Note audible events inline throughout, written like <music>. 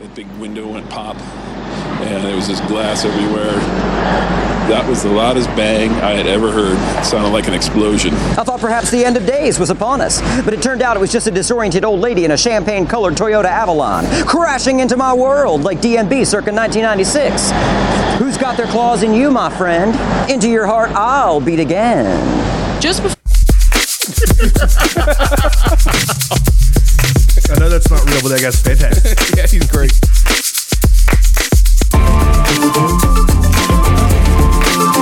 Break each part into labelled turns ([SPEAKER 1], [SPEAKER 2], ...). [SPEAKER 1] That big window went pop, and there was just glass everywhere. That was the loudest bang I had ever heard. It sounded like an explosion.
[SPEAKER 2] I thought perhaps the end of days was upon us, but it turned out it was just a disoriented old lady in a champagne colored Toyota Avalon crashing into my world like DMB circa 1996. Who's got their claws in you, my friend? Into your heart, I'll beat again.
[SPEAKER 3] Just before.
[SPEAKER 4] I know that's not real, but that guy's fantastic.
[SPEAKER 5] yeah, he's great.
[SPEAKER 4] <laughs>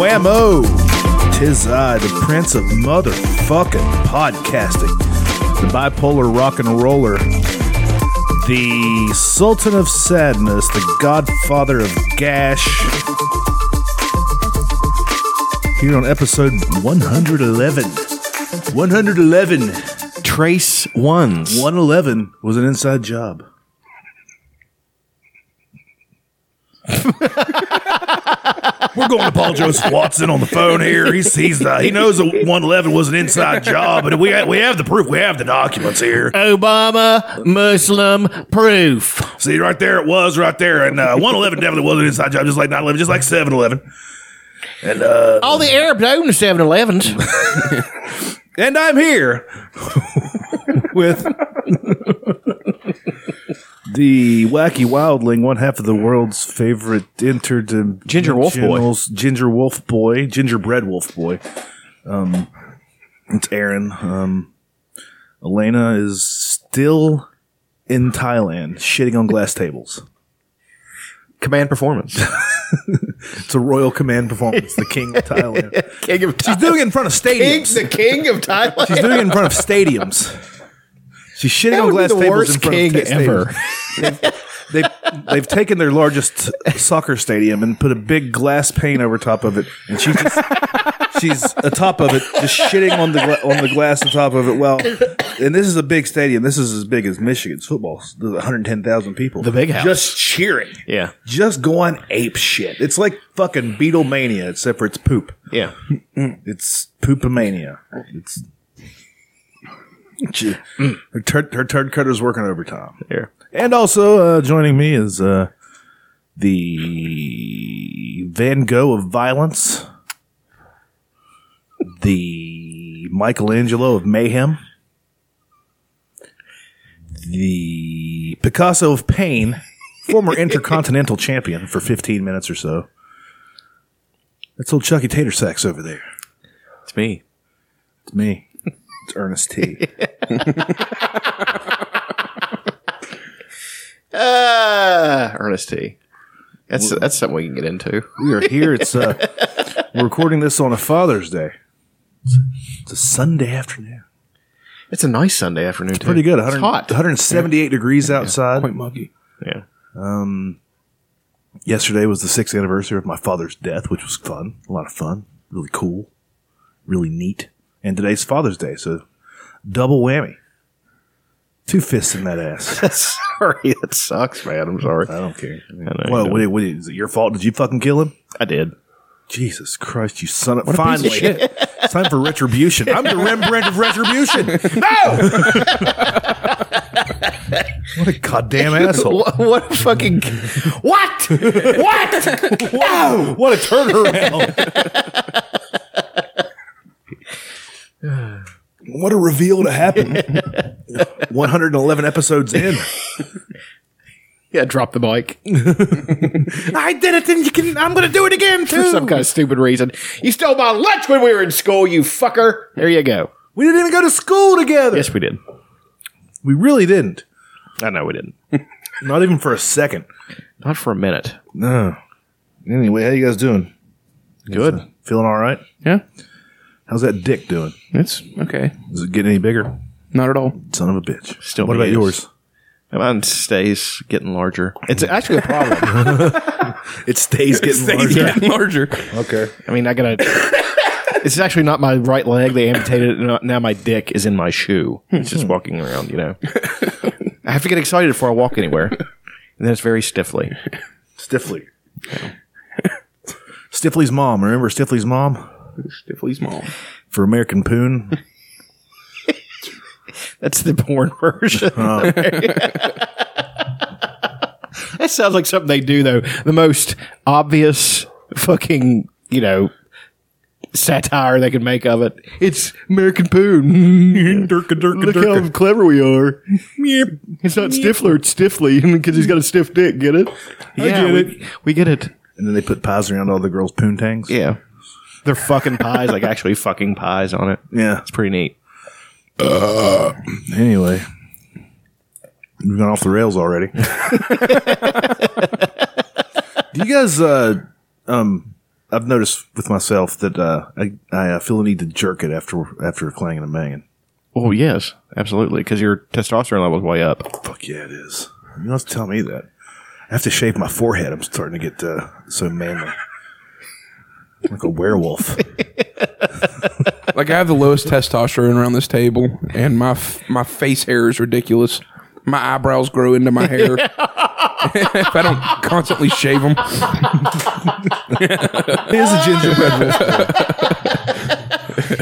[SPEAKER 4] Whammo! Tis I, the prince of motherfucking podcasting, the bipolar rock and roller, the sultan of sadness, the godfather of gash. Here on episode 111. 111.
[SPEAKER 6] Trace ones.
[SPEAKER 4] 111 was an inside job. We're going to Paul Joseph Watson on the phone here. He's, he's the, he knows the 111 was an inside job, and we we have the proof. We have the documents here.
[SPEAKER 6] Obama Muslim proof.
[SPEAKER 4] See, right there it was, right there. And uh, 111 definitely was an inside job, just like 911, just like 711. And uh,
[SPEAKER 6] All the Arabs own the 7 Elevens.
[SPEAKER 4] and I'm here <laughs> with the wacky wildling, one half of the world's favorite interdimensional
[SPEAKER 6] Ginger wolf boy.
[SPEAKER 4] ginger wolf boy, gingerbread wolf boy. Um, it's Aaron. Um, Elena is still in Thailand, shitting on glass tables.
[SPEAKER 5] Command performance.
[SPEAKER 4] <laughs> It's a royal command performance. The king of Thailand.
[SPEAKER 5] <laughs> King of
[SPEAKER 4] She's doing it in front of
[SPEAKER 5] <laughs> King,
[SPEAKER 4] stadiums.
[SPEAKER 5] the king of Thailand. <laughs>
[SPEAKER 4] She's doing it in front of stadiums. She's shitting
[SPEAKER 5] That
[SPEAKER 4] on
[SPEAKER 5] would be
[SPEAKER 4] glass
[SPEAKER 5] the
[SPEAKER 4] tables
[SPEAKER 5] worst
[SPEAKER 4] in front
[SPEAKER 5] king
[SPEAKER 4] of ta- stadiums.
[SPEAKER 5] ever.
[SPEAKER 4] They've, they've taken their largest soccer stadium and put a big glass pane over top of it, and she just she's atop of it, just shitting on the gla- on the glass atop of it. Well, and this is a big stadium. This is as big as Michigan's football. There's 110,000 people.
[SPEAKER 6] The big house.
[SPEAKER 4] just cheering,
[SPEAKER 6] yeah.
[SPEAKER 4] just going ape shit. It's like fucking Beatlemania, except for it's poop.
[SPEAKER 6] Yeah.
[SPEAKER 4] It's poopomania. It's Gee. her, turd, her turd cutter's working overtime.
[SPEAKER 6] Here.
[SPEAKER 4] And also uh, joining me is uh, the Van Gogh of violence, the Michelangelo of mayhem, the Picasso of pain,
[SPEAKER 6] <laughs>
[SPEAKER 4] former intercontinental champion for 15 minutes or so. That's old Chucky Tater Sacks over there.
[SPEAKER 6] It's me.
[SPEAKER 4] It's me. It's
[SPEAKER 6] <laughs>
[SPEAKER 4] Ernest T.
[SPEAKER 5] Uh, Ernest T. That's that's something we can get into.
[SPEAKER 4] We are here. It's uh, we're recording this on a Father's Day. It's a Sunday afternoon.
[SPEAKER 5] It's a nice Sunday afternoon. It's
[SPEAKER 4] Pretty good.
[SPEAKER 5] It's
[SPEAKER 4] 100,
[SPEAKER 5] hot.
[SPEAKER 4] 178 degrees outside.
[SPEAKER 5] muggy. Yeah.
[SPEAKER 4] Yesterday was the sixth anniversary of my father's death, which was fun. A lot of fun. Really cool. Really neat. And today's Father's Day, so double whammy. Two fists in that ass. <laughs>
[SPEAKER 5] <laughs> sorry, that sucks, man. I'm sorry.
[SPEAKER 4] I don't
[SPEAKER 5] <laughs>
[SPEAKER 4] care.
[SPEAKER 5] know,
[SPEAKER 4] well,
[SPEAKER 5] you
[SPEAKER 4] what, what, is it your fault? Did you fucking kill him?
[SPEAKER 5] I did.
[SPEAKER 4] Jesus Christ, you son of finally. it's time for retribution. I'm the Rembrandt of retribution. No! what a goddamn asshole.
[SPEAKER 5] What, <laughs> what a fucking what? what? <laughs>
[SPEAKER 4] Wow! What a turnaround. what a reveal to happen. 111 episodes in.
[SPEAKER 5] Yeah, drop the mic
[SPEAKER 4] I did it and you can I'm gonna do it again
[SPEAKER 5] for some kind of stupid reason. You stole my lunch when we were in school, you fucker. There you go.
[SPEAKER 4] We didn't even go to school together.
[SPEAKER 5] Yes, we did.
[SPEAKER 4] We really didn't.
[SPEAKER 5] I know we didn't.
[SPEAKER 4] Not even for a second.
[SPEAKER 5] Not for a minute.
[SPEAKER 4] No. Uh, Anyway, how you guys doing?
[SPEAKER 5] Good.
[SPEAKER 4] Feeling all right?
[SPEAKER 7] Yeah,
[SPEAKER 4] How's that dick doing?
[SPEAKER 7] it's okay.
[SPEAKER 4] Is it getting any bigger?
[SPEAKER 7] Not at all.
[SPEAKER 4] Son of a bitch.
[SPEAKER 5] Still
[SPEAKER 4] what about
[SPEAKER 5] is.
[SPEAKER 4] yours?
[SPEAKER 5] Mine stays getting larger. It's actually a
[SPEAKER 7] <laughs>
[SPEAKER 5] problem.
[SPEAKER 4] It <laughs> stays getting
[SPEAKER 7] larger.
[SPEAKER 4] Okay.
[SPEAKER 5] I mean, I gotta. It's actually not my right leg. They amputated it. and Now my dick is in
[SPEAKER 7] <laughs>
[SPEAKER 5] my shoe. It's just walking around, you know. I have to get excited before I walk anywhere. And and that's very stiffly.
[SPEAKER 4] Stiffly. Stiffly's mom. Remember Stiffly's mom
[SPEAKER 7] Stiffly's mom.
[SPEAKER 4] for American Poon?
[SPEAKER 5] That's the porn <laughs> version. that sounds like something they do, though. The most obvious fucking, you know, satire they could make of it. It's American Poon.
[SPEAKER 4] Durka, durka,
[SPEAKER 5] <laughs> Look how clever we are. It's not Stifler, it's <laughs> Stiffly because he's got a stiff dick. Get it? Yeah,
[SPEAKER 4] get
[SPEAKER 5] we,
[SPEAKER 4] it.
[SPEAKER 5] We get it.
[SPEAKER 4] <laughs> And then they put pies around all the girls' poon tanks.
[SPEAKER 5] Yeah. They're fucking pies, like actually fucking pies on it.
[SPEAKER 4] Yeah.
[SPEAKER 5] It's pretty neat.
[SPEAKER 4] Anyway, we've gone off the rails already. Do you guys? Uh, um, I've noticed with myself that uh, I I uh, feel the need to jerk it after after clanging and banging.
[SPEAKER 5] Oh, yes, absolutely. Because your testosterone level's way up.
[SPEAKER 4] Fuck yeah, it is. You don't have to tell me that. I have to shave my forehead. I'm starting to get uh, so manly, like a werewolf.
[SPEAKER 7] Like I have the lowest testosterone around this table, and my f- my face hair is ridiculous. My eyebrows grow into my hair. <laughs> if I don't constantly shave them,
[SPEAKER 4] <laughs> He is a gingerbread wolf.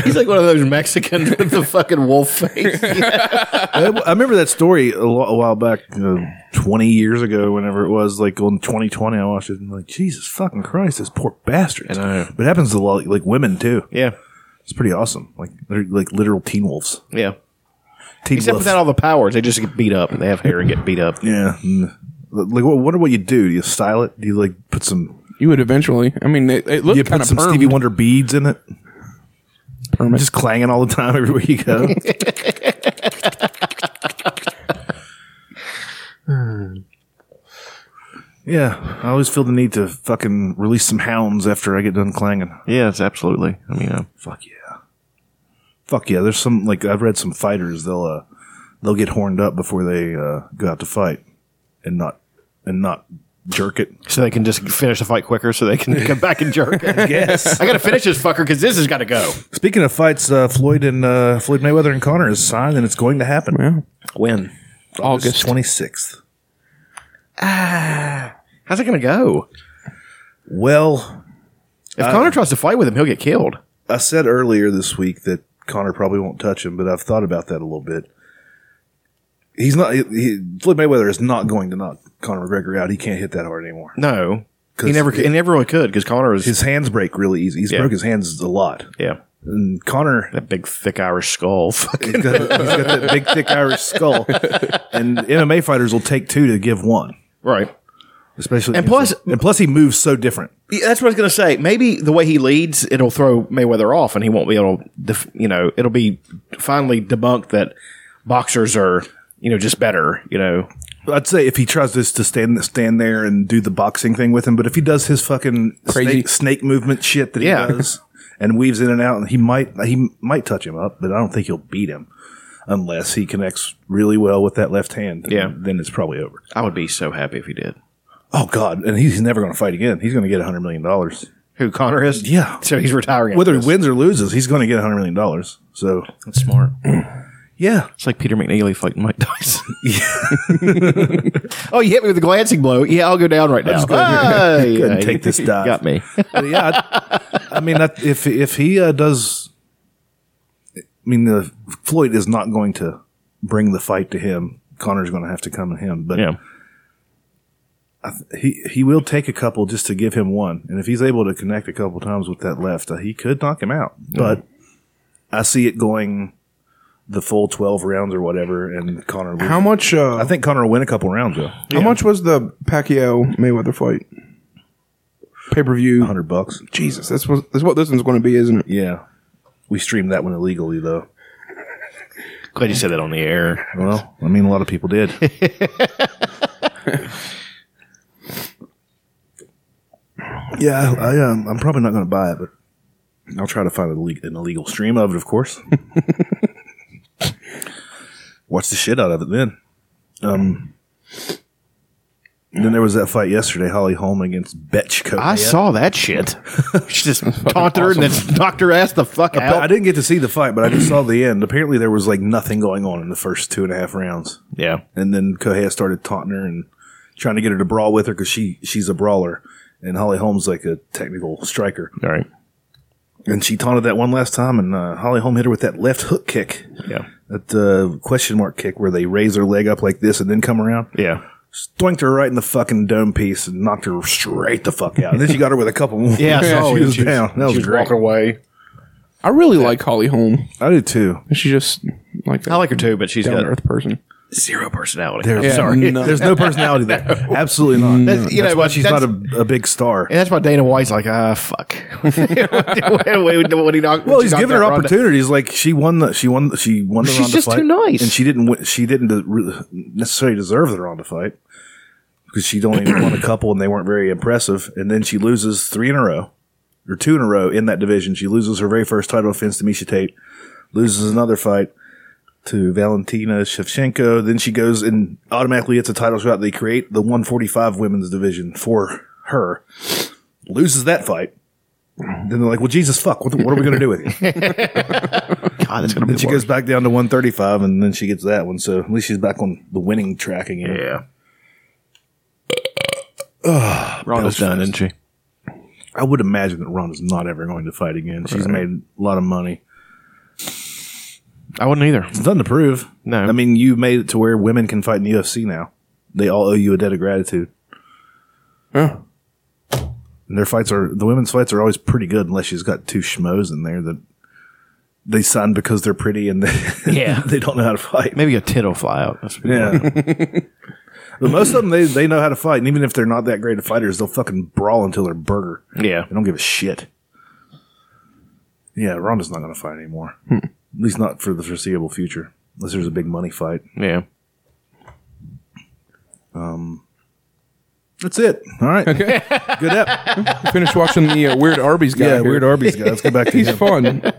[SPEAKER 5] He's like one of those Mexicans <laughs> with the fucking wolf face.
[SPEAKER 4] I, I remember that story a, lo- a while back, uh, 20 years ago, whenever it was, like on 2020, I watched it and like, Jesus fucking Christ, this poor bastard. I
[SPEAKER 5] know.
[SPEAKER 4] But it happens to a lot, like women too.
[SPEAKER 5] <laughs> Yeah,
[SPEAKER 4] It's pretty awesome. Like, they're like literal teen wolves.
[SPEAKER 5] yeah.
[SPEAKER 4] Teen
[SPEAKER 5] Except
[SPEAKER 4] wolves.
[SPEAKER 5] without all the powers, they just get beat up. They have hair and get beat up.
[SPEAKER 4] yeah. Mm. Like, what, wonder what you do. Do you style it? Do you like put some,
[SPEAKER 7] <laughs> you would eventually. I mean, it, it
[SPEAKER 4] do you
[SPEAKER 7] looked kind
[SPEAKER 4] put
[SPEAKER 7] of
[SPEAKER 4] some Stevie Wonder beads in it?
[SPEAKER 7] Permit.
[SPEAKER 4] Just clanging all the time <laughs> everywhere you go. yeah, I always feel the need to fucking release some hounds after I get done clanging.
[SPEAKER 5] Yes, absolutely. I mean, uh,
[SPEAKER 4] Fuck yeah. Fuck yeah. There's some like I've read some fighters they'll uh they'll get horned up before they uh go out to fight and not and not jerk it.
[SPEAKER 5] so they can just finish the fight quicker, so they <laughs> can come back and
[SPEAKER 4] <laughs>
[SPEAKER 5] jerk.
[SPEAKER 4] Yes.
[SPEAKER 5] I gotta finish this fucker because this has got to go.
[SPEAKER 4] Speaking of fights, uh, Floyd and uh, Floyd Mayweather and Connor is signed and it's going to happen.
[SPEAKER 7] Yeah.
[SPEAKER 5] When?
[SPEAKER 7] August.
[SPEAKER 4] Twenty sixth.
[SPEAKER 5] How's it gonna go?
[SPEAKER 4] Well,
[SPEAKER 5] If Connor tries to fight with him, he'll get killed.
[SPEAKER 4] I said earlier this week that Connor probably won't touch him, but I've thought about that a little bit. He's not. He, he, Floyd Mayweather is not going to knock Conor McGregor out. He can't hit that hard anymore.
[SPEAKER 5] No,
[SPEAKER 4] 'Cause
[SPEAKER 5] he never. He never really could because Connor is.
[SPEAKER 4] His hands break really easy. He's
[SPEAKER 5] Yeah.
[SPEAKER 4] broke his hands a lot.
[SPEAKER 5] yeah,
[SPEAKER 4] And Connor,
[SPEAKER 5] that big thick Irish skull. <laughs>
[SPEAKER 4] he's got, he's got that big, thick Irish skull. And MMA fighters will take two to give one,
[SPEAKER 5] right.
[SPEAKER 4] especially.
[SPEAKER 5] And plus-
[SPEAKER 4] and plus, he moves so different.
[SPEAKER 5] Yeah, that's what I was gonna say. Maybe the way he leads, it'll throw Mayweather off, and he won't be able to. Def- you know, it'll be finally debunked that boxers are, you know, just better. You know,
[SPEAKER 4] I'd say if he tries this to stand stand there and do the boxing thing with him, but if he does his fucking
[SPEAKER 7] Crazy.
[SPEAKER 4] snake, snake movement shit that
[SPEAKER 5] Yeah.
[SPEAKER 4] he
[SPEAKER 5] <laughs>
[SPEAKER 4] does and weaves in and out, he might he might touch him up, but I don't think he'll beat him unless he connects really well with that left hand.
[SPEAKER 5] Yeah.
[SPEAKER 4] then it's probably over.
[SPEAKER 5] I would be so happy if he did.
[SPEAKER 4] Oh God, and he's never going to fight again. He's going to get a hundred million dollars,
[SPEAKER 5] Who Connor is?
[SPEAKER 4] Yeah.
[SPEAKER 5] So he's retiring.
[SPEAKER 4] whether he
[SPEAKER 5] after
[SPEAKER 4] wins or loses. He's going to get a hundred million dollars. So
[SPEAKER 5] this. That's smart.
[SPEAKER 4] <clears throat> yeah,
[SPEAKER 5] It's like Peter McNeely fighting Mike <laughs> Tyson. oh, you hit me with a glancing blow. Yeah, I'll go down right now. <laughs> Ah,
[SPEAKER 4] Go ahead
[SPEAKER 5] yeah,
[SPEAKER 4] and take this
[SPEAKER 5] you
[SPEAKER 4] dive.
[SPEAKER 5] Got me.
[SPEAKER 4] But yeah, I, I mean, that, if if he uh, does, I mean, the Floyd is not going to bring the fight to him. Connor's going to have to come to him, but
[SPEAKER 5] Yeah.
[SPEAKER 4] he he will take a couple just to give him one, and if he's able to connect a couple times with that left, uh, he could knock him out. But I see it going the full twelve rounds or whatever, and Connor. loses.
[SPEAKER 3] How much? Uh,
[SPEAKER 4] I think Connor will win a couple rounds though.
[SPEAKER 3] How much was the Pacquiao Mayweather fight? Pay per view.
[SPEAKER 4] Hundred bucks.
[SPEAKER 3] Jesus, that's what that's what this one's going to be, isn't it?
[SPEAKER 4] Yeah, we streamed that one illegally though.
[SPEAKER 5] Glad you said that on the air.
[SPEAKER 4] Well, I mean, a lot of people did. yeah, I, I, um, I'm probably not going to buy it, but I'll try to find a le- an illegal stream of it, of course. Watch the shit out of it then. Um, then there was that fight yesterday, Holly Holm against Betchko.
[SPEAKER 5] I saw that shit. <laughs> she just taunted her and then knocked her ass the fuck
[SPEAKER 4] But I
[SPEAKER 5] out.
[SPEAKER 4] didn't get to see the fight, but I just saw the end. Apparently, there was like nothing going on in the first two and a half rounds.
[SPEAKER 5] Yeah.
[SPEAKER 4] And then Kohea started taunting her and trying to get her to brawl with her because she she's a brawler, and Holly Holm's like a technical striker.
[SPEAKER 8] All right.
[SPEAKER 4] And she taunted that one last time, and uh, Holly Holm hit her with that left hook kick,
[SPEAKER 8] Yeah.
[SPEAKER 4] that uh, question mark kick where they raise her leg up like this and then come around.
[SPEAKER 8] Yeah.
[SPEAKER 4] Doinked her right in the fucking dome piece and knocked her straight the fuck out. And then she got her with a couple more.
[SPEAKER 5] Yeah, I saw
[SPEAKER 4] <laughs> she
[SPEAKER 5] it.
[SPEAKER 4] was
[SPEAKER 5] She was-
[SPEAKER 4] down. That was
[SPEAKER 5] She was
[SPEAKER 4] great.
[SPEAKER 5] walking away.
[SPEAKER 7] I really like Holly Holm.
[SPEAKER 4] I do too.
[SPEAKER 7] She's just like
[SPEAKER 5] I like her too, but she's
[SPEAKER 7] down
[SPEAKER 5] got
[SPEAKER 7] to earth person.
[SPEAKER 5] zero personality.
[SPEAKER 4] There's,
[SPEAKER 7] Yeah,
[SPEAKER 4] sorry.
[SPEAKER 7] no.
[SPEAKER 4] There's no personality
[SPEAKER 5] <laughs>
[SPEAKER 4] there. Absolutely not.
[SPEAKER 5] That's- Mm. you
[SPEAKER 4] that's
[SPEAKER 5] know
[SPEAKER 4] why
[SPEAKER 5] what,
[SPEAKER 4] she's
[SPEAKER 5] that's-
[SPEAKER 4] not a, a big star.
[SPEAKER 5] And <laughs> that's why Dana White's like, ah, fuck. <laughs> when he knocked,
[SPEAKER 4] Well,
[SPEAKER 5] she
[SPEAKER 4] he's
[SPEAKER 5] knocked
[SPEAKER 4] giving her
[SPEAKER 5] out Ronda-
[SPEAKER 4] opportunities. Like she won the she won she won the
[SPEAKER 5] She's
[SPEAKER 4] Ronda
[SPEAKER 5] just
[SPEAKER 4] fight,
[SPEAKER 5] too nice.
[SPEAKER 4] and she didn't win, she didn't de- re- necessarily deserve the Ronda fight because she only
[SPEAKER 5] <clears throat>
[SPEAKER 4] won a couple and they weren't very impressive. And then she loses three in a row or two in a row in that division. She loses her very first title offense to Misha Tate, loses another fight to Valentina Shevchenko. Then she goes and automatically gets a title shot. They create the 145 women's division for her, loses that fight. Then they're like, well, Jesus, fuck, what, what are we going to do with you?
[SPEAKER 5] God, that's gonna be
[SPEAKER 4] Then she goes back down to 135, and then she gets that one. So at least she's back on the winning track again.
[SPEAKER 5] yeah. Ronda's done, isn't she?
[SPEAKER 4] I would imagine that Ronda's not ever going to fight again. She's made a lot of money.
[SPEAKER 5] I wouldn't either.
[SPEAKER 4] It's nothing to prove.
[SPEAKER 5] No.
[SPEAKER 4] I mean, you made it to where women can fight in the UFC now. They all owe you a debt of gratitude. And their fights are the women's fights are always pretty good, unless she's got two schmoes in there that they sign because they're pretty and they, <laughs>
[SPEAKER 5] Yeah.
[SPEAKER 4] they don't know how to fight.
[SPEAKER 5] Maybe a tit will fly out. That's <laughs>
[SPEAKER 4] Yeah. but most of them, they, they know how to fight. And even if they're not that great of fighters, they'll fucking brawl until they're burger.
[SPEAKER 5] Yeah.
[SPEAKER 4] They don't give a shit. Yeah, Ronda's not going to fight anymore.
[SPEAKER 5] Hmm.
[SPEAKER 4] At least not for the foreseeable future. Unless there's a big money fight.
[SPEAKER 5] Yeah.
[SPEAKER 4] That's it. All right. Okay. Good up.
[SPEAKER 7] Finished watching the uh, Weird Arby's guy.
[SPEAKER 4] Yeah,
[SPEAKER 7] here.
[SPEAKER 4] Weird Arby's guy. Let's go back to
[SPEAKER 7] He's
[SPEAKER 4] him.
[SPEAKER 7] fun.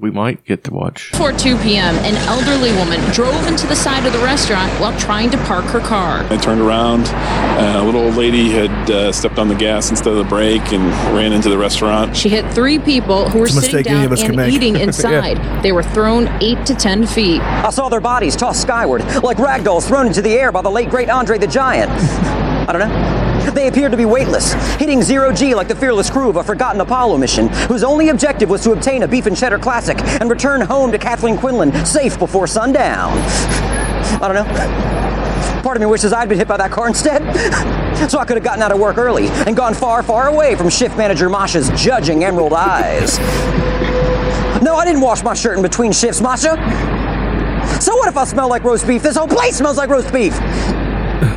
[SPEAKER 5] We might get to watch.
[SPEAKER 9] Before 2 p.m., an elderly woman drove into the side of the restaurant while trying to park her car.
[SPEAKER 1] I turned around. Uh, a little old lady had uh, stepped on the gas instead of the brake and ran into the restaurant.
[SPEAKER 9] She hit three people who were
[SPEAKER 4] It's a
[SPEAKER 9] sitting
[SPEAKER 4] mistake any
[SPEAKER 9] down
[SPEAKER 4] of us can
[SPEAKER 9] and
[SPEAKER 4] make. <laughs>
[SPEAKER 9] eating inside. They were thrown 8 to 10 feet.
[SPEAKER 2] I saw their bodies tossed skyward like ragdolls thrown into the air by the late great Andre the Giant. I don't know. They appeared to be weightless, hitting zero G like the fearless crew of a forgotten Apollo mission, whose only objective was to obtain a beef and cheddar classic and return home to Kathleen Quinlan safe before sundown. I don't know. Part of me wishes I'd been hit by that car instead, so I could have gotten out of work early and gone far, far away from shift manager Masha's judging emerald eyes. No, I didn't wash my shirt in between shifts, Masha. So what if I smell like roast beef? This whole place smells like roast beef.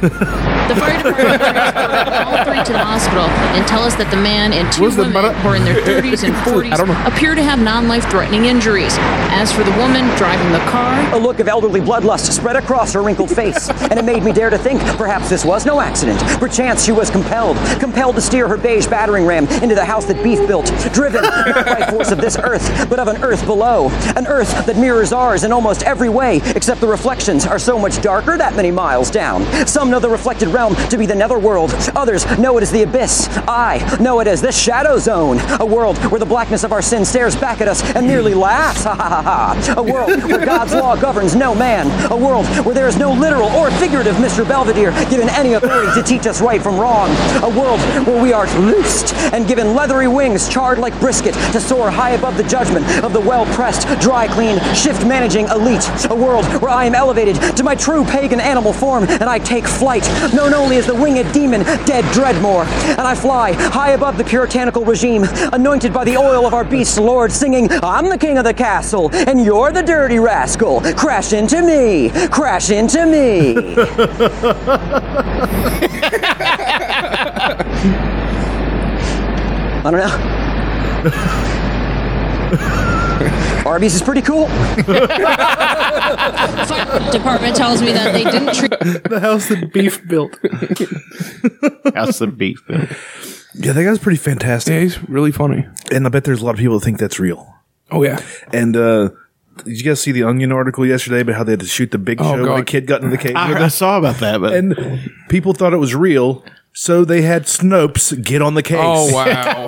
[SPEAKER 9] The fire department
[SPEAKER 4] <laughs>
[SPEAKER 9] transported all three to the hospital and tell us that the man and two
[SPEAKER 7] Where's the
[SPEAKER 9] women
[SPEAKER 7] butter?
[SPEAKER 9] who are in their 30s
[SPEAKER 4] <laughs>
[SPEAKER 9] and 40s
[SPEAKER 7] I don't know.
[SPEAKER 9] appear to have non-life-threatening injuries. As for the woman driving the car,
[SPEAKER 2] A look of elderly bloodlust spread across her wrinkled face, and it made me dare to think perhaps this was no accident. Perchance she was compelled, compelled to steer her beige battering ram into the house that beef built, driven not by force of this earth, but of an earth below, an earth that mirrors ours in almost every way, except the reflections are so much darker that many miles down. Some know the reflected realm to be the netherworld, others know it as the abyss. I know it as this shadow zone, a world where the blackness of our sin stares back at us and nearly laughs. <laughs> Ha ha ha ha. A world where God's law governs no man. A world where there is no literal or figurative Mr. Belvedere given any authority to teach us right from wrong. A world where we are loosed and given leathery wings charred like brisket to soar high above the judgment of the well pressed, dry clean, shift managing elite. A world where I am elevated to my true pagan animal form and I take flight, known only as the winged demon, dead Dreadmore. And I fly high above the puritanical regime, anointed by the oil of our beast lord, singing, I'm the king of the castle and you're the dirty rascal. Crash into me, crash into me. <laughs> I don't know. Arby's is pretty cool.
[SPEAKER 9] the fire department tells me that they didn't treat
[SPEAKER 5] <laughs> The house that beef <laughs> built. house that beef built.
[SPEAKER 4] <laughs> Yeah, that guy's pretty fantastic.
[SPEAKER 7] Yeah, he's really funny.
[SPEAKER 4] And I bet there's a lot of people that think that's real.
[SPEAKER 7] Oh yeah.
[SPEAKER 4] And uh, did you guys see the Onion article yesterday about how they had to shoot the big
[SPEAKER 7] Oh,
[SPEAKER 4] show when the
[SPEAKER 7] God.
[SPEAKER 4] kid got into the cage?
[SPEAKER 5] I, I saw about that, but
[SPEAKER 4] and people thought it was real, so they had Snopes get on the case.
[SPEAKER 7] Oh <laughs> wow.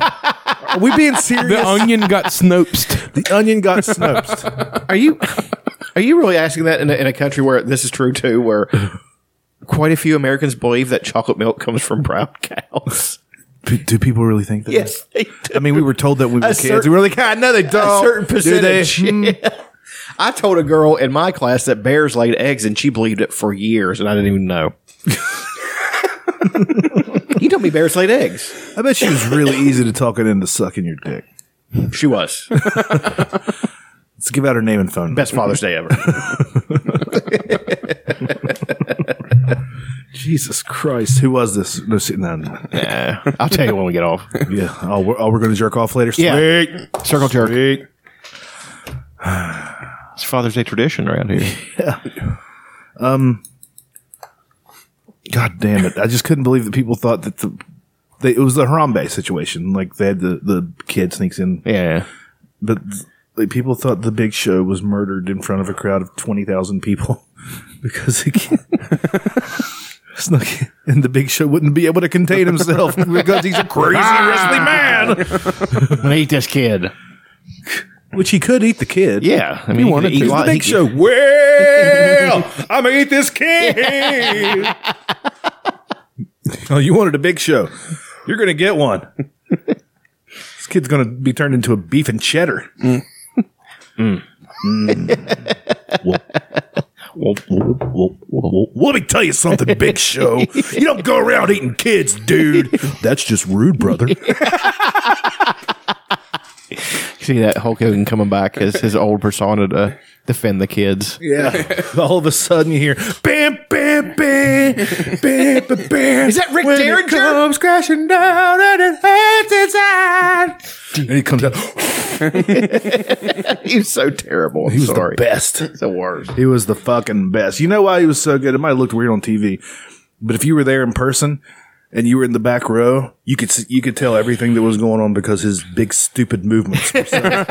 [SPEAKER 4] Are <laughs> we being serious?
[SPEAKER 7] the onion got snoped.
[SPEAKER 4] The onion got Snopes.
[SPEAKER 5] are you? <laughs> Are you really asking that in a, in a country where this is true too, where quite a few Americans believe that chocolate milk comes from brown cows?
[SPEAKER 4] P- do people really think that?
[SPEAKER 5] <laughs> yes, they do.
[SPEAKER 4] I mean, we were told that when we were kids.
[SPEAKER 5] certain-
[SPEAKER 4] we were like, ah, no, they don't.
[SPEAKER 5] certain
[SPEAKER 4] Do they?
[SPEAKER 5] percentage. <laughs> I told a girl in my class that bears laid eggs, and she believed it for years, and I didn't even <laughs> know. you told me bears laid eggs.
[SPEAKER 4] I bet she was really easy to talk it into sucking your dick.
[SPEAKER 5] She was
[SPEAKER 4] Let's give out her name and phone.
[SPEAKER 5] best Father's Day ever.
[SPEAKER 4] Jesus Christ, who was this? No, see- no, no.
[SPEAKER 5] I'll tell you when we get off.
[SPEAKER 4] yeah. Oh, we're, oh, we're going to jerk off later.
[SPEAKER 5] Yeah.
[SPEAKER 4] Sweet.
[SPEAKER 5] Circle jerk.
[SPEAKER 4] Sweet.
[SPEAKER 5] It's Father's Day tradition around here.
[SPEAKER 4] God damn it! I just couldn't believe that people thought that the they, it was the Harambe situation. Like they had the the kid sneaks in,
[SPEAKER 5] Yeah.
[SPEAKER 4] but like, people thought the Big Show was murdered in front of a crowd of twenty thousand people <laughs> because he <laughs> snuck in, and the Big Show wouldn't be able to contain himself <laughs> because he's a <laughs> crazy wrestling man.
[SPEAKER 5] I'm gonna eat this kid.
[SPEAKER 4] Which he could eat the kid.
[SPEAKER 5] Yeah, I mean, he
[SPEAKER 7] wanted
[SPEAKER 5] could eat
[SPEAKER 7] to.
[SPEAKER 5] a lot.
[SPEAKER 4] The Big
[SPEAKER 5] He-
[SPEAKER 4] Show.
[SPEAKER 5] <laughs>
[SPEAKER 4] Well, I'm gonna eat this kid. <laughs> oh, you wanted a Big Show? You're gonna get one. this kid's gonna be turned into a beef and cheddar. Mm. Whoop. Whoop, whoop, whoop, whoop. Let me tell you something, Big Show. You don't go around eating kids, dude. That's just rude, brother.
[SPEAKER 5] See that Hulk Hogan coming back as his old persona to defend the kids.
[SPEAKER 4] Yeah. <laughs> All of a sudden you hear bam, bam, bam, bam, bam, bam. Is
[SPEAKER 5] that Rick
[SPEAKER 4] when
[SPEAKER 5] Derringer?
[SPEAKER 4] It comes crashing down and it hurts inside. And he comes out.
[SPEAKER 5] <laughs> He's so terrible. I'm
[SPEAKER 4] He was
[SPEAKER 5] sorry.
[SPEAKER 4] the best.
[SPEAKER 5] The worst.
[SPEAKER 4] He was the fucking best. You know why he was so good? It might have looked weird on TV, but if you were there in person and you were in the back row, you could see, you could tell everything that was going on because his big stupid movements were so,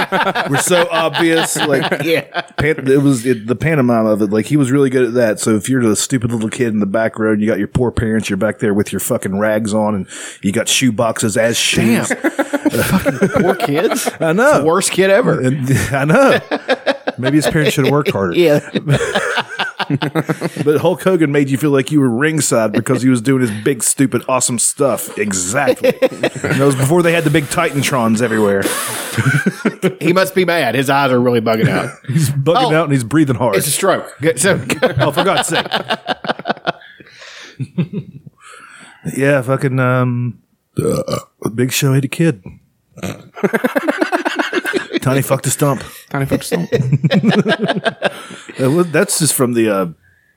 [SPEAKER 4] <laughs> were so obvious. Like
[SPEAKER 5] <laughs> Yeah.
[SPEAKER 4] pan, it was it, the pantomime of it. Like he was really good at that. So if you're the stupid little kid in the back row and you got your poor parents, you're back there with your fucking rags on and you got shoe boxes as
[SPEAKER 5] <laughs>
[SPEAKER 4] shoes.
[SPEAKER 5] Poor kids.
[SPEAKER 4] I know.
[SPEAKER 5] Worst kid ever.
[SPEAKER 4] And- <laughs> I know. Maybe his parents should have worked harder.
[SPEAKER 5] <laughs> Yeah.
[SPEAKER 4] But Hulk Hogan made you feel like you were ringside because he was doing his big, stupid, awesome stuff. Exactly. and that was before they had the big Titantrons everywhere.
[SPEAKER 5] He must be mad. His eyes are really bugging out.
[SPEAKER 4] He's bugging
[SPEAKER 5] Oh.
[SPEAKER 4] out and he's breathing hard.
[SPEAKER 5] It's a stroke. Good. So
[SPEAKER 4] oh, for God's sake. yeah, fucking um, uh, Big Show ate a kid. Tiny fucked a stump.
[SPEAKER 7] Tiny folks don't.
[SPEAKER 4] That was- That's just from the uh,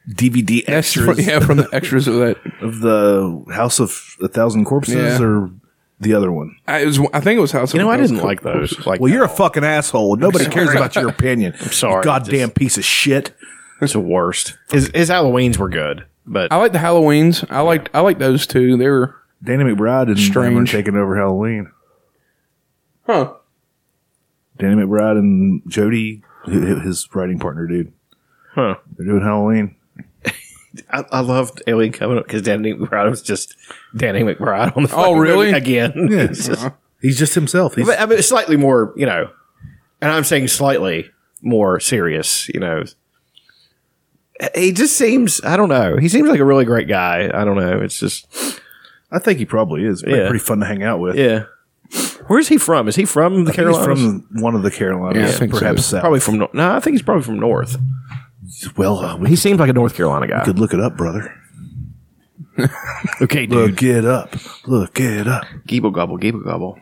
[SPEAKER 4] DVD
[SPEAKER 7] That's
[SPEAKER 4] extras
[SPEAKER 7] from, yeah, from the extras of that.
[SPEAKER 4] of the House of a Thousand Corpses
[SPEAKER 7] Yeah.
[SPEAKER 4] or the other one.
[SPEAKER 7] I, it was, I think it was House.
[SPEAKER 5] you know, I didn't like those. Like
[SPEAKER 4] Well, you're a fucking asshole. Nobody cares about your opinion.
[SPEAKER 7] <laughs>
[SPEAKER 4] I'm
[SPEAKER 5] sorry.
[SPEAKER 4] Goddamn piece of shit.
[SPEAKER 5] it's the worst. His, his Halloweens were good, but
[SPEAKER 7] I like the Halloweens. I liked I like those two. They were
[SPEAKER 4] Danny McBride and Strange.
[SPEAKER 7] Strange.
[SPEAKER 4] were taking over Halloween.
[SPEAKER 7] huh.
[SPEAKER 4] Danny McBride and Jody, hi- hi- his writing partner, dude.
[SPEAKER 5] Huh.
[SPEAKER 4] They're doing Halloween.
[SPEAKER 5] I, I loved Alien Covenant because Danny McBride was just Danny McBride on the.
[SPEAKER 7] Oh,
[SPEAKER 5] fucking
[SPEAKER 7] really?
[SPEAKER 5] movie Again. <laughs> It's just-
[SPEAKER 4] He's just himself. He's,
[SPEAKER 7] uh,
[SPEAKER 5] But I mean, it's slightly more, you know, and I'm saying slightly more serious, you know. He just seems, I don't know. He seems like a really great guy. I don't know. It's just,
[SPEAKER 4] I think he probably is. Pretty,
[SPEAKER 5] Yeah.
[SPEAKER 4] pretty fun to hang out with.
[SPEAKER 5] yeah. Where's he from? Is he from the
[SPEAKER 4] I think he's
[SPEAKER 5] Carolinas?
[SPEAKER 4] from one of the
[SPEAKER 7] Yeah, I
[SPEAKER 4] Carolinas,
[SPEAKER 7] think so.
[SPEAKER 4] perhaps south.
[SPEAKER 5] probably from, no, no, I think he's probably from North.
[SPEAKER 4] Well, uh, we
[SPEAKER 5] Oh, He seems like a North Carolina guy.
[SPEAKER 4] could look it up, brother.
[SPEAKER 5] Okay, dude.
[SPEAKER 4] Look it up. Look it up.
[SPEAKER 5] Gobble gobble, gobble gobble.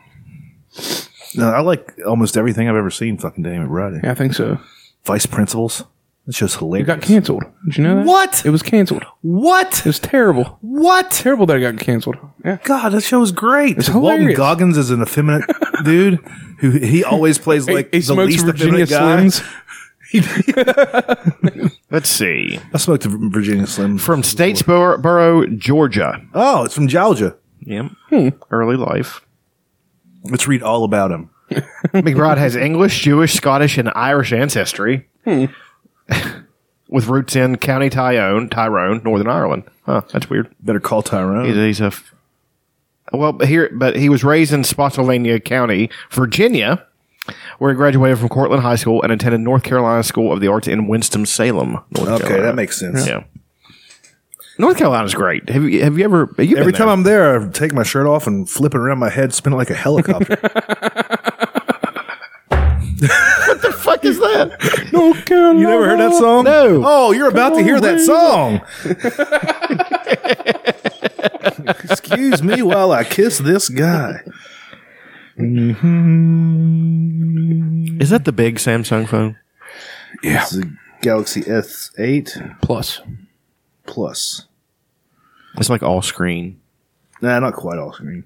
[SPEAKER 4] No, I like almost everything I've ever seen. Fucking Danny McBride.
[SPEAKER 7] Yeah, I think so.
[SPEAKER 4] Vice principals. That show's
[SPEAKER 7] It
[SPEAKER 4] hilarious.
[SPEAKER 7] got canceled. Did you know that?
[SPEAKER 4] What?
[SPEAKER 7] It was canceled.
[SPEAKER 4] What?
[SPEAKER 7] It was terrible.
[SPEAKER 4] What?
[SPEAKER 7] Terrible that it got canceled. Yeah.
[SPEAKER 4] God, that show was great.
[SPEAKER 7] It's
[SPEAKER 4] Walton
[SPEAKER 7] hilarious.
[SPEAKER 4] Goggins is an effeminate dude who he always plays like
[SPEAKER 7] he, he
[SPEAKER 4] the
[SPEAKER 7] smokes
[SPEAKER 4] least
[SPEAKER 7] Virginia
[SPEAKER 4] effeminate guy.
[SPEAKER 7] Slims.
[SPEAKER 5] Let's see.
[SPEAKER 4] I smoked a Virginia Slim.
[SPEAKER 5] From Statesboro, Georgia. Hmm.
[SPEAKER 4] oh, it's from Georgia.
[SPEAKER 5] Yep. Early life.
[SPEAKER 4] Let's read all about him.
[SPEAKER 5] McBride has English, Jewish, Scottish, and Irish ancestry,
[SPEAKER 4] Hmm.
[SPEAKER 5] <laughs> with roots in County Tyrone, Tyrone, Northern Ireland. Huh, that's weird.
[SPEAKER 4] Better call Tyrone.
[SPEAKER 5] He's, he's a f- well, but here, but he was raised in Spotsylvania County, Virginia, where he graduated from Cortland High School and attended North Carolina School of the Arts in Winston-Salem, North
[SPEAKER 4] Okay,
[SPEAKER 5] Carolina.
[SPEAKER 4] that makes sense.
[SPEAKER 5] Yeah. North Carolina's great. Have you have you ever have you
[SPEAKER 4] Every
[SPEAKER 5] been
[SPEAKER 4] time
[SPEAKER 5] there?
[SPEAKER 4] I'm there, I take my shirt off and flip it around my head, spin it like a helicopter.
[SPEAKER 5] fuck is
[SPEAKER 4] <laughs>
[SPEAKER 5] that?
[SPEAKER 4] you never heard that song?
[SPEAKER 5] No.
[SPEAKER 4] Oh, you're about to hear that song. Excuse me while I kiss this guy.
[SPEAKER 5] Is that the big Samsung phone?
[SPEAKER 7] Yeah.
[SPEAKER 4] It's a Galaxy S8
[SPEAKER 7] Plus.
[SPEAKER 4] Plus.
[SPEAKER 5] It's like all screen.
[SPEAKER 4] Nah, not quite all screen.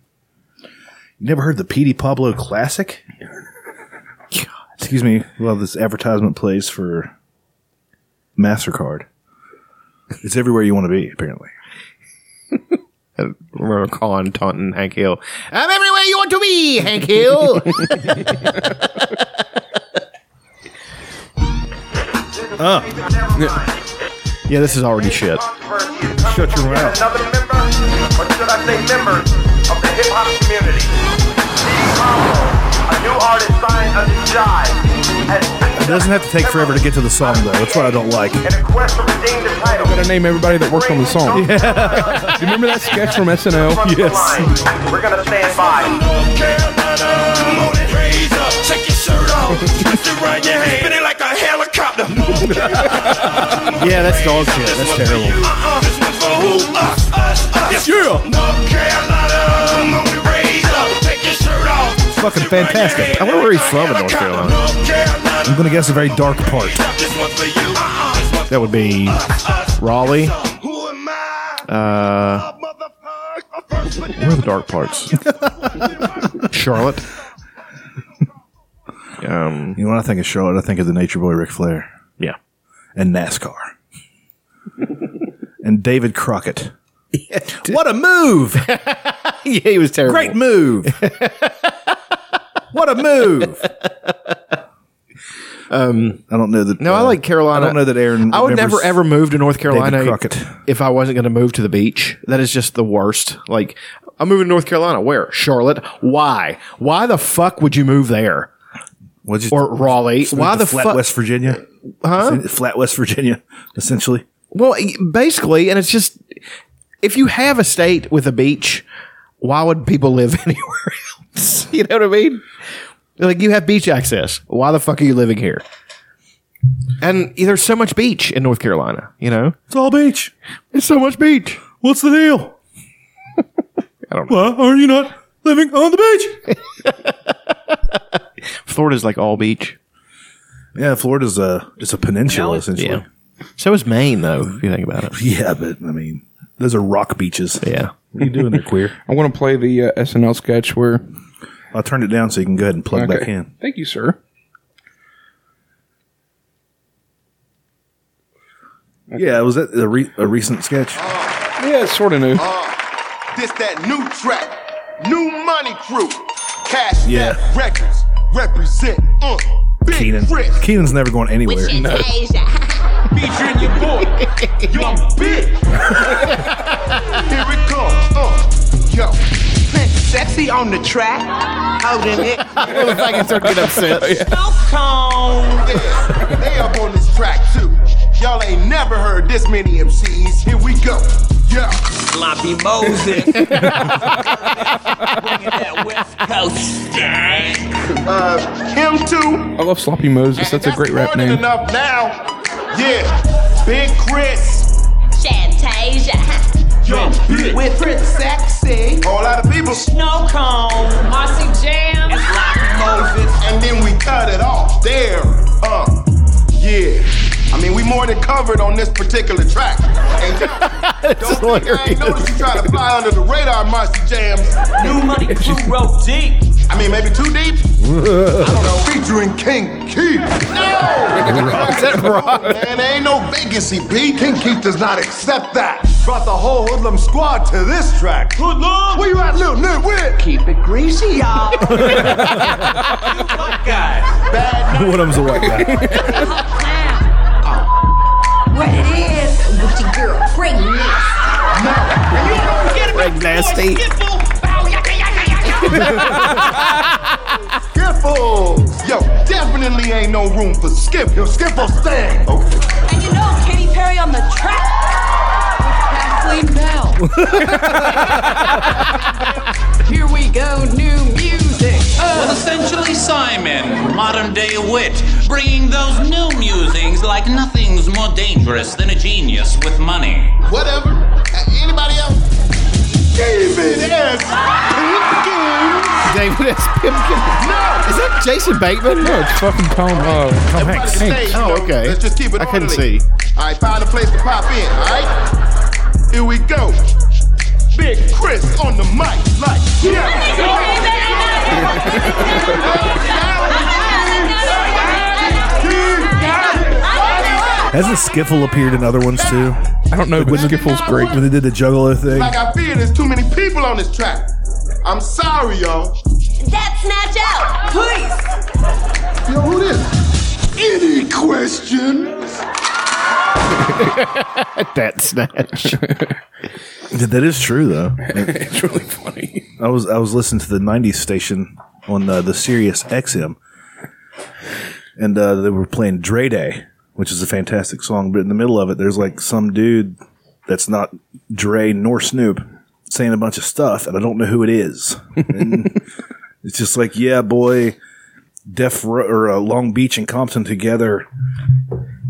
[SPEAKER 4] You never heard the Petey Pablo classic? Excuse me while this advertisement plays for MasterCard. It's everywhere you want to be, apparently.
[SPEAKER 5] Remember Con, Taunton, Hank Hill. I'm everywhere you want to be, Hank Hill. <laughs>
[SPEAKER 4] Ah.
[SPEAKER 5] yeah, this is already shit.
[SPEAKER 4] Shut your mouth.
[SPEAKER 8] Another member, or should I say members, of the hip hop community. Steve Combo, a new artist signed under Jive.
[SPEAKER 4] It doesn't have to take forever to get to the song, though. That's what I don't like.
[SPEAKER 8] In a quest to redeem the title.
[SPEAKER 7] Gotta name everybody that worked on the song.
[SPEAKER 10] <laughs>
[SPEAKER 8] Yeah.
[SPEAKER 7] Do you remember that sketch from SNL?
[SPEAKER 8] Yes. We're gonna stand by.
[SPEAKER 4] <laughs>
[SPEAKER 5] Yeah, that's dog shit. That's terrible.
[SPEAKER 4] It's fucking fantastic.
[SPEAKER 5] I wonder where he's from in North Carolina.
[SPEAKER 4] I'm gonna guess a very dark part.
[SPEAKER 5] That would be Raleigh. Uh, where are the dark parts? Charlotte. Um,
[SPEAKER 4] You know, when I think of Charlotte, I think of the Nature Boy Ric Flair
[SPEAKER 5] yeah.
[SPEAKER 4] and NASCAR and David Crockett. What a move!
[SPEAKER 5] <laughs> Yeah, he was terrible.
[SPEAKER 4] Great move! what a move! Um, I don't know that.
[SPEAKER 5] No, I
[SPEAKER 4] uh,
[SPEAKER 5] like Carolina.
[SPEAKER 4] I don't know that Aaron.
[SPEAKER 5] I would never
[SPEAKER 4] remembers
[SPEAKER 5] ever move to North Carolina
[SPEAKER 4] Crockett.
[SPEAKER 5] if I wasn't going to move to the beach. That is just the worst. Like I'm moving to North Carolina. Where? Charlotte. Why? Why the fuck would you move there?
[SPEAKER 4] What'd you-
[SPEAKER 5] Or Raleigh.
[SPEAKER 4] Just move
[SPEAKER 5] Why
[SPEAKER 4] to
[SPEAKER 5] the
[SPEAKER 4] flat
[SPEAKER 5] fuck?
[SPEAKER 4] West Virginia? Huh? Flat West Virginia, essentially.
[SPEAKER 5] Well, e- basically, and it's just if you have a state with a beach, why would people live <laughs> anywhere else? <laughs> You know what I mean? Like you have beach access. Why the fuck are you living here? And there's so much beach in North Carolina. You know,
[SPEAKER 4] It's all beach.
[SPEAKER 5] it's so much beach.
[SPEAKER 4] What's the deal?
[SPEAKER 5] <laughs> I don't know.
[SPEAKER 4] Why are you not living on the beach?
[SPEAKER 5] Florida's like all beach.
[SPEAKER 4] Yeah, Florida's a it's a peninsula essentially.
[SPEAKER 5] Yeah.
[SPEAKER 4] Yeah.
[SPEAKER 5] So is Maine, though, if you think about it.
[SPEAKER 4] but I mean, those are rock beaches.
[SPEAKER 5] <laughs> Yeah.
[SPEAKER 4] What are you doing there, queer?
[SPEAKER 7] I want to play the uh, SNL sketch where.
[SPEAKER 4] I'll turn it down so you can go ahead and plug back in.
[SPEAKER 7] Thank you, sir.
[SPEAKER 4] Yeah, was that a, re- a recent sketch?
[SPEAKER 7] Yeah, it's sort of new.
[SPEAKER 8] This that new track, new money crew, cash
[SPEAKER 4] Yeah.
[SPEAKER 8] App records represent. Uh, big
[SPEAKER 4] Keenan.
[SPEAKER 8] Risk.
[SPEAKER 4] Keenan's never going anywhere. <laughs>
[SPEAKER 8] featuring your boy, Young
[SPEAKER 4] <laughs>
[SPEAKER 8] Bitch. Here it comes. Uh, yo, sexy on the track, holding it.
[SPEAKER 5] I can start getting
[SPEAKER 10] <laughs>
[SPEAKER 5] upset.
[SPEAKER 8] Yeah, they up on this track too. Y'all ain't never heard this many MCs. Here we go. Yeah.
[SPEAKER 10] Sloppy Moses. Bringing that West Coast stank.
[SPEAKER 8] Uh, him too.
[SPEAKER 7] I love Sloppy Moses. That's a great rap
[SPEAKER 8] more than
[SPEAKER 7] name.
[SPEAKER 8] Enough now. Yeah. Big Chris.
[SPEAKER 10] Shantasia.
[SPEAKER 8] Young Bitch.
[SPEAKER 10] With Prince Sexy.
[SPEAKER 8] All out of people.
[SPEAKER 10] No cone. Marcy Jam. And Sloppy Moses.
[SPEAKER 8] and then we cut it off there. Uh, yeah. I mean, we more than covered on this particular track. And don't think I ain't noticed you try to fly under the radar, Marcy Jams.
[SPEAKER 10] New Money Crew wrote deep.
[SPEAKER 8] I mean, maybe too deep. I don't know. Featuring King Keith. No, man, there ain't no vacancy. B. King Keith does not accept that. Brought the whole hoodlum squad to this track. Hoodlum, where you at, little nitwit?
[SPEAKER 10] Keep it greasy, y'all. you white guys.
[SPEAKER 8] Bad
[SPEAKER 4] One of them's a white guy.
[SPEAKER 11] What it is with your girl pregnant.
[SPEAKER 10] Oh, Get it, nasty.
[SPEAKER 8] Skiffles! Yo, <laughs> definitely ain't no room for Skip. Yo, Skiffle stand. Okay.
[SPEAKER 12] And you know Katy Perry on the track with Kathleen Bell.
[SPEAKER 2] <laughs>
[SPEAKER 10] Here we go, new music. Well, essentially Simon, modern day wit, bringing those new musings like nothing's more dangerous than a genius with money.
[SPEAKER 8] Whatever. A- Anybody else? David S. Pimpkins.
[SPEAKER 5] David S. Pimkin. No, is that Jason Bateman? No, it's fucking Tom. Uh, Tom
[SPEAKER 8] Everybody stay, you
[SPEAKER 5] Oh,
[SPEAKER 8] know,
[SPEAKER 5] okay.
[SPEAKER 8] Let's just keep it
[SPEAKER 5] I couldn't
[SPEAKER 8] orderly.
[SPEAKER 5] see.
[SPEAKER 8] All right, find a place to pop in, all right? Here we go. Big Chris on the mic, like,
[SPEAKER 4] Hasn't Skiffle appeared in other ones too? I
[SPEAKER 7] don't know,
[SPEAKER 4] Oh, but Skiffle's great. When they did the Juggalo thing,
[SPEAKER 8] Like I fear there's too many people on this track. I'm sorry, y'all.
[SPEAKER 12] That snatch out, please.
[SPEAKER 8] Yo, who this? Any questions?
[SPEAKER 5] that snatch.
[SPEAKER 4] Dude, that is true though. it's really funny. I was I was listening to the '90s station on uh, the Sirius XM, and uh, they were playing Dre Day, which is a fantastic song. But in the middle of it, there's like some dude that's not Dre nor Snoop saying a bunch of stuff, and I don't know who it is. And <laughs> it's just like, yeah, boy, Def Ro- or uh, Long Beach and Compton together.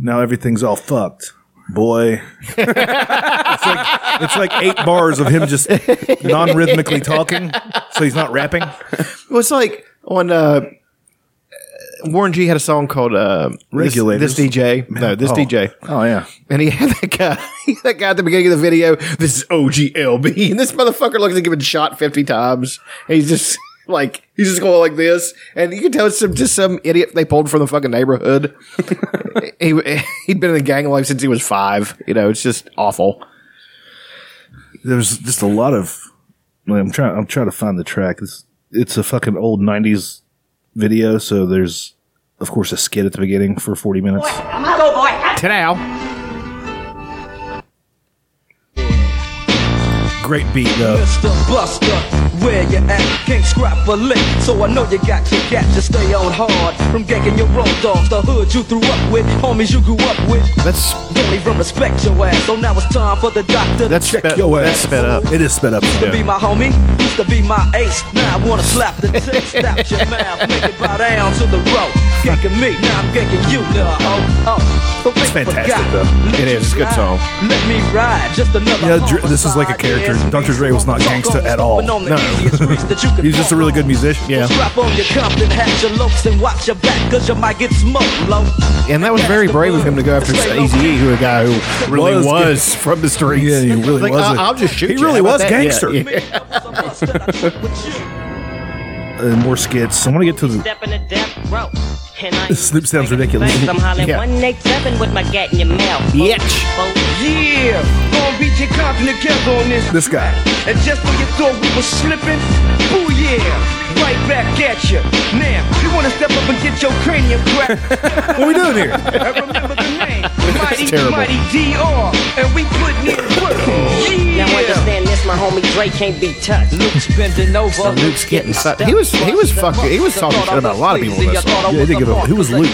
[SPEAKER 4] Now everything's all fucked, boy. It's like eight bars of him just non rhythmically talking, so he's not rapping.
[SPEAKER 5] Well, it's like on uh, Warren G had a song called uh, This-
[SPEAKER 4] Regulators.
[SPEAKER 5] This, DJ, no, this
[SPEAKER 4] Oh.
[SPEAKER 5] DJ,
[SPEAKER 4] Oh yeah,
[SPEAKER 5] and he had that guy, <laughs> that guy at the beginning of the video. This is OGLB, <laughs> and this motherfucker looks like he's been shot fifty times. And he's just <laughs> like he's just going like this, and you can tell it's some just some idiot they pulled from the
[SPEAKER 4] <laughs>
[SPEAKER 5] fucking neighborhood. he <laughs> he'd been in the gang life since he was five. You know, it's just awful.
[SPEAKER 4] there's just a lot of. like, I'm trying. I'm trying to find the track. It's it's a fucking old '90s video, so there's of course a skit at the beginning for 40 minutes.
[SPEAKER 12] Come on, go boy.
[SPEAKER 5] Ta now.
[SPEAKER 4] Great beat though.
[SPEAKER 2] Mr. Buster, where you at? Can't scrap a lick, so I know you got your gat. Just stay on hard from ganking your road dogs. The hood you threw up with, homies you grew up with.
[SPEAKER 5] That's
[SPEAKER 2] don't even respect your ass. So now it's time for the doctor to check your ass.
[SPEAKER 4] up. It is sped up.
[SPEAKER 2] Used to be my homie, used to be my ace. Now I wanna slap the taste, stop your mouth, make it bow down to the road. Ganking me, now I'm ganking you, little hoe. Oh, but it's
[SPEAKER 4] fantastic, though. It is. It's a good song.
[SPEAKER 2] Let me ride, just another.
[SPEAKER 4] Yeah, Dr- this is like a character. Dr. Dre was not gangsta at all. No, <laughs> he's just a really good musician.
[SPEAKER 2] Strap on your Compton hat, your lopes, and watch your back, cause you might get smoked low.
[SPEAKER 5] And that was very brave of him to go after Eazy-E,
[SPEAKER 4] <laughs>
[SPEAKER 5] who a guy who really was,
[SPEAKER 4] Was-
[SPEAKER 5] from the streets.
[SPEAKER 4] Yeah, he really
[SPEAKER 5] like,
[SPEAKER 4] was
[SPEAKER 5] "I-
[SPEAKER 4] a-
[SPEAKER 5] I'll just shoot.
[SPEAKER 4] He
[SPEAKER 5] you.
[SPEAKER 4] really
[SPEAKER 5] How
[SPEAKER 4] was
[SPEAKER 5] about that?"
[SPEAKER 4] gangster.
[SPEAKER 5] Yeah, yeah.
[SPEAKER 4] Uh, more skits. I want to get to the.
[SPEAKER 13] Step in the death row. Can I
[SPEAKER 4] Snoop sounds ridiculous.
[SPEAKER 13] face? I'm hollering
[SPEAKER 4] Yeah.
[SPEAKER 13] 187 with my gat in your mouth. Oh,
[SPEAKER 4] Bitch.
[SPEAKER 10] Yeah, gonna beat your compton together on this.
[SPEAKER 4] This guy.
[SPEAKER 10] And just when you thought we were slipping, boo yeah, right back at you. Now, you wanna step up and get your cranium cracked?
[SPEAKER 4] what we doing here?
[SPEAKER 10] I remember
[SPEAKER 4] <laughs>
[SPEAKER 10] the name, Mighty
[SPEAKER 13] terrible.
[SPEAKER 10] Mighty DR, and we putting in work. Yeah.
[SPEAKER 13] Now understand this, my homie Drake can't be touched. Luke's bending over.
[SPEAKER 5] So Luke's getting stuck. He was he was fucking he was talking shit about a lot of people in this song.
[SPEAKER 13] Yeah, he did give a-
[SPEAKER 5] who was Luke?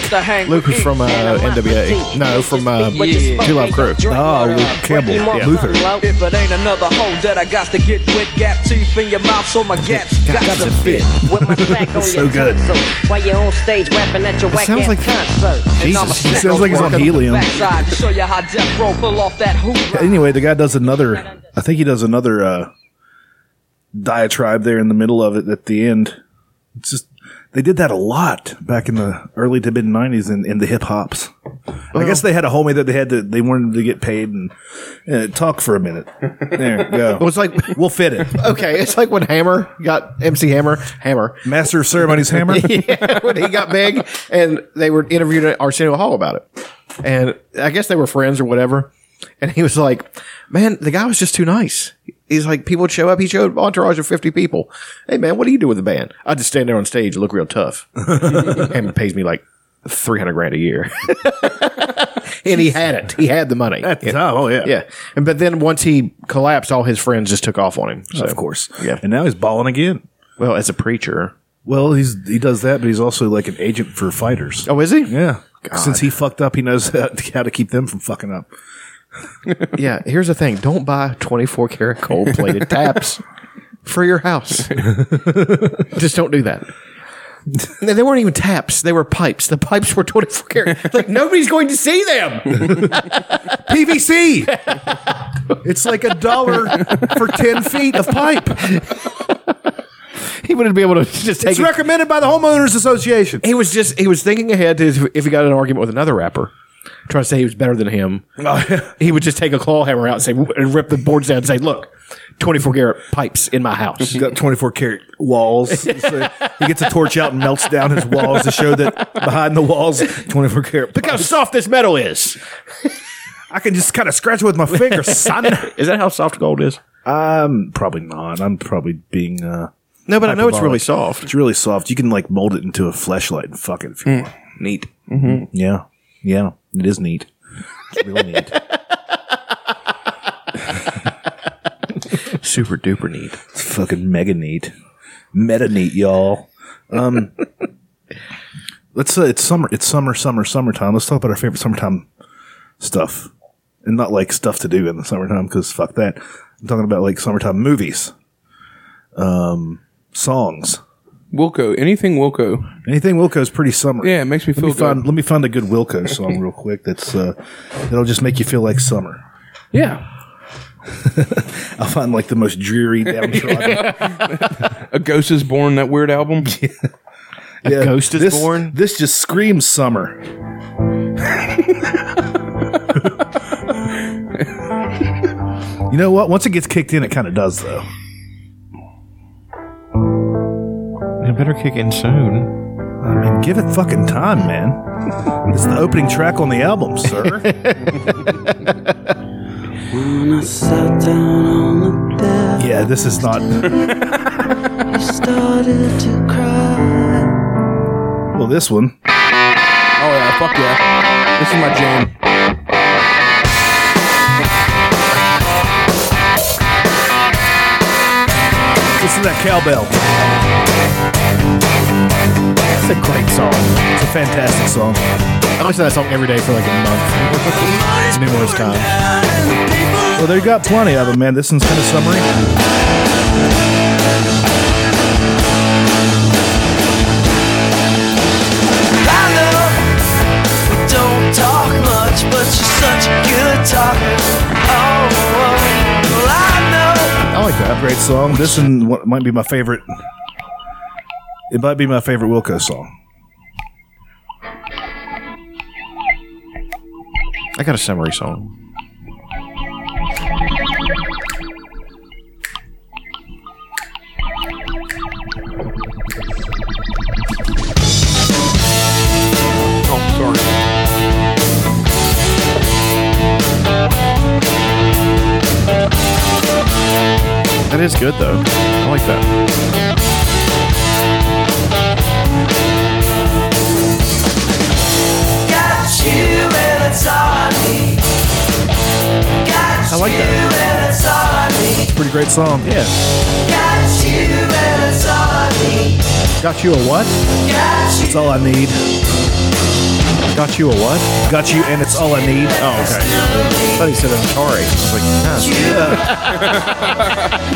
[SPEAKER 5] Luke was from uh, NWA. No, from uh, Two Live Crew.
[SPEAKER 4] Oh, Luke Campbell, Luther.
[SPEAKER 2] If it ain't another hoe that I got to get with, gap teeth in your mouth, so my gaps got to fit.
[SPEAKER 4] <laughs>
[SPEAKER 13] With my sack on
[SPEAKER 4] So
[SPEAKER 13] your
[SPEAKER 4] good.
[SPEAKER 13] console. While you're on stage rapping at your
[SPEAKER 4] It
[SPEAKER 13] whack
[SPEAKER 4] sounds
[SPEAKER 13] ass
[SPEAKER 4] like-
[SPEAKER 13] concert.
[SPEAKER 4] Jesus, he sounds like he's on helium.
[SPEAKER 2] Backside to show you how death row pull off that hoop.
[SPEAKER 4] Anyway, the guy does another. I think he does another uh, diatribe there in the middle of it at the end. It's just they did that a lot back in the early to mid '90s in, in the hip hops. I guess they had a homie that they had to they wanted to get paid and uh, talk for a minute. There, you
[SPEAKER 5] <laughs>
[SPEAKER 4] go.
[SPEAKER 5] Well, it's like
[SPEAKER 4] we'll fit
[SPEAKER 5] <laughs>
[SPEAKER 4] it.
[SPEAKER 5] Okay, it's like when Hammer got MC Hammer, Hammer,
[SPEAKER 4] Master of Ceremonies Hammer.
[SPEAKER 5] <laughs> yeah, when he got big, and they were interviewing Arsenio Hall about it, and I guess they were friends or whatever, and he was like, "Man, the guy was just too nice." He's like, people would show up. He showed an entourage of fifty people. Hey, man, what do you do with the band? I just stand there on stage, and look
[SPEAKER 4] <laughs>
[SPEAKER 5] real tough, and pays me like three hundred grand
[SPEAKER 4] <laughs>
[SPEAKER 5] a year. and he had it. He had the money at the
[SPEAKER 4] time. Oh yeah,
[SPEAKER 5] yeah. And but then once he collapsed, all his friends just took off on him. So.
[SPEAKER 4] Of course,
[SPEAKER 5] yeah.
[SPEAKER 4] And now he's balling again.
[SPEAKER 5] Well, as a preacher,
[SPEAKER 4] Well, he's he does that, but he's also like an agent for fighters.
[SPEAKER 5] Oh, is he?
[SPEAKER 4] Yeah. Since he fucked up, he knows <laughs> how to, how to keep them from fucking up.
[SPEAKER 5] yeah, here's the thing: don't buy 24 karat gold <laughs> plated taps for your house. Just don't do that. They they weren't even taps; they were pipes. The pipes were 24 karat. Like nobody's going to see them.
[SPEAKER 4] PVC. It's like a dollar for 10 feet of pipe.
[SPEAKER 5] <laughs> He wouldn't be able to just take
[SPEAKER 4] It's
[SPEAKER 5] it.
[SPEAKER 4] recommended by the homeowners association.
[SPEAKER 5] He was just he was thinking ahead to if- if he got in an argument with another rapper, trying to say he was better than him. he would just take a claw hammer out and say and rip the boards down and say, "Look, twenty four karat pipes in my house." <laughs>
[SPEAKER 4] He's got 24 karat walls. So he gets a torch out and melts down his walls to show that behind the walls, 24 karat.
[SPEAKER 5] Look how soft this metal is.
[SPEAKER 4] I can just kind of scratch it with my finger, son.
[SPEAKER 5] is that how soft gold is?
[SPEAKER 4] Um, probably not. I'm probably being. Uh,
[SPEAKER 5] No, but I know it's really
[SPEAKER 4] hyperbolic.
[SPEAKER 5] soft.
[SPEAKER 4] It's really soft. You can like mold it into a fleshlight and fuck it if you want.
[SPEAKER 5] Neat.
[SPEAKER 4] Yeah, yeah, it is neat. It's real neat.
[SPEAKER 5] Super duper neat.
[SPEAKER 4] It's fucking mega neat. Meta neat, y'all. Um, let's. Uh, it's summer. It's summer. Summer. Summertime. Let's talk about our favorite summertime stuff, and not like stuff to do in the summertime because fuck that. I'm talking about like summertime movies, um, songs.
[SPEAKER 7] Wilco, anything Wilco.
[SPEAKER 4] Anything Wilco's pretty summer.
[SPEAKER 7] Yeah, it makes me
[SPEAKER 4] Let
[SPEAKER 7] feel
[SPEAKER 4] me find
[SPEAKER 7] good.
[SPEAKER 4] let me find a good Wilco song real quick. That's uh, that'll just make you feel like summer.
[SPEAKER 7] Yeah.
[SPEAKER 4] I'll find like the most dreary
[SPEAKER 7] <laughs>
[SPEAKER 4] downtrodden.
[SPEAKER 7] A Ghost is Born, that weird album. <laughs>
[SPEAKER 4] A
[SPEAKER 5] ghost is
[SPEAKER 4] this,
[SPEAKER 5] born?
[SPEAKER 4] This just screams
[SPEAKER 7] <laughs>
[SPEAKER 4] summer. you know what? Once it gets kicked in, it kind of does though.
[SPEAKER 5] It better kick in soon.
[SPEAKER 4] I mean, give it fucking time, man. <laughs> It's the opening track on the album,
[SPEAKER 5] <laughs>
[SPEAKER 4] sir.
[SPEAKER 14] When I sat down on the bed,
[SPEAKER 4] yeah, this is not.
[SPEAKER 14] I started to cry.
[SPEAKER 4] Well, this one.
[SPEAKER 7] Oh, yeah, fuck yeah. This is my jam.
[SPEAKER 4] Listen to that cowbell.
[SPEAKER 5] It's a great song.
[SPEAKER 4] It's a fantastic song.
[SPEAKER 5] I listen to that song every day for like a month, numerous times.
[SPEAKER 4] Well, they've got plenty of them, man. This one's kind of summery.
[SPEAKER 14] I know we don't talk much, but you're such a good talker. Oh, well, I know
[SPEAKER 4] I like that. Great song. This one wa- might be my favorite. It might be my favorite Wilco song.
[SPEAKER 5] I got a summary song. That is good though. I like that.
[SPEAKER 14] got you, and it's all I need. Got
[SPEAKER 4] I like
[SPEAKER 14] you,
[SPEAKER 4] that.
[SPEAKER 14] and it's all I need.
[SPEAKER 4] It's a pretty great song. Yeah.
[SPEAKER 14] Got you, and it's all I need.
[SPEAKER 4] Got you a what?
[SPEAKER 14] Got you.
[SPEAKER 4] It's all I need.
[SPEAKER 5] Got you a what?
[SPEAKER 4] Got you, and it's all I need. Oh, okay.
[SPEAKER 5] I thought he said an Atari.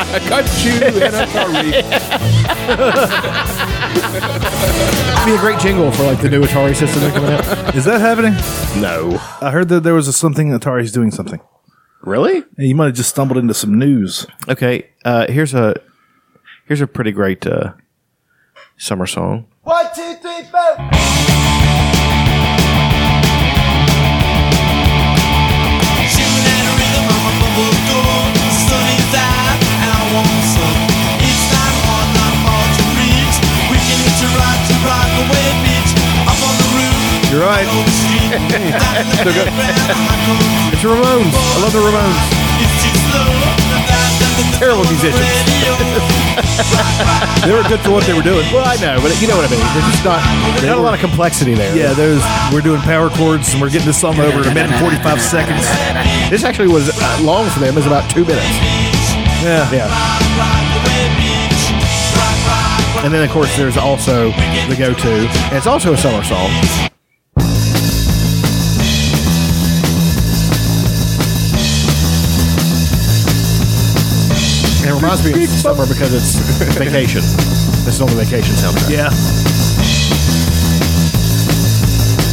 [SPEAKER 5] I was like, nah.
[SPEAKER 7] I got you and I'm sorry.
[SPEAKER 4] <laughs>
[SPEAKER 5] That'd be a great jingle for like the new Atari system that's coming out.
[SPEAKER 4] Is that happening?
[SPEAKER 5] No.
[SPEAKER 4] I heard that there was a something Atari's doing something.
[SPEAKER 5] Really?
[SPEAKER 4] Hey, You might have just stumbled into some news.
[SPEAKER 5] Okay. Uh, here's a here's a pretty great uh, summer song.
[SPEAKER 14] One, two, three, four.
[SPEAKER 5] You're right.
[SPEAKER 7] So good.
[SPEAKER 5] It's the Ramones. I love the Ramones. Terrible musicians.
[SPEAKER 4] They were good for what they were doing.
[SPEAKER 5] Well, I know, but you know what I mean. There's just not there's not a lot of complexity there.
[SPEAKER 4] Yeah, there's we're doing power chords and we're getting this song over in a minute and 45 seconds.
[SPEAKER 5] This actually was uh, long for them. It was about two minutes.
[SPEAKER 4] Yeah.
[SPEAKER 5] Yeah.
[SPEAKER 4] And then, of course, there's also the go to. And it's also a summer song. And it reminds me of summer because it's vacation. This is on the vacation soundtrack. Yeah.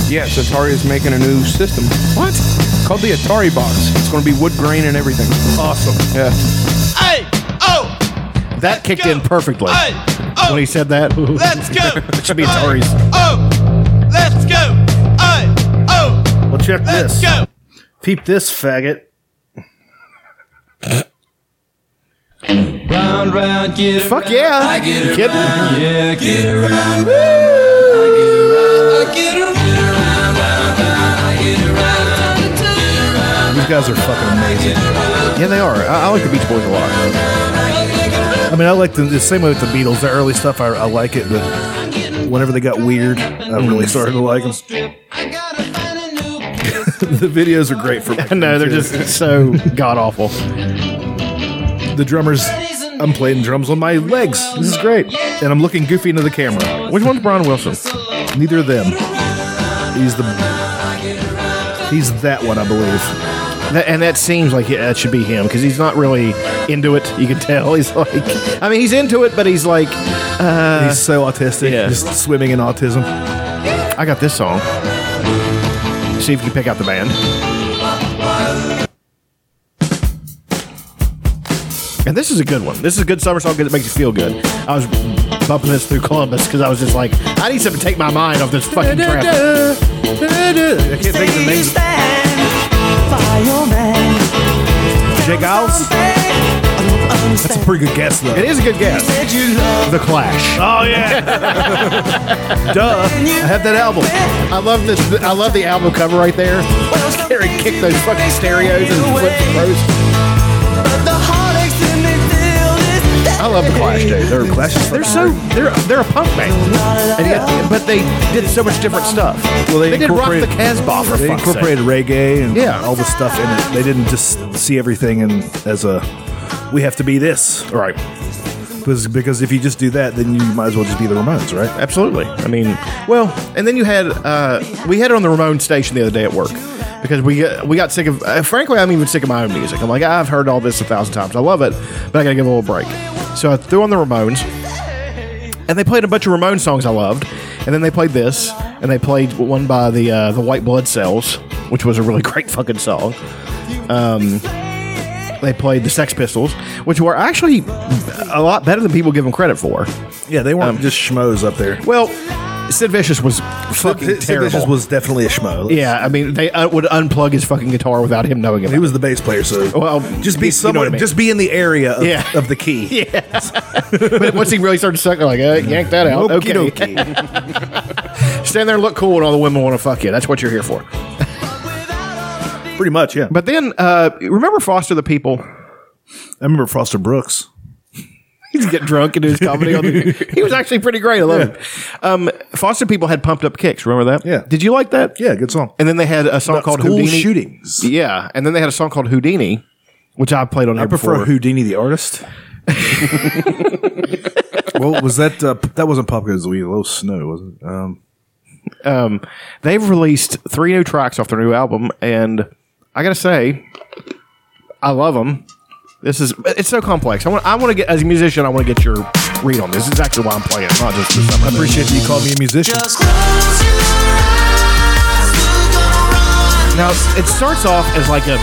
[SPEAKER 7] Yes, Atari is making a new system. What? Called the Atari Box. It's going to be wood grain and everything. Awesome. Yeah.
[SPEAKER 10] Hey, oh,
[SPEAKER 4] That kicked in perfectly when he said that.
[SPEAKER 10] Let's go.
[SPEAKER 4] <laughs> it should be Atari's.
[SPEAKER 10] oh, let's go. Hey, oh,
[SPEAKER 5] Well, check
[SPEAKER 10] Let's
[SPEAKER 5] this.
[SPEAKER 10] go.
[SPEAKER 5] Peep this, faggot.
[SPEAKER 10] round, round, get Fuck
[SPEAKER 4] yeah.
[SPEAKER 10] I get
[SPEAKER 4] You kidding?
[SPEAKER 10] around, yeah, get around. Woo! I get around, I get around, get around.
[SPEAKER 4] These guys are fucking amazing. Yeah, they are. I, I like the Beach Boys a lot.
[SPEAKER 5] I mean, I like the, the same way with the Beatles. Their early stuff, I, I like it, but whenever they got weird, I really started to <laughs> like them. the videos are
[SPEAKER 4] <laughs>
[SPEAKER 5] great for.
[SPEAKER 4] <laughs> no, they're just so god awful.
[SPEAKER 5] The drummers. I'm playing drums on my legs. This is great, and I'm looking goofy into the camera. Which one's Brian Wilson? Neither of them. He's the. He's that one, I believe.
[SPEAKER 4] That, and that seems like it- that should be him because he's not really into it. You can tell <laughs> he's like, I mean, he's into it, but he's like, uh,
[SPEAKER 5] He's so autistic, just swimming in autism.
[SPEAKER 4] I got this song. See if you can pick out the band. And this is a good one. This is a good summer song because it makes you feel good. I was bumping this through Columbus because I was just like, I need something to take my mind off this fucking traffic.
[SPEAKER 5] I can't think of the names. Jay Giles? That's a pretty good guess, though.
[SPEAKER 4] It is a good guess. The Clash. <laughs>
[SPEAKER 5] Oh yeah. Duh.
[SPEAKER 4] I have that album. I love this. I love the album cover right there. Gary kicked those fucking stereos and flipped the rows. I love the Clash, dude. They're Clash. They're so they're they're a punk band, and yet, but they did so much different stuff.
[SPEAKER 5] Well,
[SPEAKER 4] they, did rock the
[SPEAKER 5] incorporated-
[SPEAKER 4] Casbah for
[SPEAKER 5] They
[SPEAKER 4] fuck's sake.
[SPEAKER 5] incorporated reggae and
[SPEAKER 4] Yeah.
[SPEAKER 5] all the stuff in it. They didn't just see everything in, as a we have to be this, right? Because because if you just do that, then you might as well just be the Ramones, right?
[SPEAKER 4] Absolutely. I mean, well, and then you had uh, we had it on the Ramon station the other day at work because we got, we got sick of. Uh, frankly, I'm even sick of my own music. I'm like, I've heard all this a thousand times. I love it, but I got to give it a little break. So I threw on the Ramones, and they played a bunch of Ramon songs I loved, and then they played this, and they played one by the uh, the White Blood Cells, which was a really <laughs> great fucking song. Um, they played the Sex Pistols, which were actually a lot better than people give them credit for.
[SPEAKER 5] Yeah, they weren't just schmoes up there.
[SPEAKER 4] Well, Sid Vicious was fucking
[SPEAKER 5] Sid- Sid
[SPEAKER 4] terrible.
[SPEAKER 5] Vicious was definitely a schmo.
[SPEAKER 4] yeah, I mean, they uh, would unplug his fucking guitar without him knowing it. He
[SPEAKER 5] was the bass player, so
[SPEAKER 4] well,
[SPEAKER 5] Just be
[SPEAKER 4] you know
[SPEAKER 5] someone.
[SPEAKER 4] what I mean.
[SPEAKER 5] Just be in the area of,
[SPEAKER 4] Yeah.
[SPEAKER 5] of the <laughs> key.
[SPEAKER 4] yeah. but once he really started sucking, like, uh, yank that out.
[SPEAKER 5] Okie
[SPEAKER 4] okay,
[SPEAKER 5] <laughs>
[SPEAKER 4] stand there and look cool, and all the women want to fuck you. That's what you're here for.
[SPEAKER 5] Pretty much, yeah.
[SPEAKER 4] But then, uh, remember Foster the People?
[SPEAKER 5] I remember Foster Brooks.
[SPEAKER 4] He's getting drunk and do his comedy. on
[SPEAKER 5] <laughs>
[SPEAKER 4] the, He was actually pretty great. I love him. Um, Foster People had Pumped Up Kicks. Remember that? Yeah. Did you like that?
[SPEAKER 5] Yeah, good song.
[SPEAKER 4] And then they had a song
[SPEAKER 5] About
[SPEAKER 4] called
[SPEAKER 5] school
[SPEAKER 4] Houdini.
[SPEAKER 5] shootings.
[SPEAKER 4] Yeah, and then they had a song called Houdini, which I played on.
[SPEAKER 5] I
[SPEAKER 4] here
[SPEAKER 5] prefer
[SPEAKER 4] before.
[SPEAKER 5] Houdini
[SPEAKER 4] <laughs>
[SPEAKER 5] the artist. well, was that uh, p- that wasn't Pop Goes the Weasel? That was Snow, wasn't it?
[SPEAKER 4] Uh,
[SPEAKER 5] Um,
[SPEAKER 4] um, they've released three new tracks off their new album, and I gotta say, I love them. This is it's so complex. I want I want to get as a musician, I want to get your read on this. This is actually why I'm playing, it, not just for
[SPEAKER 5] I
[SPEAKER 4] something.
[SPEAKER 5] appreciate that you called me a musician.
[SPEAKER 4] Now it starts off as like a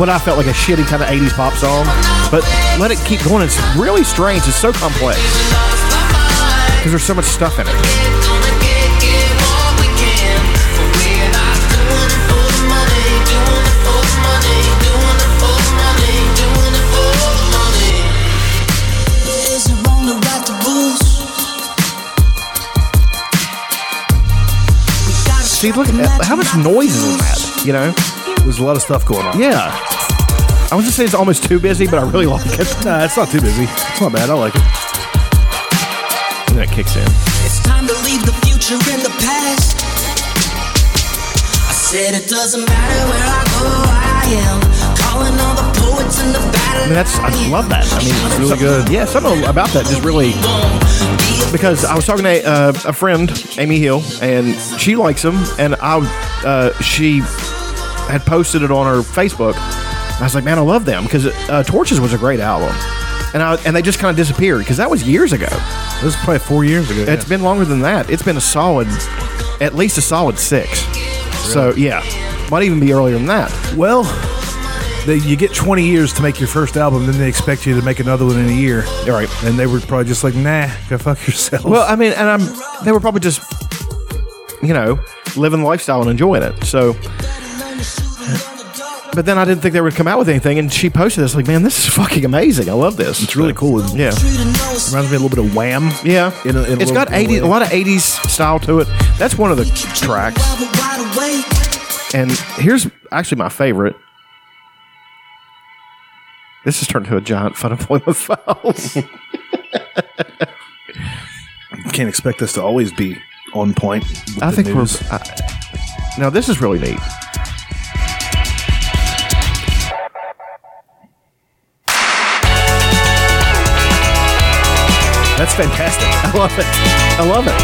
[SPEAKER 4] what I felt like a shitty kind of '80s pop song, but let it keep going. It's really strange. It's so complex because there's so much stuff in it. See, look at that. how much noise is in that. You know,
[SPEAKER 5] There's a lot of stuff going on.
[SPEAKER 4] yeah. I was just saying it's almost too busy, but I really like it.
[SPEAKER 5] Nah, it's not too busy. It's not bad. I like it.
[SPEAKER 4] And then it kicks in.
[SPEAKER 8] It's time to leave the future in the past. I said it doesn't matter where I go, I am calling all the poets in the battle
[SPEAKER 5] I mean, that's I love that. I mean, it's really good. Yeah, something about that just really because I was talking to uh, a friend, Amy Hill, and she likes them, and I uh, she had posted it on her Facebook. I was like, man, I love them because uh, Torches was a great album, and I and they just kind of disappeared because that was years ago. It was probably four years ago. It's been longer than that. It's been a solid, at least a solid six. So yeah, might even be earlier than that.
[SPEAKER 4] Well, they, you get 20 years to make your first album, then they expect you to make another one in a year.
[SPEAKER 5] All right.
[SPEAKER 4] And they were probably just like, nah, go fuck yourself.
[SPEAKER 5] Well, I mean, and I'm they were probably just you know living the lifestyle and enjoying it. So, but then I didn't think they would come out with anything, and she posted this like, man, this is fucking amazing. I love this. It's really cool. Yeah, reminds
[SPEAKER 4] me a little bit of Wham.
[SPEAKER 5] Yeah,
[SPEAKER 4] In a- in a
[SPEAKER 5] it's
[SPEAKER 4] little
[SPEAKER 5] got
[SPEAKER 4] bit of
[SPEAKER 5] 80 a
[SPEAKER 4] Wham.
[SPEAKER 5] lot of 80s style to it. That's one of the tracks. And here's actually my favorite. This has turned into a giant fun employment files. <laughs>
[SPEAKER 4] Can't expect us to always be on point. with
[SPEAKER 5] I
[SPEAKER 4] the
[SPEAKER 5] think we're.
[SPEAKER 4] news.
[SPEAKER 5] I, now this is really neat. That's fantastic. <laughs> I love it. I love it.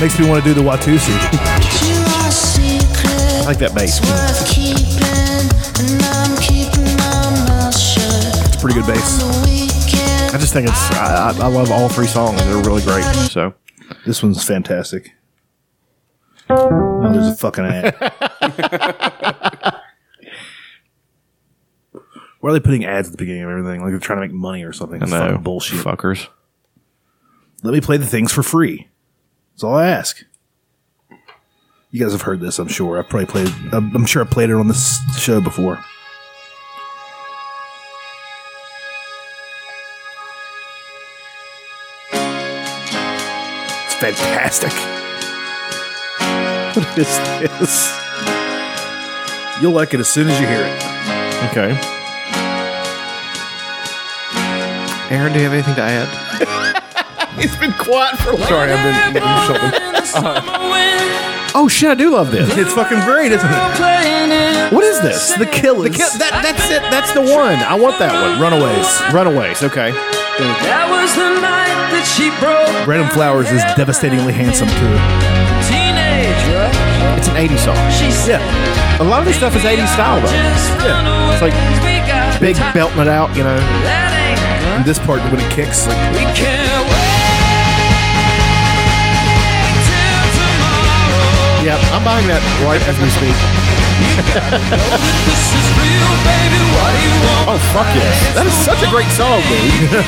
[SPEAKER 4] Makes me want to do the Watusi.
[SPEAKER 5] I like that bass. It's pretty good bass. I just think it's. I, I I love all three songs. They're really great. So
[SPEAKER 4] this one's fantastic. Oh, there's a fucking ad. <laughs> Why are they putting ads at the beginning of everything? Like they're trying to make money or something.
[SPEAKER 5] I
[SPEAKER 4] It's
[SPEAKER 5] know.
[SPEAKER 4] fucking bullshit.
[SPEAKER 5] Fuckers.
[SPEAKER 4] Let me play the things for free. That's all I ask. You guys have heard this, I'm sure. I probably played. I'm I'm sure I played it on this show before. It's fantastic. <laughs> What is this? You'll like it as soon as you hear it.
[SPEAKER 5] Okay. Aaron, do you have anything to add?
[SPEAKER 14] He's been quiet for like
[SPEAKER 7] Sorry, I've been doing something.
[SPEAKER 5] Oh shit, I do love this.
[SPEAKER 4] It's fucking great, isn't it?
[SPEAKER 5] What is this?
[SPEAKER 4] The Killers.
[SPEAKER 5] The kill- that, that's it. That's the one. I want that one. Runaways. Runaways. Okay.
[SPEAKER 14] That was the night that she broke.
[SPEAKER 4] Brandon Flowers is devastatingly handsome too.
[SPEAKER 14] Teenager.
[SPEAKER 5] It's an 80s song.
[SPEAKER 14] She said,
[SPEAKER 5] A lot of this stuff is 80s style though.
[SPEAKER 14] Yeah.
[SPEAKER 5] It's like
[SPEAKER 14] We got
[SPEAKER 5] big
[SPEAKER 14] time.
[SPEAKER 5] belting it out, you know.
[SPEAKER 14] That ain't
[SPEAKER 4] And this part when it kicks, like
[SPEAKER 14] We can't wait.
[SPEAKER 5] Yep, I'm buying that right as we speak. oh fuck yes! That is such a great song, dude. <laughs>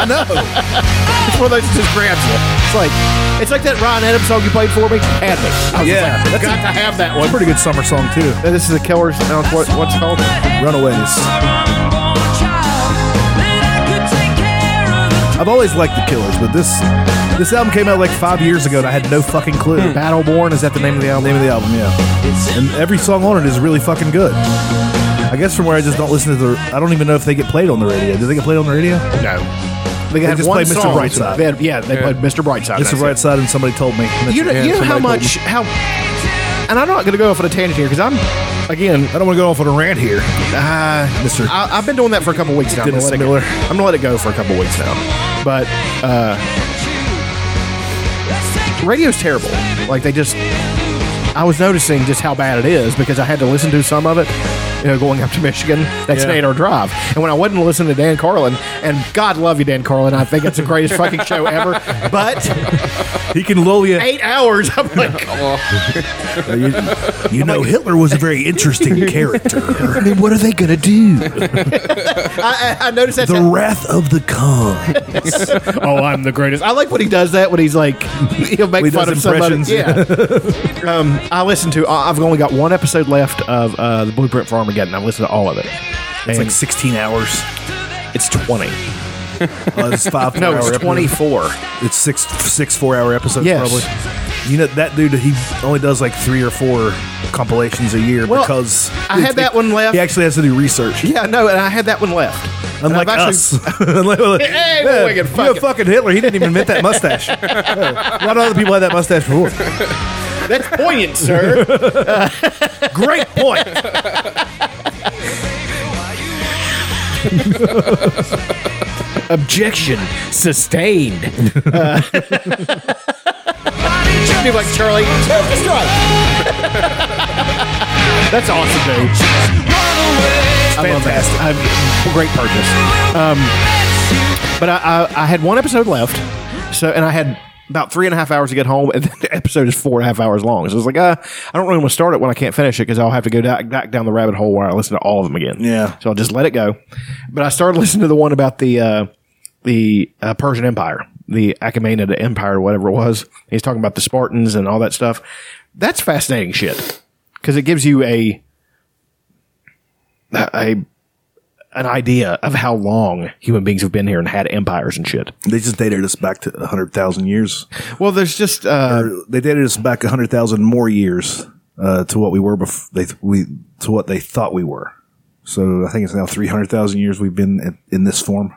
[SPEAKER 5] I know. It's one of those that just grabs you. It's like it's like that Ryan Adams song you played for me. Add me. I was just
[SPEAKER 4] Yeah,
[SPEAKER 5] like,
[SPEAKER 4] that's
[SPEAKER 5] got to have that
[SPEAKER 4] Well,
[SPEAKER 5] one.
[SPEAKER 4] a pretty good summer song too.
[SPEAKER 5] And this is the Killers. Now it's what, what's it called?
[SPEAKER 4] Runaways. I've always liked the Killers, but this this album came out like five years ago, and I had no fucking clue.
[SPEAKER 5] Battleborn is that the Hmm. name of the album?
[SPEAKER 4] Name of the album, yeah. And every song on it is really fucking good. I guess from where I just don't listen to the. I don't even know if they get played on the radio. Do they get played on the radio?
[SPEAKER 5] No.
[SPEAKER 4] They
[SPEAKER 5] They, had
[SPEAKER 4] just
[SPEAKER 5] one
[SPEAKER 4] played Mr.
[SPEAKER 5] song.
[SPEAKER 4] Brightside.
[SPEAKER 5] They had- yeah, they played Mr. Brightside.
[SPEAKER 4] It's the
[SPEAKER 5] that's
[SPEAKER 4] right
[SPEAKER 5] it.
[SPEAKER 4] side, and somebody told me. That's
[SPEAKER 5] You know,
[SPEAKER 4] it. Yeah,
[SPEAKER 5] you know how
[SPEAKER 4] somebody told
[SPEAKER 5] much how, and I'm not going to go off on a tangent here because I'm again
[SPEAKER 4] me. I don't want to go off on a rant here,
[SPEAKER 5] Uh,
[SPEAKER 4] Mr.
[SPEAKER 5] I, I've been doing that for a couple weeks now. I'm gonna,
[SPEAKER 4] Dennis
[SPEAKER 5] let it,
[SPEAKER 4] Miller.
[SPEAKER 5] I'm gonna let it go for a couple weeks now. But uh, radio's terrible. Like they just, I was noticing just how bad it is because I had to listen to some of it. You know, going up to Michigan, that's an
[SPEAKER 4] Yeah.
[SPEAKER 5] eight-hour drive. And when I wasn't listening to Dan Carlin, and God love you, Dan Carlin, I think it's the greatest fucking show ever. But
[SPEAKER 4] He can lull you.
[SPEAKER 5] eight hours, I'm like,
[SPEAKER 4] You, you know, Hitler was a very
[SPEAKER 5] <laughs>
[SPEAKER 4] interesting character.
[SPEAKER 5] I mean, what are they gonna do? I, I, I noticed <laughs> that
[SPEAKER 4] The wrath of the Khan.
[SPEAKER 5] <laughs> oh, I'm the greatest. I like when he does that when he's like, <laughs> he'll make
[SPEAKER 4] When he
[SPEAKER 5] fun of
[SPEAKER 4] does
[SPEAKER 5] somebody.
[SPEAKER 4] impressions.
[SPEAKER 5] Yeah. <laughs> um, I listened to. I- I've only got one episode left of uh, the Blueprint for Armageddon. I've listened to all of it.
[SPEAKER 4] It's like 16 hours.
[SPEAKER 5] It's twenty.
[SPEAKER 4] Uh, it's five.
[SPEAKER 5] <laughs> No,
[SPEAKER 4] four-hour
[SPEAKER 5] it's
[SPEAKER 4] episodes.
[SPEAKER 5] 24.
[SPEAKER 4] It's six six four hour episodes
[SPEAKER 5] Yes.
[SPEAKER 4] probably. You know that dude he only does like three or four compilations a year
[SPEAKER 5] Well,
[SPEAKER 4] because
[SPEAKER 5] I had that one left.
[SPEAKER 4] he actually has to do research.
[SPEAKER 5] Yeah, no, and I had that one left. And
[SPEAKER 4] Unlike
[SPEAKER 5] I've actually-
[SPEAKER 4] us, <laughs>
[SPEAKER 5] <laughs>
[SPEAKER 4] Unlike-
[SPEAKER 5] Hey,
[SPEAKER 4] Yeah,
[SPEAKER 5] we can
[SPEAKER 4] you
[SPEAKER 5] fuck
[SPEAKER 4] know,
[SPEAKER 5] it. <laughs>
[SPEAKER 4] fucking Hitler. He didn't even invent that mustache. Yeah. A lot of other people had that mustache before.
[SPEAKER 5] That's poignant, <laughs> sir.
[SPEAKER 6] Great point.
[SPEAKER 5] Objection sustained. Uh, be like Charlie. "Serve the strike." <laughs> That's awesome, dude. I love that. I'm- great purchase. Um, but I, I, I had one episode left, so and I had about three and a half hours to get home, and <laughs> the episode is four and a half hours long. So I was like, uh, I don't really want to start it when I can't finish it because I'll have to go da- back down the rabbit hole where I listen to all of them again. Yeah. So I'll just let it go. But I started listening to the one about the uh, the uh, Persian Empire, the Achaemenid Empire, or whatever it was. He's talking about the Spartans and all that stuff. That's fascinating shit because it gives you a a an idea of how long human beings have been here and had empires and shit.
[SPEAKER 4] They just dated us back to 100,000 years.
[SPEAKER 5] Well, there's just. Uh,
[SPEAKER 4] they dated us back 100,000 more years uh, to what we were before they, we, to what they thought we were. So I think it's now 300,000 years we've been in, in this form.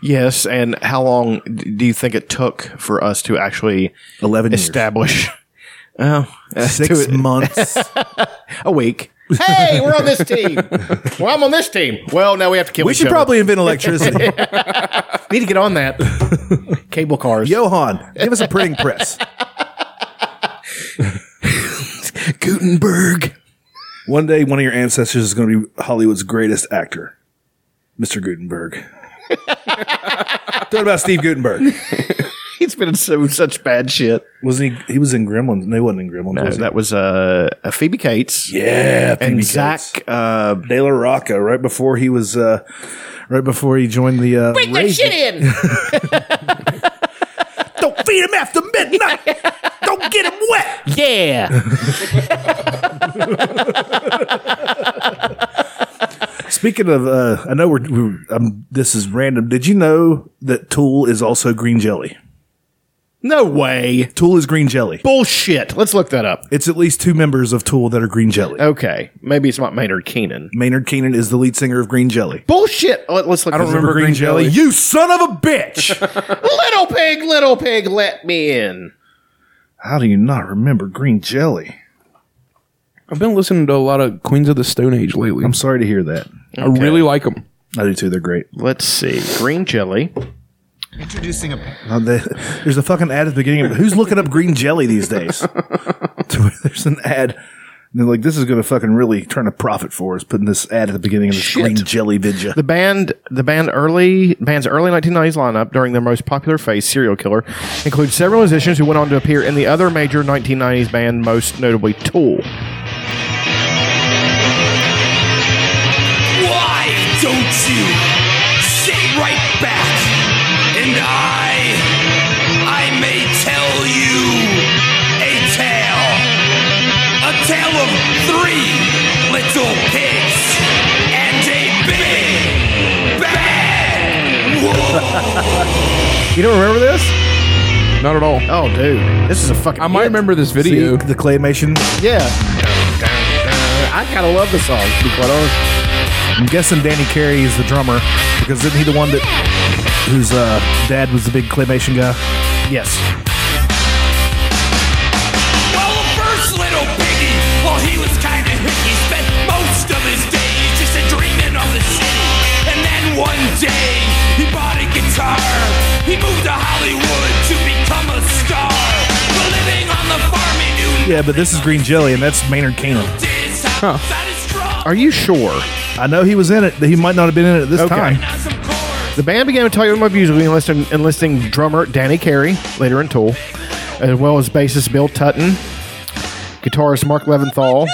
[SPEAKER 5] Yes, and how long d- do you think it took for us to actually eleven establish? Oh, uh,
[SPEAKER 4] Six <laughs>
[SPEAKER 5] to-
[SPEAKER 4] months.
[SPEAKER 5] a week.
[SPEAKER 6] Hey, we're on this
[SPEAKER 5] team. <laughs> Well, I'm on this team. Well, now we have to kill.
[SPEAKER 4] We
[SPEAKER 5] each
[SPEAKER 4] should
[SPEAKER 5] other.
[SPEAKER 4] probably invent electricity. <laughs>
[SPEAKER 5] Need to get on that. <laughs> Cable cars.
[SPEAKER 4] Johan, give us a printing press.
[SPEAKER 5] Gutenberg.
[SPEAKER 4] One day, one of your ancestors is going to be Hollywood's greatest actor, Mr. Gutenberg. Talking about Steve Gutenberg.
[SPEAKER 5] <laughs> He's been in so such bad shit.
[SPEAKER 4] Wasn't he? He was in Gremlins. No, he wasn't in Gremlins.
[SPEAKER 5] No,
[SPEAKER 4] was he?
[SPEAKER 5] that was uh, uh, Phoebe Cates.
[SPEAKER 4] Yeah,
[SPEAKER 5] and
[SPEAKER 4] Phoebe
[SPEAKER 5] Zach.
[SPEAKER 4] Cates. uh, De La Rocca, right before he was, uh, right before he joined the. Uh,
[SPEAKER 6] Bring that
[SPEAKER 4] Raised-
[SPEAKER 6] shit in.
[SPEAKER 4] <laughs> Don't feed him after midnight. Don't get him wet.
[SPEAKER 5] Yeah.
[SPEAKER 4] Speaking of, uh, I know we're, we're um, this is random. Did you know that Tool is also green jelly?
[SPEAKER 5] No way.
[SPEAKER 4] Tool is green jelly.
[SPEAKER 5] Bullshit. Let's look that up.
[SPEAKER 4] It's at least two members of Tool that are green jelly.
[SPEAKER 5] Okay, maybe it's not Maynard Keenan.
[SPEAKER 4] Maynard Keenan is the lead singer of Green Jelly.
[SPEAKER 5] Bullshit. Oh, let's look.
[SPEAKER 4] I don't
[SPEAKER 5] this up.
[SPEAKER 4] remember Green Jelly. You son of a bitch.
[SPEAKER 5] little pig, little pig, let me in.
[SPEAKER 4] How do you not remember Green Jelly?
[SPEAKER 7] I've been listening to a lot of Queens of the Stone Age lately. I'm
[SPEAKER 4] sorry to hear that.
[SPEAKER 7] I really like them.
[SPEAKER 4] I do too. They're great.
[SPEAKER 5] Let's see. Green jelly.
[SPEAKER 8] Introducing a
[SPEAKER 4] Uh, the- there's a fucking ad at the beginning. Of, who's looking up green jelly these days? To where there's an ad. And they're like, this is going to fucking really turn a profit for us, putting this ad at the beginning of this green jelly vidya.
[SPEAKER 5] The band, the band early band's early 1990s lineup during their most popular phase, Serial Killer, includes several musicians who went on to appear in the other major 1990s band, most notably Tool.
[SPEAKER 14] Why don't you sit right back and I, I may tell you a tale, a tale of three little pigs and a big bad wolf.
[SPEAKER 5] You don't remember this?
[SPEAKER 7] Not at all.
[SPEAKER 5] Oh, dude, this is a fucking.
[SPEAKER 7] I might remember this video.
[SPEAKER 4] the claymation.
[SPEAKER 5] Yeah. Uh, I kind of love the song, to be quite honest.
[SPEAKER 4] I'm guessing Danny Carey is the drummer because isn't he the one that whose uh, dad was the big claymation guy?
[SPEAKER 5] Yes.
[SPEAKER 14] Well, the first little piggy, well, he was kinda hicky. Spent most of his days just a dreaming of the city. And then one day, he bought a guitar. He moved to Hollywood to become a star. But living on the farm, he knew
[SPEAKER 4] Yeah, but this is green jelly, and that's Maynard Keenan.
[SPEAKER 14] this
[SPEAKER 5] Are you sure?
[SPEAKER 4] I know he was in it. He might not have been in it at this
[SPEAKER 5] Okay.
[SPEAKER 4] time.
[SPEAKER 5] The band began to talk about music, enlisting, enlisting drummer Danny Carey, later in Tool, as well as bassist Bill Tutton, guitarist Mark Leventhal,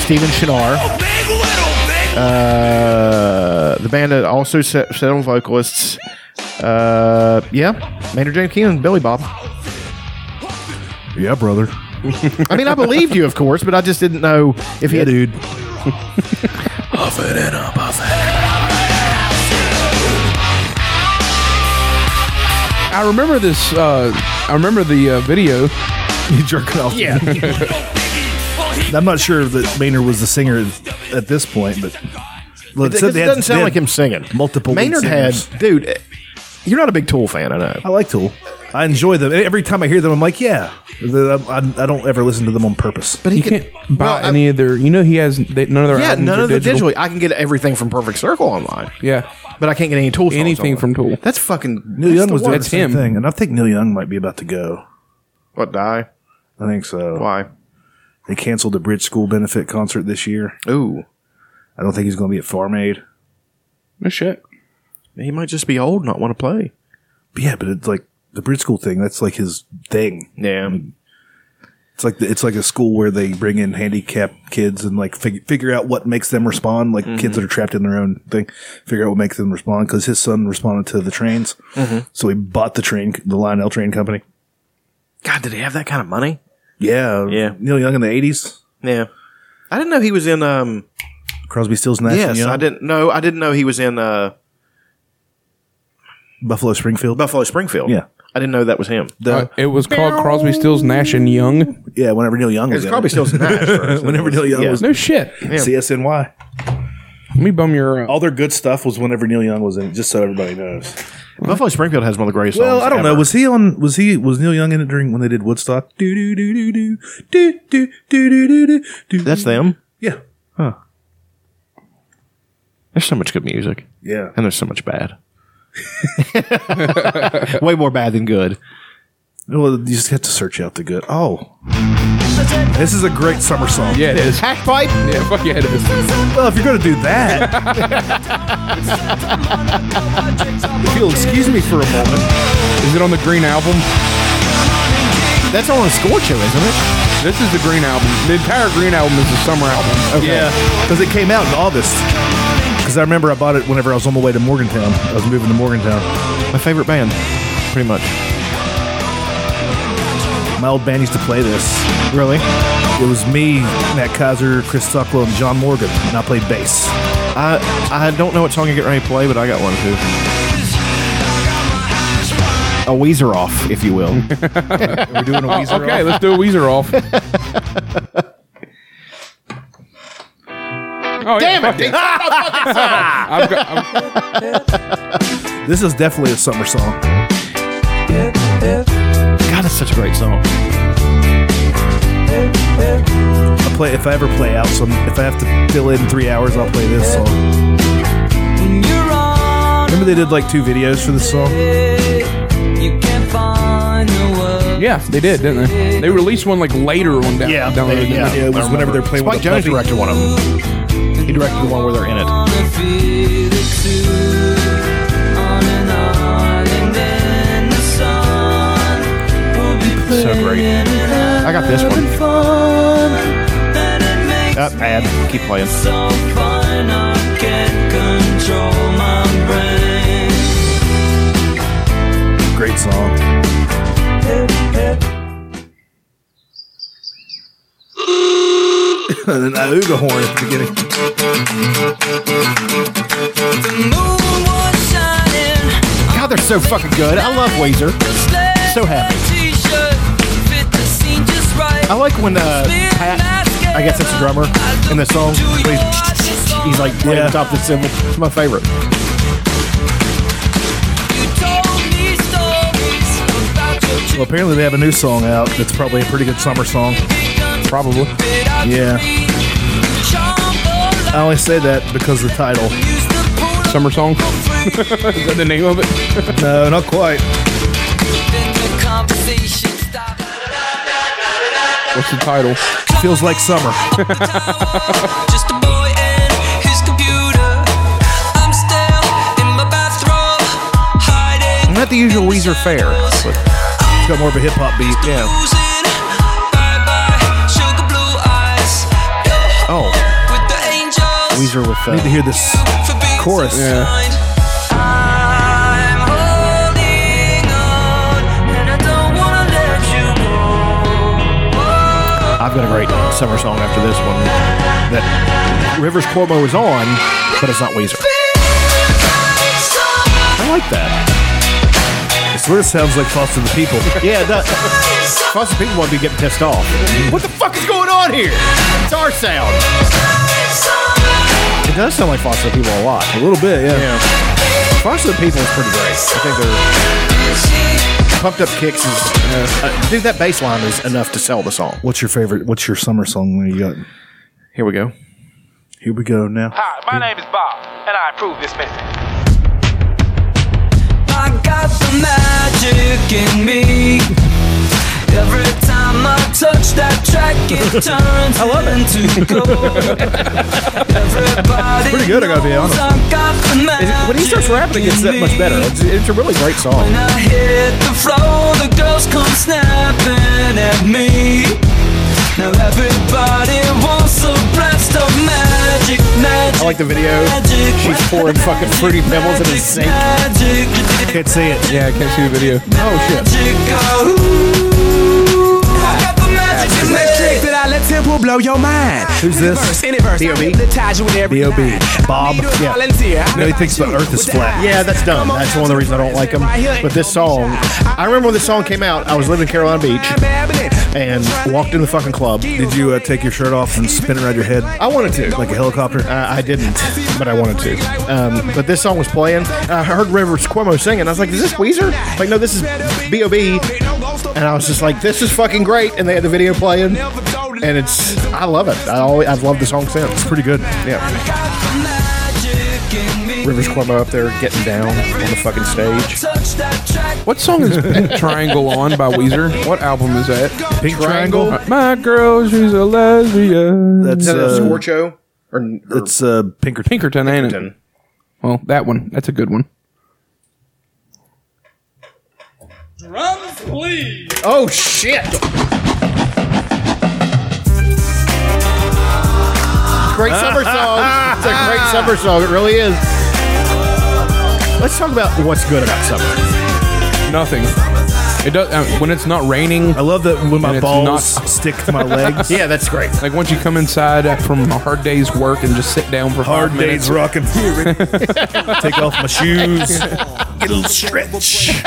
[SPEAKER 5] Stephen Shinar. Uh, the band had also set, set on vocalists. Uh, yeah, Maynard James Keenan, Billy Bob.
[SPEAKER 4] Yeah, brother.
[SPEAKER 5] I mean, I believed you, of course, but I just didn't know if he had.
[SPEAKER 4] dude.
[SPEAKER 7] I remember this. Uh, I remember the uh, video.
[SPEAKER 4] <laughs> You jerking off. <laughs>
[SPEAKER 7] Yeah.
[SPEAKER 4] I'm not sure that Maynard was the singer at this point, but Well,
[SPEAKER 5] It,
[SPEAKER 4] said they had-
[SPEAKER 5] doesn't sound
[SPEAKER 4] they
[SPEAKER 5] like
[SPEAKER 4] had
[SPEAKER 5] him singing.
[SPEAKER 4] Multiple lead
[SPEAKER 5] Maynard had, eh,
[SPEAKER 4] singers.
[SPEAKER 5] dude. You're not a big Tool fan, I know.
[SPEAKER 4] I like Tool. I enjoy them. Every time I hear them, I'm like, yeah. The- I, I don't ever listen to them on purpose.
[SPEAKER 5] But he
[SPEAKER 7] You can't buy any of their. You know, he has they, none of their.
[SPEAKER 5] yeah,
[SPEAKER 7] albums
[SPEAKER 5] none
[SPEAKER 7] are
[SPEAKER 5] of the
[SPEAKER 7] digital.
[SPEAKER 5] digital. I can get everything from Perfect Circle online.
[SPEAKER 7] Yeah,
[SPEAKER 5] but I can't get any Tool. songs
[SPEAKER 7] Anything
[SPEAKER 5] online.
[SPEAKER 7] from Tool. Uh,
[SPEAKER 5] That's fucking.
[SPEAKER 4] Neil
[SPEAKER 5] that's
[SPEAKER 4] Young
[SPEAKER 5] the
[SPEAKER 4] was doing the
[SPEAKER 5] worst.
[SPEAKER 4] same thing, and I think Neil Young might be about to go.
[SPEAKER 5] What die?
[SPEAKER 4] I think so.
[SPEAKER 5] Why?
[SPEAKER 4] They canceled the Bridge School benefit concert this year.
[SPEAKER 5] Ooh,
[SPEAKER 4] I don't think he's going to be at Farm Aid.
[SPEAKER 7] No shit.
[SPEAKER 5] He might just be old, and not want to play.
[SPEAKER 4] But yeah, but it's like the Bridge School thing. That's like his thing.
[SPEAKER 5] Yeah.
[SPEAKER 4] It's like the, it's like a school where they bring in handicapped kids and like fig- figure out what makes them respond. Like
[SPEAKER 5] Mhm.
[SPEAKER 4] kids that are trapped in their own thing, figure out what makes them respond. Because his son responded to the trains,
[SPEAKER 5] Mhm.
[SPEAKER 4] so he bought the train, the Lionel Train Company.
[SPEAKER 5] God, did he have that kind of money?
[SPEAKER 4] Yeah, yeah. Neil Young in the eighties.
[SPEAKER 5] Yeah, I didn't know he was in. Um,
[SPEAKER 4] Crosby, Stills, Nash.
[SPEAKER 5] yes,
[SPEAKER 4] and Young.
[SPEAKER 5] I didn't know. I didn't know he was in uh,
[SPEAKER 4] Buffalo Springfield.
[SPEAKER 5] Buffalo Springfield.
[SPEAKER 4] Yeah.
[SPEAKER 5] I didn't know that was him.
[SPEAKER 7] Uh, it was called Crosby, Stills, Nash and Young.
[SPEAKER 4] Yeah, whenever Neil Young
[SPEAKER 5] It was was in Crosby, it. Stills,
[SPEAKER 4] <laughs>
[SPEAKER 5] and Nash first.
[SPEAKER 4] whenever Neil Young
[SPEAKER 5] Yeah.
[SPEAKER 4] was
[SPEAKER 7] No shit.
[SPEAKER 4] CSNY.
[SPEAKER 7] Let me bum your. Uh,
[SPEAKER 5] Oh,
[SPEAKER 4] All their good stuff was whenever Neil Young was in it, just so everybody knows.
[SPEAKER 5] Buffalo Springfield has one of the greatest.
[SPEAKER 4] Well,
[SPEAKER 5] songs
[SPEAKER 4] I don't know.
[SPEAKER 5] ever.
[SPEAKER 4] Was he on? Was he? Was Neil Young in it during when they did Woodstock? Do do do do do do do do do do do.
[SPEAKER 5] That's them.
[SPEAKER 4] Yeah.
[SPEAKER 5] Huh. There's so much good music.
[SPEAKER 4] Yeah.
[SPEAKER 5] And there's so much bad. <laughs> Way more bad than good.
[SPEAKER 4] Well, you just have to search out the good. Oh, this is a great summer song.
[SPEAKER 7] yeah, it is.
[SPEAKER 5] Hash pipe.
[SPEAKER 7] Yeah, fuck yeah, it is.
[SPEAKER 4] Well, if you're gonna do that, <laughs> if you'll excuse me for a moment,
[SPEAKER 7] Is it on the Green album?
[SPEAKER 5] That's on a Scorcho, isn't it?
[SPEAKER 7] This is the Green album. The entire Green album is the summer album.
[SPEAKER 4] yeah, because it came out in August. Because I remember I bought it whenever I was on my way to Morgantown. I was moving to Morgantown.
[SPEAKER 5] My favorite band, pretty much.
[SPEAKER 4] My old band used to play this.
[SPEAKER 5] Really?
[SPEAKER 4] It was me, Matt Kaiser, Chris Tucklow, and John Morgan, and I played bass.
[SPEAKER 5] I I don't know what song you get ready to play, but I got one too. A Weezer off, if
[SPEAKER 4] <laughs>
[SPEAKER 5] you will. We're doing a Weezer
[SPEAKER 7] Okay, let's do a Weezer
[SPEAKER 5] <laughs>
[SPEAKER 7] off. oh, Damn it! I've got, I'm-
[SPEAKER 4] This is definitely a summer song.
[SPEAKER 5] God, that's such a great song.
[SPEAKER 4] I play if I ever play out some. If I have to fill in three hours, I'll play this song. Remember they did like two videos for this song.
[SPEAKER 7] yeah, they did, didn't they? They released one like later on down.
[SPEAKER 5] Yeah,
[SPEAKER 7] down
[SPEAKER 5] they-
[SPEAKER 7] there, didn't
[SPEAKER 5] yeah.
[SPEAKER 7] they?
[SPEAKER 4] Yeah, it was whenever they're playing
[SPEAKER 5] Spike
[SPEAKER 4] with a
[SPEAKER 5] Jones
[SPEAKER 4] puppy.
[SPEAKER 5] directed one of them. He directed the one where they're in it. So great. I got this one. Up, ad. Keep playing.
[SPEAKER 4] Great song. and then a ooga horn at the beginning.
[SPEAKER 5] God, they're so fucking good. I love Weezer. So happy. I like when uh, Pat, I guess it's a drummer in the song. where He's, he's like playing
[SPEAKER 4] Yeah.
[SPEAKER 5] top of the cymbal. It's my favorite.
[SPEAKER 4] Well, apparently they have a new song out that's probably a pretty good summer song.
[SPEAKER 7] Probably.
[SPEAKER 4] Yeah. I only say that because of the title.
[SPEAKER 7] Summer song. is that the name of it?
[SPEAKER 4] No, not quite.
[SPEAKER 7] What's the title?
[SPEAKER 4] Feels like summer.
[SPEAKER 15] Just a boy and his computer. I'm still in my bathrobe, hiding,
[SPEAKER 5] Not the usual Weezer fare. but-
[SPEAKER 4] It's got more of a hip hop beat. Yeah.
[SPEAKER 15] losing. Bye bye, sugar blue eyes.
[SPEAKER 5] Oh,
[SPEAKER 15] With the angels,
[SPEAKER 5] Weezer with
[SPEAKER 4] I need to
[SPEAKER 5] uh,
[SPEAKER 4] hear this
[SPEAKER 15] for being
[SPEAKER 4] chorus.
[SPEAKER 15] so kind. I'm holding on, and I don't wanna let you go.
[SPEAKER 5] I've got a great summer song after this one that Rivers Cuomo is on, but it's not Weezer. I like that.
[SPEAKER 4] It sort of sounds like Foster the People.
[SPEAKER 5] Yeah, that. Lots of people want to be getting pissed off. What the fuck is going on here? It's our sound. It does sound like Foster the People a lot.
[SPEAKER 4] a little bit, yeah.
[SPEAKER 5] Yeah. Foster the People is pretty great. I think they're. pumped up kicks is uh, dude. That bass line is enough to sell the song.
[SPEAKER 4] What's your favorite? What's your summer song? That you got?
[SPEAKER 5] Here we go.
[SPEAKER 4] Here we go now.
[SPEAKER 16] Hi, my name is Bob, and I approve this message.
[SPEAKER 2] I got the magic in me. Every time I touch that track,
[SPEAKER 5] <laughs>
[SPEAKER 2] it turns I love it. into gold. Everybody
[SPEAKER 5] Pretty good, I gotta be
[SPEAKER 2] knows I got the magic
[SPEAKER 5] When he starts rapping, it gets that much better. It's, it's a really great song.
[SPEAKER 2] When I hit the floor, the girls come snapping at me. Now everybody wants a blast of magic, magic.
[SPEAKER 5] I like the video. She's pouring fucking fruity pebbles in his sink.
[SPEAKER 4] Can't see it.
[SPEAKER 7] Yeah, I can't see the video.
[SPEAKER 5] Oh shit.
[SPEAKER 8] Let's trick that I let temple blow your mind.
[SPEAKER 4] Who's this?
[SPEAKER 8] Any verse, I hypnotize you with every
[SPEAKER 4] B.O.B. Bob.
[SPEAKER 8] Yeah. volunteer. I
[SPEAKER 4] No, he thinks the Earth is flat.
[SPEAKER 5] Yeah, that's dumb. That's one of the reasons I don't like him. But this song, I remember when this song came out. I was living in Carolina Beach and walked in the fucking club.
[SPEAKER 4] Did you uh, take your shirt off and spin it around your head?
[SPEAKER 5] I wanted to.
[SPEAKER 4] Like a helicopter?
[SPEAKER 5] Uh, I didn't, but I wanted to. Um, but this song was playing. Uh, I heard Rivers Cuomo singing. I was like, "Is this Weezer?" Like, no, this is B.O.B. And I was just like, "This is fucking great!" And they had the video playing, and it's I love it. I always I've loved the song since. It's
[SPEAKER 4] pretty good.
[SPEAKER 5] Yeah. Rivers Cuomo up there getting down on the fucking stage.
[SPEAKER 7] What song is
[SPEAKER 4] <laughs>
[SPEAKER 7] Pink Triangle on by Weezer? What album is that?
[SPEAKER 4] Pink Triangle?
[SPEAKER 7] Uh, My girl, she's a lesbian.
[SPEAKER 4] That's, uh,
[SPEAKER 5] Scorcho or, or
[SPEAKER 4] It's uh, Pinkerton.
[SPEAKER 7] Pinkerton, ain't it? Well, that one. That's a good one.
[SPEAKER 16] Drums, please.
[SPEAKER 5] Oh shit! Great summer song. It's a great summer song. It really is. Let's talk about what's good about summer.
[SPEAKER 7] Nothing. It does uh, when it's not raining.
[SPEAKER 4] I love that when my
[SPEAKER 7] it's
[SPEAKER 4] balls
[SPEAKER 7] not-
[SPEAKER 4] stick to my legs.
[SPEAKER 5] <laughs> Yeah, that's great.
[SPEAKER 7] Like once you come inside uh, from a hard day's work and just sit down for
[SPEAKER 4] Hard
[SPEAKER 7] five minutes.
[SPEAKER 4] days rocking. <laughs> Take off my shoes. Get a little stretch.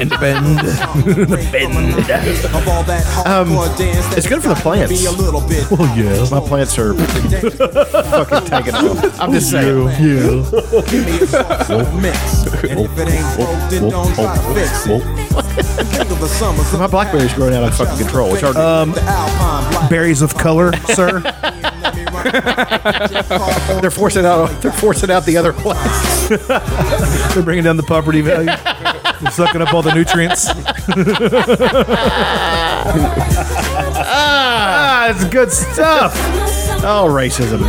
[SPEAKER 4] And bend. <laughs> bend.
[SPEAKER 5] Um, it's good for the plants.
[SPEAKER 4] Well, yeah.
[SPEAKER 5] My plants are fucking taking off. I'm just saying.
[SPEAKER 4] Yeah.
[SPEAKER 5] My blackberry's growing out of fucking control. It's hard. to-
[SPEAKER 4] Um, berries of color,
[SPEAKER 5] <laughs>
[SPEAKER 4] sir.
[SPEAKER 5] they're forcing out. They're forcing out the other plants.
[SPEAKER 4] They're bringing down the property value. They're sucking up all the nutrients. ah, it's good stuff.
[SPEAKER 5] Oh, racism.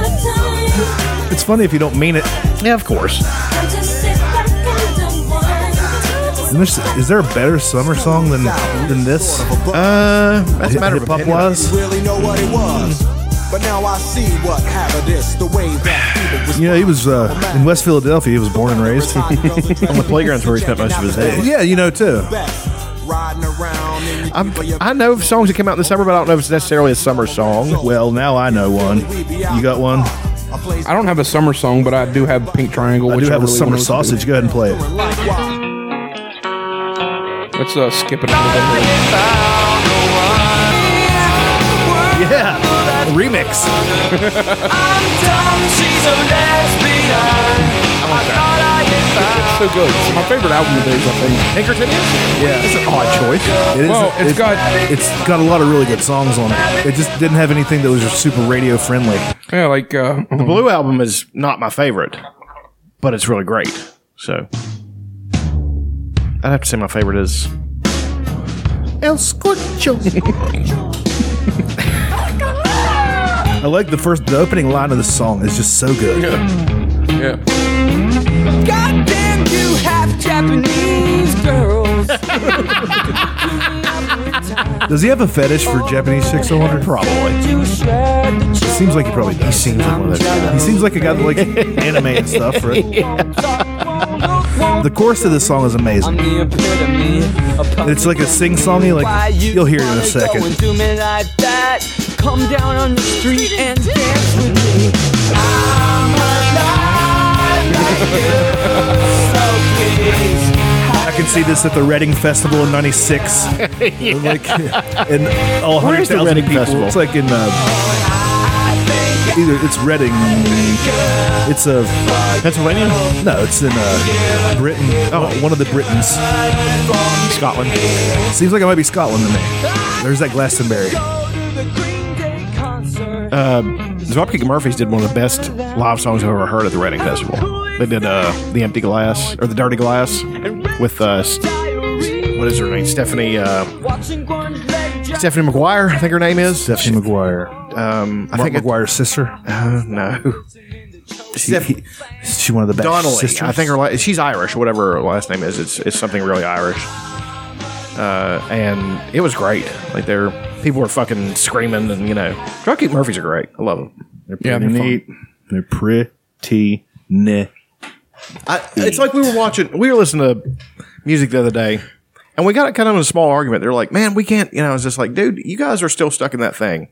[SPEAKER 4] It's funny if you don't mean it.
[SPEAKER 5] Yeah, of course.
[SPEAKER 4] Is there- Is there a better summer song than than this?
[SPEAKER 5] Uh, that's a matter of
[SPEAKER 4] Hip hop
[SPEAKER 5] opinion.
[SPEAKER 4] wise,
[SPEAKER 10] really know what it was. But now I see what happened is the way that people
[SPEAKER 4] you know, he was uh, in West Philadelphia. He was born and raised.
[SPEAKER 5] <laughs> On the playgrounds where he spent most of his days.
[SPEAKER 4] yeah, you know too.
[SPEAKER 10] riding around in your
[SPEAKER 5] I'm, I know of songs that came out in the summer, but I don't know if it's necessarily a summer song.
[SPEAKER 4] Well, now I know one. You got one.
[SPEAKER 7] I don't have a summer song, but I do have Pink Triangle.
[SPEAKER 4] I
[SPEAKER 7] which
[SPEAKER 4] do have a
[SPEAKER 7] really
[SPEAKER 4] summer
[SPEAKER 7] wanna listen to.
[SPEAKER 4] sausage. Go ahead and play it.
[SPEAKER 7] Let's uh, skip it. A little bit.
[SPEAKER 4] Yeah, remix.
[SPEAKER 7] It's so good. It's my favorite album of theirs, I think.
[SPEAKER 5] Pinkerton is?
[SPEAKER 4] Yeah,
[SPEAKER 5] It's an odd choice.
[SPEAKER 4] It is.
[SPEAKER 7] Well, it's got-
[SPEAKER 4] it's got a lot of really good songs on it. It just didn't have anything that was just super radio friendly.
[SPEAKER 7] Yeah, like uh,
[SPEAKER 5] The Blue album is not my favorite, but it's really great. So I'd have to say my favorite is El Scorcho.
[SPEAKER 4] I like the first, the opening line of the song is just so good.
[SPEAKER 7] Mm-hmm. yeah.
[SPEAKER 2] Goddamn you half Japanese girls.
[SPEAKER 4] Does he have a fetish for Japanese chicks? I wonder. Probably.
[SPEAKER 2] You shred the
[SPEAKER 4] It seems like he probably does. He seems like one of those. He seems like a guy that likes anime and stuff. Right? The chorus of this song is amazing.
[SPEAKER 2] the epitome of
[SPEAKER 4] And It's like a sing-songy. Like you'll hear it in a
[SPEAKER 2] Going
[SPEAKER 4] second.
[SPEAKER 2] through me like that. Come down on the street and dance with me. I'm alive like you, so please.
[SPEAKER 4] I can see this at the Reading Festival in
[SPEAKER 5] <laughs>
[SPEAKER 4] '96. Like, and all
[SPEAKER 5] Where is the
[SPEAKER 4] 100,000
[SPEAKER 5] Reading
[SPEAKER 4] people.
[SPEAKER 5] Festival?
[SPEAKER 4] It's like in uh, either it's Reading. It's a Pennsylvania. No, it's in uh, Britain. Oh, one of the Britons. Scotland. Seems like it might be Scotland to me. There's that Glastonbury.
[SPEAKER 5] Uh, Dropkick Murphys did one of the best live songs I've ever heard at the Reading Festival. They did uh, the Empty Glass or the Dirty Glass with uh, S- what is her name? Stephanie uh, Stephanie McGuire, I think her name is Stephanie
[SPEAKER 4] McGuire.
[SPEAKER 5] Um, I think
[SPEAKER 4] McGuire's sister.
[SPEAKER 5] Uh, <laughs> no,
[SPEAKER 4] She, he, she one of the best
[SPEAKER 5] Donnelly.
[SPEAKER 4] sisters.
[SPEAKER 5] I think her la- she's Irish, whatever her last name is. It's it's something really Irish. Uh, and it was great. Like they're people were fucking screaming, and you know, Dropkick Murphys are great. I love them.
[SPEAKER 4] They're
[SPEAKER 5] Yeah,
[SPEAKER 4] pretty
[SPEAKER 5] they're
[SPEAKER 4] neat. They're pretty neat.
[SPEAKER 5] I, it's like we were watching, we were listening to music the other day, and we got kind of in a small argument. They're like, "Man, we can't," you know. I was just like, "Dude, you guys are still stuck in that thing."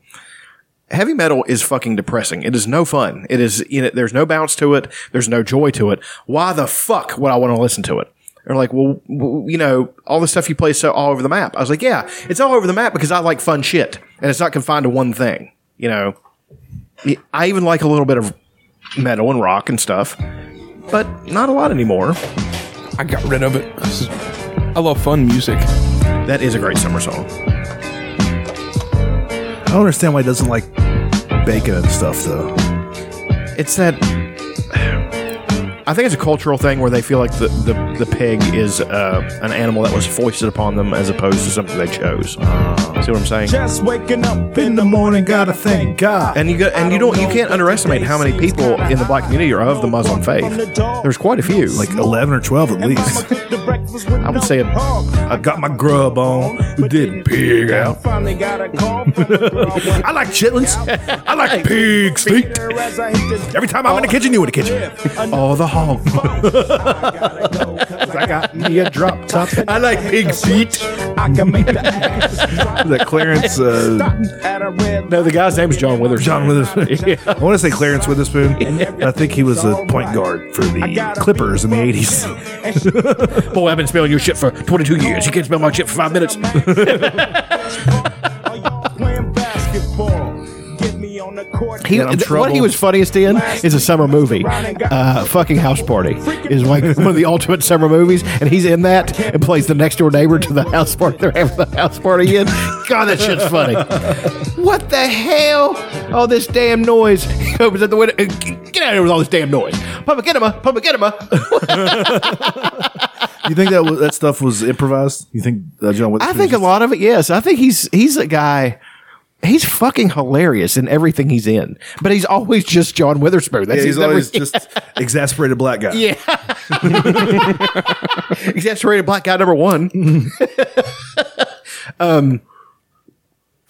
[SPEAKER 5] Heavy metal is fucking depressing. It is no fun. It is, you know, there's no bounce to it. There's no joy to it. Why the fuck would I want to listen to it? They're like, well, w- you know, all the stuff you play is so all over the map. I was like, yeah, it's all over the map because I like fun shit, and it's not confined to one thing. You know, I even like a little bit of metal and rock and stuff, but not a lot anymore.
[SPEAKER 7] I got rid of it. This is- I love fun music.
[SPEAKER 5] That is a great summer song.
[SPEAKER 4] I don't understand why he doesn't like bacon and stuff though.
[SPEAKER 5] It's that. <sighs> I think it's a cultural thing where they feel like the, the, the pig is uh, an animal that was foisted upon them as opposed to something they chose. See what I'm saying?
[SPEAKER 17] Just waking up in the morning, gotta thank God.
[SPEAKER 5] And you got, and you don't you can't underestimate how many people in the black community are of the Muslim faith. There's quite a few, like
[SPEAKER 4] eleven or twelve at least.
[SPEAKER 8] <laughs>
[SPEAKER 5] I would say
[SPEAKER 4] I got my grub on. We did pig out. I like chitlins. I like pig's feet. Every time I'm in the kitchen, you in the kitchen.
[SPEAKER 5] all the <laughs> hog.
[SPEAKER 4] I got me a drop top.
[SPEAKER 5] I like pig feet.
[SPEAKER 17] I can make that.
[SPEAKER 4] That Clarence. Uh,
[SPEAKER 5] no, the guy's name is John Witherspoon.
[SPEAKER 4] John Witherspoon. <laughs> I want to say Clarence Witherspoon. I think he was a point guard for the Clippers in the '80s.
[SPEAKER 5] Boy, I've been smelling your shit for 22 years. You can't smell my shit for
[SPEAKER 17] <laughs>
[SPEAKER 5] five minutes. He,
[SPEAKER 17] And I'm
[SPEAKER 5] th- what he was funniest in is a summer movie, uh, fucking House Party is like <laughs> one of the ultimate summer movies, and he's in that and plays the next door neighbor to the house party they're having the house party in. God, that shit's funny. what the hell? All this damn noise. <laughs> He opens up the window. and, "G- Get out of here with all this damn noise. Papa Enema, Public Enema.
[SPEAKER 4] <laughs> You think that was, that stuff was improvised? You think uh, John
[SPEAKER 5] I
[SPEAKER 4] Witherspoon?
[SPEAKER 5] think a lot of it, yes. I think he's he's a guy. He's fucking hilarious in everything he's in, but he's always just John Witherspoon.
[SPEAKER 4] Yeah, he's
[SPEAKER 5] his every-
[SPEAKER 4] always just exasperated black guy.
[SPEAKER 5] <laughs> Yeah. Exasperated black guy number one. <laughs> um,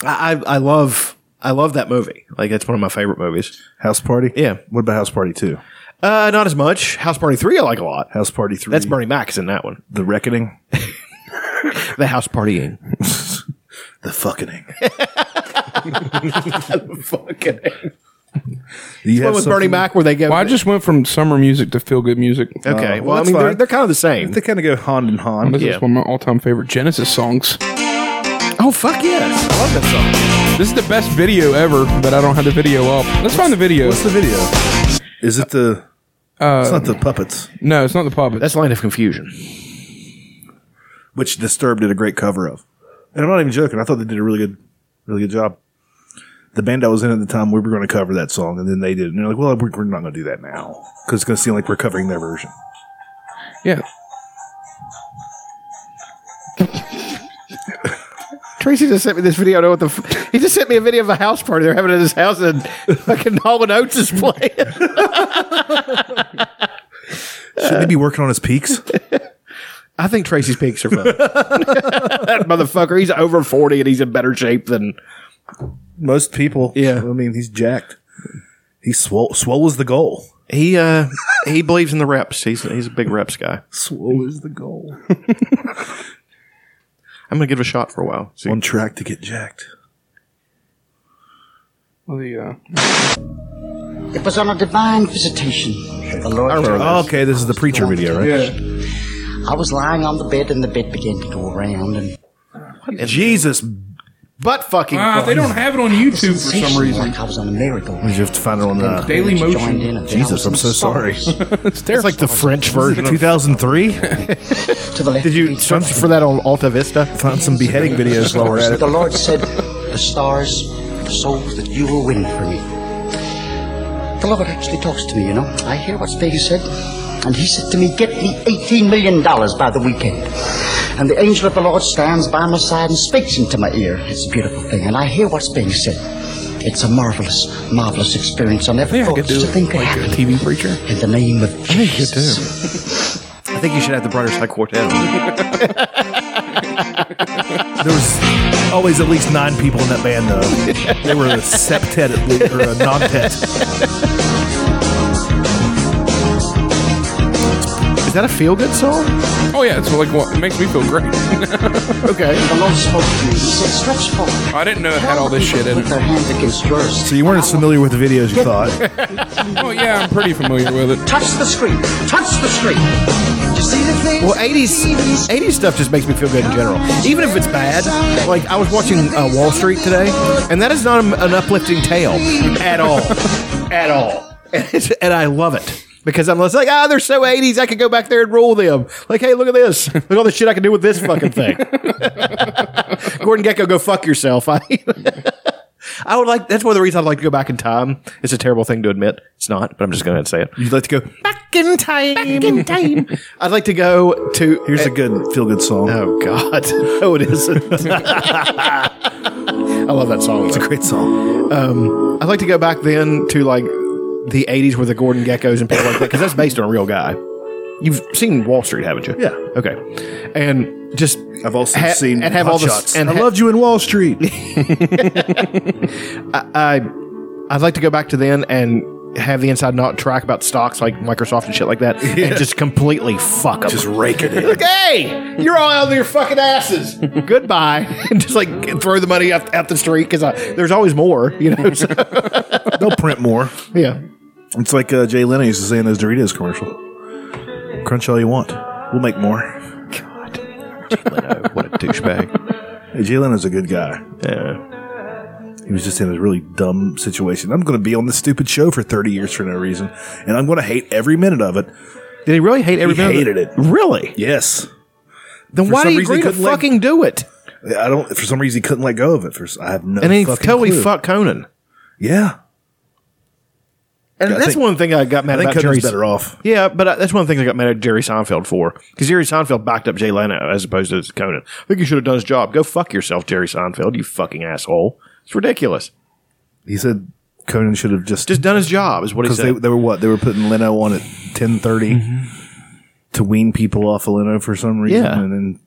[SPEAKER 5] I I I love I love that movie. Like it's one of my favorite movies.
[SPEAKER 4] House Party.
[SPEAKER 5] Yeah.
[SPEAKER 4] What about House Party Two?
[SPEAKER 5] Uh, not as much. House Party three I like a lot.
[SPEAKER 4] House Party three.
[SPEAKER 5] That's Bernie Mac's in that one.
[SPEAKER 4] The Reckoning.
[SPEAKER 5] The house partying. <laughs>
[SPEAKER 4] the fucking.
[SPEAKER 5] Fucking.
[SPEAKER 4] You
[SPEAKER 5] one with Bernie Mac where they go.
[SPEAKER 7] Well, I just went from summer music to feel good music.
[SPEAKER 5] Okay, well, I mean they're, they're kind of the same.
[SPEAKER 4] They kind of go hand in hand.
[SPEAKER 7] This is one of my all-time favorite Genesis songs.
[SPEAKER 5] Oh fuck yes, I love that song.
[SPEAKER 7] This is the best video ever, but I don't have the video up. Let's find the video.
[SPEAKER 4] What's the video? Is it the?
[SPEAKER 7] Uh,
[SPEAKER 4] it's not the puppets,
[SPEAKER 7] no, it's not the puppet.
[SPEAKER 5] That's Line of Confusion.
[SPEAKER 4] which Disturbed did a great cover of. And I'm not even joking. I thought they did a really good, really good job. The band I was in at the time, we were going to cover that song, and then they did. it. And they're like, "Well, we're we're not going to do that now because it's going to seem like we're covering their version."
[SPEAKER 7] Yeah.
[SPEAKER 5] Tracy just sent me this video. I don't know what the. F- he just sent me a video of a house party they're having at his house, and fucking <laughs> Hall and Oates is playing.
[SPEAKER 4] Shouldn't he be working on his peaks?
[SPEAKER 5] I think Tracy's peaks are fun. <laughs> that motherfucker, he's over 40 and he's in better shape than.
[SPEAKER 4] Most people. Yeah. I mean, he's jacked. He swole. Swole is the goal.
[SPEAKER 5] He uh he believes in the reps. He's he's a big reps guy.
[SPEAKER 4] Swole is the goal.
[SPEAKER 5] I'm gonna give it a shot for a while. See.
[SPEAKER 4] One track to get jacked.
[SPEAKER 7] Well, the, uh,
[SPEAKER 18] It was on a divine visitation. The Lord
[SPEAKER 4] Oh, okay, this is the preacher video, right?
[SPEAKER 18] I was lying on the bed, and the bed began to go around, and
[SPEAKER 4] Jesus
[SPEAKER 5] But fucking.
[SPEAKER 7] Uh, they don't have it on YouTube for some <laughs> reason.
[SPEAKER 5] I was on America. You have to find it on uh,
[SPEAKER 7] Daily Motion.
[SPEAKER 5] Jesus, I'm so sorry. it's, like the French version. of-
[SPEAKER 4] 2003.
[SPEAKER 5] <laughs> Did you search for that on Alta Vista? Found some
[SPEAKER 4] beheading videos while we're at it.
[SPEAKER 19] The Lord said, The stars, the souls that you will win for me. The Lord actually talks to me, you know. I hear what Vegas said, and he said to me, Get me $18 million by the weekend. And the angel of the Lord stands by my side and speaks into my ear. It's a beautiful thing, and I hear what's being said. It's a marvelous, marvelous experience. I never thought such a thing could happen.
[SPEAKER 7] TV preacher.
[SPEAKER 19] In the name of Jesus. I think you do.
[SPEAKER 5] I think you should have the Brother Side Quartet.
[SPEAKER 4] <laughs> There was always at least nine people in that band, though. They were a septet at least, or a nontet.
[SPEAKER 5] Is that a feel good song?
[SPEAKER 7] Oh yeah, it's like what it makes me feel great.
[SPEAKER 5] okay.
[SPEAKER 19] The Lord spoke to me. He said, Stretch forth.
[SPEAKER 7] I didn't know it had all this shit in it.
[SPEAKER 19] Their hands against yours.
[SPEAKER 4] So you weren't as familiar with the video as you thought.
[SPEAKER 7] Oh yeah, I'm pretty familiar with it.
[SPEAKER 19] Touch the screen. Touch the screen. You see the thing?
[SPEAKER 5] Well, 80s, 80s stuff just makes me feel good in general. Even if it's bad. Like, I was watching uh, Wall Street today, and that is not an an uplifting tale at all. at all. <laughs> And, it's- and I love it. Because I'm just like, ah, they're so 80s, I could go back there and rule them. Like, hey, look at this. Look at all the shit I can do with this fucking thing. <laughs> Gordon Gecko, go fuck yourself. <laughs> I, I would like, that's one of the reasons I'd like to go back in time. It's a terrible thing to admit. It's not, but I'm just going to say it. You'd like to go back in time. Back in time. <laughs> I'd like to go to.
[SPEAKER 4] Here's a good feel good song.
[SPEAKER 5] Oh, God. <laughs> No, it <laughs> isn't. I love that song. It's a
[SPEAKER 4] great song.
[SPEAKER 5] Um, I'd like to go back then to like the 80s with the Gordon Geckos and people like that, because that's based on a real guy. You've seen Wall Street, haven't you?
[SPEAKER 4] Yeah.
[SPEAKER 5] Okay. And just.
[SPEAKER 4] I've also
[SPEAKER 5] Ha-
[SPEAKER 4] seen
[SPEAKER 5] and have all the-
[SPEAKER 4] Shots.
[SPEAKER 5] and
[SPEAKER 4] I
[SPEAKER 5] ha-
[SPEAKER 4] loved you in Wall Street.
[SPEAKER 5] I, I I'd like to go back to then and have the inside not track about stocks like Microsoft and shit like that,
[SPEAKER 4] <laughs>
[SPEAKER 5] and just completely fuck
[SPEAKER 4] <laughs>
[SPEAKER 5] them.
[SPEAKER 4] Just rake it in.
[SPEAKER 5] Like, hey, you're all out of your fucking <laughs> asses. Goodbye, and just like throw the money out, out the street because there's always more, you know. <laughs> So,
[SPEAKER 4] <laughs> They'll print more.
[SPEAKER 5] yeah,
[SPEAKER 4] It's like uh, Jay Leno used to say in those Doritos commercial. Crunch all you want. We'll make more.
[SPEAKER 5] what a douchebag.
[SPEAKER 4] Hey, Jay Leno's a good guy. Yeah. He was just in a really dumb situation. I'm going to be on this stupid show for 30 years for no reason, and I'm going to hate every minute of it.
[SPEAKER 5] Did he really hate every
[SPEAKER 4] he
[SPEAKER 5] minute of
[SPEAKER 4] hated
[SPEAKER 5] it?
[SPEAKER 4] it?
[SPEAKER 5] Really?
[SPEAKER 4] Yes.
[SPEAKER 5] Then
[SPEAKER 4] For
[SPEAKER 5] why do
[SPEAKER 4] some
[SPEAKER 5] you
[SPEAKER 4] reason
[SPEAKER 5] agree
[SPEAKER 4] he
[SPEAKER 5] to
[SPEAKER 4] couldn't let-
[SPEAKER 5] fucking do it?
[SPEAKER 4] I don't. For some reason, he couldn't let go of it. For s- I have no.
[SPEAKER 5] and then he
[SPEAKER 4] fucking
[SPEAKER 5] totally
[SPEAKER 4] clue.
[SPEAKER 5] fucked Conan.
[SPEAKER 4] Yeah.
[SPEAKER 5] And
[SPEAKER 4] Yeah, I
[SPEAKER 5] that's
[SPEAKER 4] think-
[SPEAKER 5] one thing I got mad
[SPEAKER 4] I think
[SPEAKER 5] about.
[SPEAKER 4] Conan's
[SPEAKER 5] Jerry
[SPEAKER 4] better off.
[SPEAKER 5] Yeah, but uh, that's one thing I got mad at Jerry Seinfeld for because Jerry Seinfeld backed up Jay Leno as opposed to Conan. I think you should have done his job. Go fuck yourself, Jerry Seinfeld. You fucking asshole. It's ridiculous.
[SPEAKER 4] He said Conan should have just
[SPEAKER 5] Just done his job is what he
[SPEAKER 4] because
[SPEAKER 5] said.
[SPEAKER 4] they, they were what they were putting Leno on at ten to wean people off of Leno for some reason.
[SPEAKER 5] Mm-hmm. Yeah.
[SPEAKER 4] And then,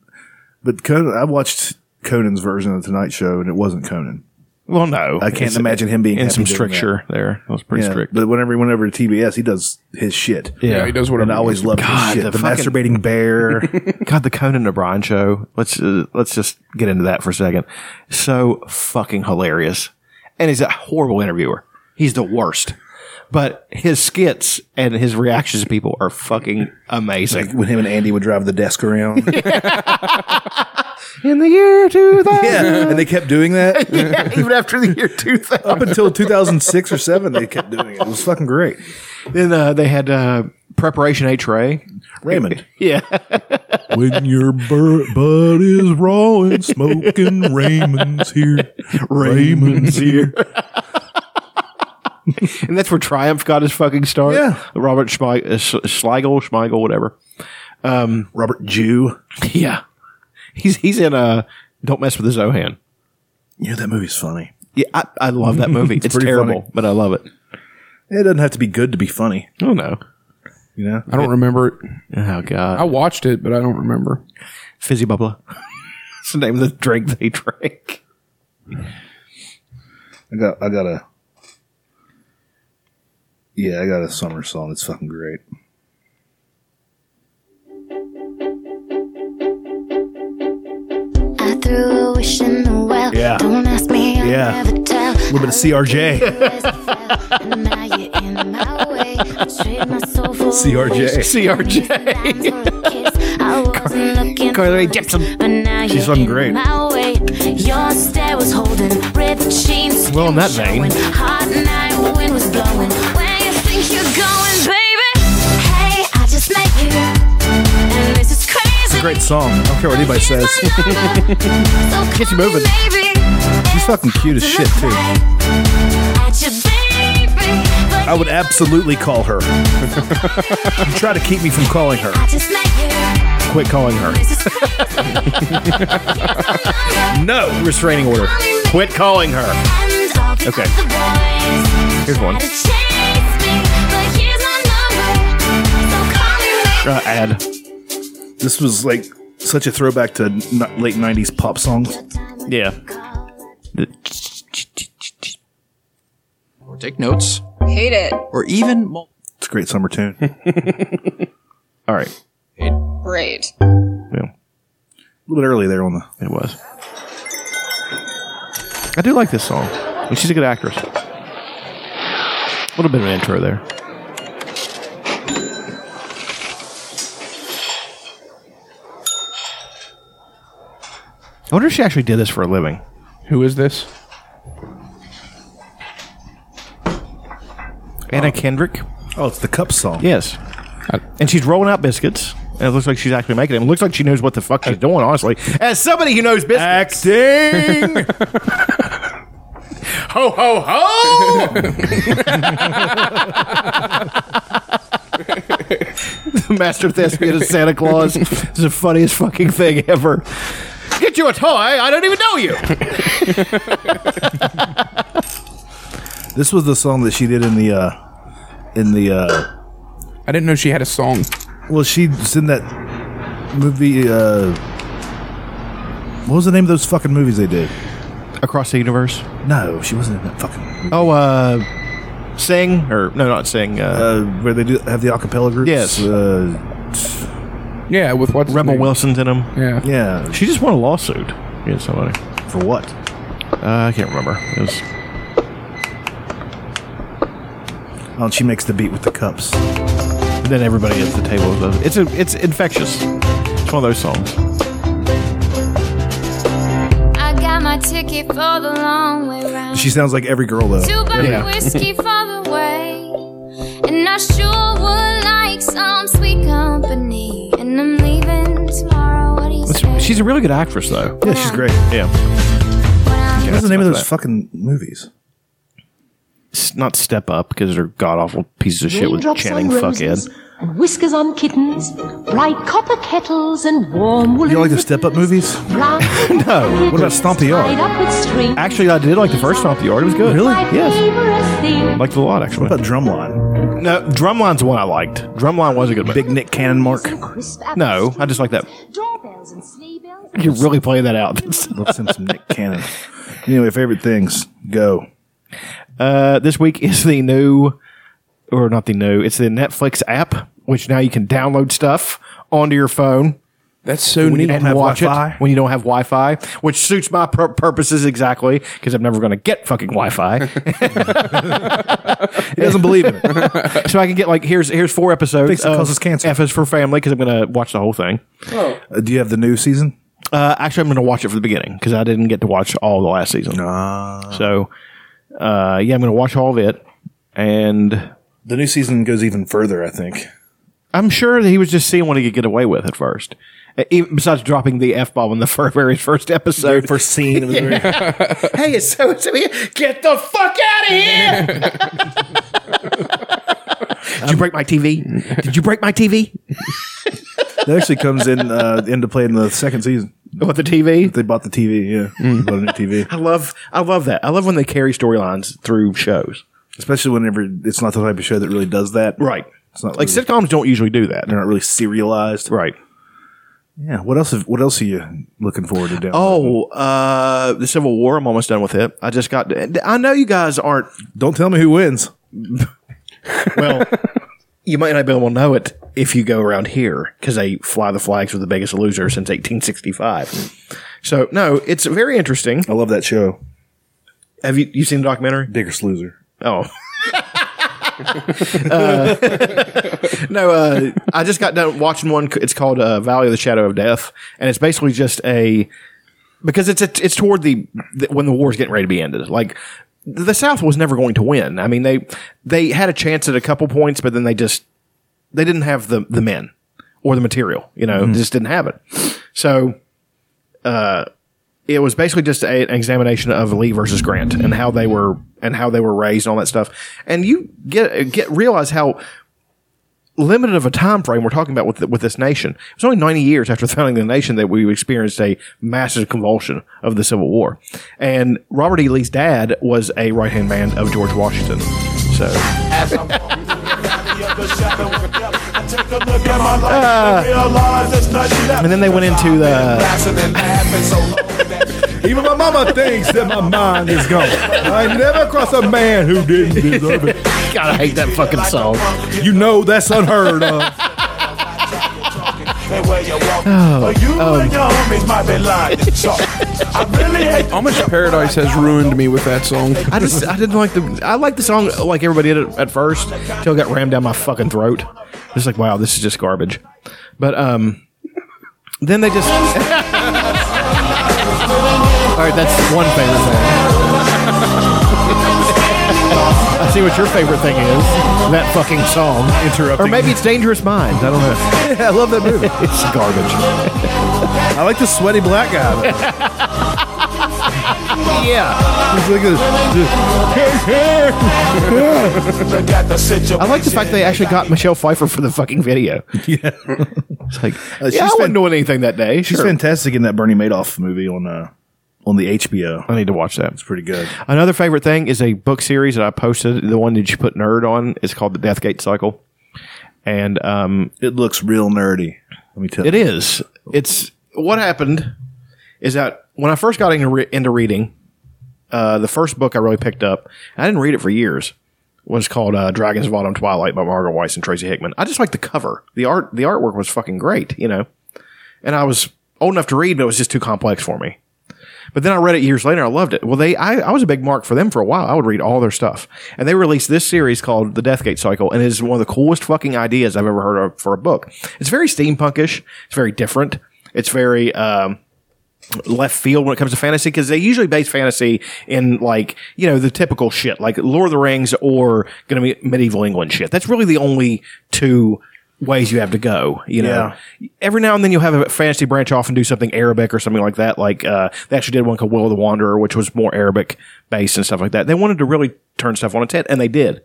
[SPEAKER 4] but Conan, I watched Conan's version of the Tonight Show, and it wasn't Conan.
[SPEAKER 5] well, no,
[SPEAKER 4] I can't
[SPEAKER 5] It's-
[SPEAKER 4] imagine him being
[SPEAKER 5] in
[SPEAKER 4] happy
[SPEAKER 5] some
[SPEAKER 4] doing
[SPEAKER 5] stricture there. That was pretty
[SPEAKER 4] Yeah,
[SPEAKER 5] strict.
[SPEAKER 4] But whenever he went over to TBS, he does his shit.
[SPEAKER 5] Yeah.
[SPEAKER 7] Yeah, he does
[SPEAKER 4] And
[SPEAKER 7] whatever.
[SPEAKER 4] I always loved
[SPEAKER 5] God,
[SPEAKER 4] his shit.
[SPEAKER 5] the
[SPEAKER 4] The,
[SPEAKER 5] fucking-
[SPEAKER 4] masturbating <laughs>
[SPEAKER 5] <laughs>
[SPEAKER 4] bear.
[SPEAKER 5] God, the Conan O'Brien show. Let's uh, let's just get into that for a second. So fucking hilarious, and he's a horrible interviewer. He's the worst. But his skits and his reactions to people are fucking amazing.
[SPEAKER 4] when him and Andy would drive the desk around.
[SPEAKER 5] <laughs> In the year <laughs> 2000.
[SPEAKER 4] yeah. And they kept doing
[SPEAKER 5] <laughs>
[SPEAKER 4] that.
[SPEAKER 5] even after the year 2000.
[SPEAKER 4] Up until 2006 or 7, they kept doing it. It was fucking great.
[SPEAKER 5] Then uh, they had uh, Preparation H Ray.
[SPEAKER 4] Raymond.
[SPEAKER 5] Yeah.
[SPEAKER 4] when your bur- butt is raw and smoking, Raymond's here. Raymond's here.
[SPEAKER 5] and that's where Triumph got his fucking start.
[SPEAKER 4] Yeah.
[SPEAKER 5] Robert Schmeig- uh, Sch- Schlegel, Schmeigel, whatever.
[SPEAKER 4] Robert Jew.
[SPEAKER 5] <laughs> Yeah. He's he's in uh, Don't Mess with the Zohan.
[SPEAKER 4] You know, that movie's funny.
[SPEAKER 5] Yeah, I, I love that <laughs> movie. it's
[SPEAKER 4] pretty
[SPEAKER 5] terrible,
[SPEAKER 4] funny.
[SPEAKER 5] but I love it.
[SPEAKER 4] It doesn't have to be good to be funny,
[SPEAKER 5] Oh, no.
[SPEAKER 4] you know?
[SPEAKER 7] I don't remember it.
[SPEAKER 5] Oh, God.
[SPEAKER 7] I watched it, but I don't remember.
[SPEAKER 5] Fizzy Bubbler. <laughs> it's the name of the drink they <laughs> drank.
[SPEAKER 4] I got I got a Yeah, I got a summer song. It's fucking great.
[SPEAKER 20] I threw a wish in the well.
[SPEAKER 4] Yeah.
[SPEAKER 20] Don't ask me, I'll
[SPEAKER 4] Yeah.
[SPEAKER 20] never tell.
[SPEAKER 4] A little bit of CRJ.
[SPEAKER 20] And now you're in my way. I traded my soul for a
[SPEAKER 4] CRJ.
[SPEAKER 20] wish.
[SPEAKER 5] <laughs>
[SPEAKER 20] Dimes for a kiss. I wasn't looking
[SPEAKER 5] Carly
[SPEAKER 20] for
[SPEAKER 5] Jepsen.
[SPEAKER 20] this, but now
[SPEAKER 4] She's
[SPEAKER 20] you're
[SPEAKER 4] fucking
[SPEAKER 20] in
[SPEAKER 4] great.
[SPEAKER 20] my way. Your stare was holding ripped jeans.
[SPEAKER 5] Well, in that vein.
[SPEAKER 20] Hot night wind was blowing. Where you think you're going, baby? Hey, I just met you. And this is crazy.
[SPEAKER 4] Great <laughs> song. I don't care what anybody says. <laughs>
[SPEAKER 5] Get you moving.
[SPEAKER 20] Baby,
[SPEAKER 4] She's fucking cute as shit too.
[SPEAKER 20] at your baby. But
[SPEAKER 4] I would absolutely call her. <laughs> you try to keep me from calling her.
[SPEAKER 20] I just met you.
[SPEAKER 5] Quit calling her.
[SPEAKER 20] This is
[SPEAKER 4] <laughs>
[SPEAKER 20] crazy.
[SPEAKER 5] No restraining order. Quit calling her.
[SPEAKER 20] and all the
[SPEAKER 5] Okay.
[SPEAKER 20] other boys
[SPEAKER 5] Here's one.
[SPEAKER 20] try to chase me. But here's my number. So call me, baby.
[SPEAKER 5] Uh, ad.
[SPEAKER 4] This was like such a throwback to n- late '90s pop songs.
[SPEAKER 5] Yeah.
[SPEAKER 3] Or take notes.
[SPEAKER 11] Hate it.
[SPEAKER 3] Or even. Mul-
[SPEAKER 4] It's a great summer tune.
[SPEAKER 5] All right.
[SPEAKER 11] Great.
[SPEAKER 4] A little bit early there on the.
[SPEAKER 5] It was. I do like this song. And she's a good actress. A little bit of an intro there. I wonder if she actually did this for a living.
[SPEAKER 7] Who is this?
[SPEAKER 5] Anna Kendrick.
[SPEAKER 4] Oh, it's the cup song.
[SPEAKER 5] Yes. And she's rolling out biscuits. And it looks like she's actually making them. It looks like she knows what the fuck she's doing, honestly. As somebody who knows biscuits. Acting! <laughs> ho, ho, ho! <laughs> the Master Thespian of Santa Claus is the funniest fucking thing ever. Get you a toy. I don't even know you.
[SPEAKER 4] This was the song that she did in the, uh, in the. uh
[SPEAKER 7] I didn't know she had a song.
[SPEAKER 4] Well, she's in that movie. uh What was the name of those fucking movies they did?
[SPEAKER 5] Across the universe.
[SPEAKER 4] No, she wasn't in that fucking.
[SPEAKER 5] Oh, uh, sing or no, not sing. Uh,
[SPEAKER 4] Uh, where they do have the acapella groups.
[SPEAKER 5] Yes.
[SPEAKER 4] Uh,
[SPEAKER 7] Yeah, with what's his
[SPEAKER 5] Rebel
[SPEAKER 7] name?
[SPEAKER 5] Wilson's in them.
[SPEAKER 7] Yeah.
[SPEAKER 4] yeah.
[SPEAKER 5] She just won a lawsuit against somebody.
[SPEAKER 4] For what?
[SPEAKER 5] Uh, I can't remember. It was
[SPEAKER 4] Oh, and she makes the beat with the cups.
[SPEAKER 5] then everybody at the table. goes- It's a, it's infectious. It's one of those songs.
[SPEAKER 20] I got my ticket for the long way round.
[SPEAKER 4] She sounds like every girl though.
[SPEAKER 20] Two bottle
[SPEAKER 5] Yeah.
[SPEAKER 20] whiskey for the way. And I sure would like some sweet company. And I'm leaving tomorrow. What do you say?
[SPEAKER 5] It's- she's a really good actress, though.
[SPEAKER 4] Yeah, she's great.
[SPEAKER 5] Yeah,
[SPEAKER 4] What was the name of
[SPEAKER 5] that's
[SPEAKER 4] those fucking movies?
[SPEAKER 5] it's not Step Up because they're god awful pieces of shit with
[SPEAKER 21] Raindrops
[SPEAKER 5] Channing
[SPEAKER 21] on roses,
[SPEAKER 5] Fuckhead.
[SPEAKER 21] and whiskers on kittens, bright copper kettles and warm
[SPEAKER 4] You
[SPEAKER 21] woolen
[SPEAKER 4] don't like the Step Up movies?
[SPEAKER 21] brown
[SPEAKER 5] <laughs> No,
[SPEAKER 4] What about Stomp the
[SPEAKER 21] tied
[SPEAKER 4] Yard?
[SPEAKER 21] up with string.
[SPEAKER 5] actually, I did like the first Stomp the Yard. It was good.
[SPEAKER 4] Really?
[SPEAKER 21] My
[SPEAKER 5] Yes,
[SPEAKER 21] favorite thing.
[SPEAKER 5] liked it a lot
[SPEAKER 4] What
[SPEAKER 5] actually.
[SPEAKER 4] about Drumline?
[SPEAKER 5] No, Drumline's one I liked. Drumline was a good one.
[SPEAKER 4] Big Nick Cannon Mark.
[SPEAKER 21] Crisp apple
[SPEAKER 5] No, I just like that.
[SPEAKER 21] strudel, Doorbells and sleigh bells.
[SPEAKER 5] You really play
[SPEAKER 4] <laughs>
[SPEAKER 5] that out.
[SPEAKER 4] Let's send some Nick Cannon. Anyway, favorite things. Go.
[SPEAKER 5] Uh, this week is the new, or not the new, it's the Netflix app, which now you can download stuff onto your phone
[SPEAKER 7] That's so
[SPEAKER 5] when you
[SPEAKER 7] neat.
[SPEAKER 5] don't have Wi-Fi. when you don't have Wi-Fi, which suits my pur- purposes exactly because I'm never going to get fucking
[SPEAKER 7] <laughs>
[SPEAKER 5] Wi-Fi.
[SPEAKER 4] He doesn't believe in it.
[SPEAKER 5] so I can get like here's here's four episodes.
[SPEAKER 4] Thinks it
[SPEAKER 5] of
[SPEAKER 4] causes cancer.
[SPEAKER 5] Uh, F is for family because I'm going to watch the whole thing.
[SPEAKER 4] Uh, do you have the new season?
[SPEAKER 5] Uh, actually, I'm going to watch it for the beginning because I didn't get to watch all the last season. So uh, yeah, I'm going to watch all of it, and
[SPEAKER 4] The new season goes even further, I
[SPEAKER 5] <laughs>
[SPEAKER 4] think.
[SPEAKER 5] I'm sure that he was just seeing what he could get away with at first. Uh, Even besides dropping the f bomb in the <laughs> fir- very first episode.
[SPEAKER 4] First scene of the movie.
[SPEAKER 5] hey, it's so so here. Get the fuck out of here! <laughs> Did you break my TV? Did you break my TV?
[SPEAKER 4] That actually comes in uh, into play in the second season.
[SPEAKER 5] <laughs> What the TV?
[SPEAKER 4] They bought the TV, yeah.
[SPEAKER 5] Mm.
[SPEAKER 4] Bought a new TV.
[SPEAKER 5] I love, I love that. I love when they carry storylines through shows.
[SPEAKER 4] Especially whenever it's not the type of show that really does that.
[SPEAKER 5] Right.
[SPEAKER 4] It's not
[SPEAKER 5] Like
[SPEAKER 4] really,
[SPEAKER 5] sitcoms don't usually do that.
[SPEAKER 4] they're not really serialized.
[SPEAKER 5] Right.
[SPEAKER 4] Yeah. What else have, what else are you looking forward to doing?
[SPEAKER 5] Oh, uh, the Civil War. I'm almost done with it. I just got. I know you guys aren't.
[SPEAKER 4] Don't tell me who wins.
[SPEAKER 5] Well, <laughs> you might not be able to know it if you go around here because they fly the flags for the biggest loser since 1865. So no, it's very interesting.
[SPEAKER 4] I love that show.
[SPEAKER 5] Have you you seen the documentary?
[SPEAKER 4] Biggest loser.
[SPEAKER 5] Oh. Uh, <laughs> no, uh, I just got done watching one. It's called uh, Valley of the Shadow of Death, and it's basically just a because it's a, it's toward the, the when the war's getting ready to be ended. Like the South was never going to win. I mean they they had a chance at a couple points, but then they just they didn't have the the men or the material. You know,
[SPEAKER 1] Mhm.
[SPEAKER 5] just didn't have it. So uh, it was basically just a, an examination of Lee versus Grant and how they were and how they were raised and all that stuff. And you get get realize how limited of a time frame we're talking about with th- with this nation. It was only 90 years after founding the nation that we experienced a massive convulsion of the Civil War. And Robert E. Lee's dad was a right hand man of George Washington. So
[SPEAKER 14] As I'm
[SPEAKER 5] and then Ah. they went into the
[SPEAKER 4] Even my mama thinks that my mind is gone. I never crossed a man who didn't deserve it.
[SPEAKER 5] <laughs> God, I hate that fucking song.
[SPEAKER 4] You know that's unheard of.
[SPEAKER 5] Oh,
[SPEAKER 7] Almost Paradise has ruined me with that song. <laughs>
[SPEAKER 5] I just I didn't like the I liked the song like everybody did at first till it got rammed down my fucking throat. Just like wow, this is just garbage. But um, then they just <laughs> all right. That's one favorite thing. I see what your favorite thing is. That fucking song interrupting, or maybe it's Dangerous Minds. I don't know. <laughs> I love that movie. it's garbage.
[SPEAKER 4] I like the sweaty black guy. though.
[SPEAKER 5] yeah.
[SPEAKER 4] He's like a-
[SPEAKER 5] I like the fact they actually got Michelle Pfeiffer for the fucking video. <laughs> Yeah. it's like,
[SPEAKER 4] Uh, she's
[SPEAKER 5] yeah, I
[SPEAKER 4] fan-
[SPEAKER 5] wasn't doing anything that day.
[SPEAKER 4] She's
[SPEAKER 5] Sure.
[SPEAKER 4] fantastic in that Bernie Madoff movie on uh, on the HBO. I
[SPEAKER 5] need to watch that.
[SPEAKER 4] It's pretty good.
[SPEAKER 5] Another favorite thing is a book series that I posted. The one that you put nerd on is called the Deathgate Cycle, and um,
[SPEAKER 4] it looks real nerdy. Let me tell
[SPEAKER 5] you, it is. It's what happened is that when I first got into, re- into reading, uh, the first book I really picked up, and I didn't read it for years. Was called uh, Dragons of Autumn Twilight by Margaret Weiss and Tracy Hickman. I just liked the cover. The art, the artwork was fucking great, you know. And I was old enough to read, but it was just too complex for me. But then I read it years later. I loved it. Well, they I, I was a big mark for them for a while. I would read all their stuff, and they released this series called The Deathgate Cycle, and it is one of the coolest fucking ideas I've ever heard of for a book. It's very steampunkish. It's very different. It's very um, left field when it comes to fantasy because they usually base fantasy in like you know the typical shit like Lord of the Rings or going to be medieval England shit. That's really the only two ways you have to go. You know, every now and then you'll have a fantasy branch off and do something Arabic or something like that. Like uh, they actually did one called Will of the Wanderer, which was more Arabic based and stuff like that. They wanted to really turn stuff on its head, and they did.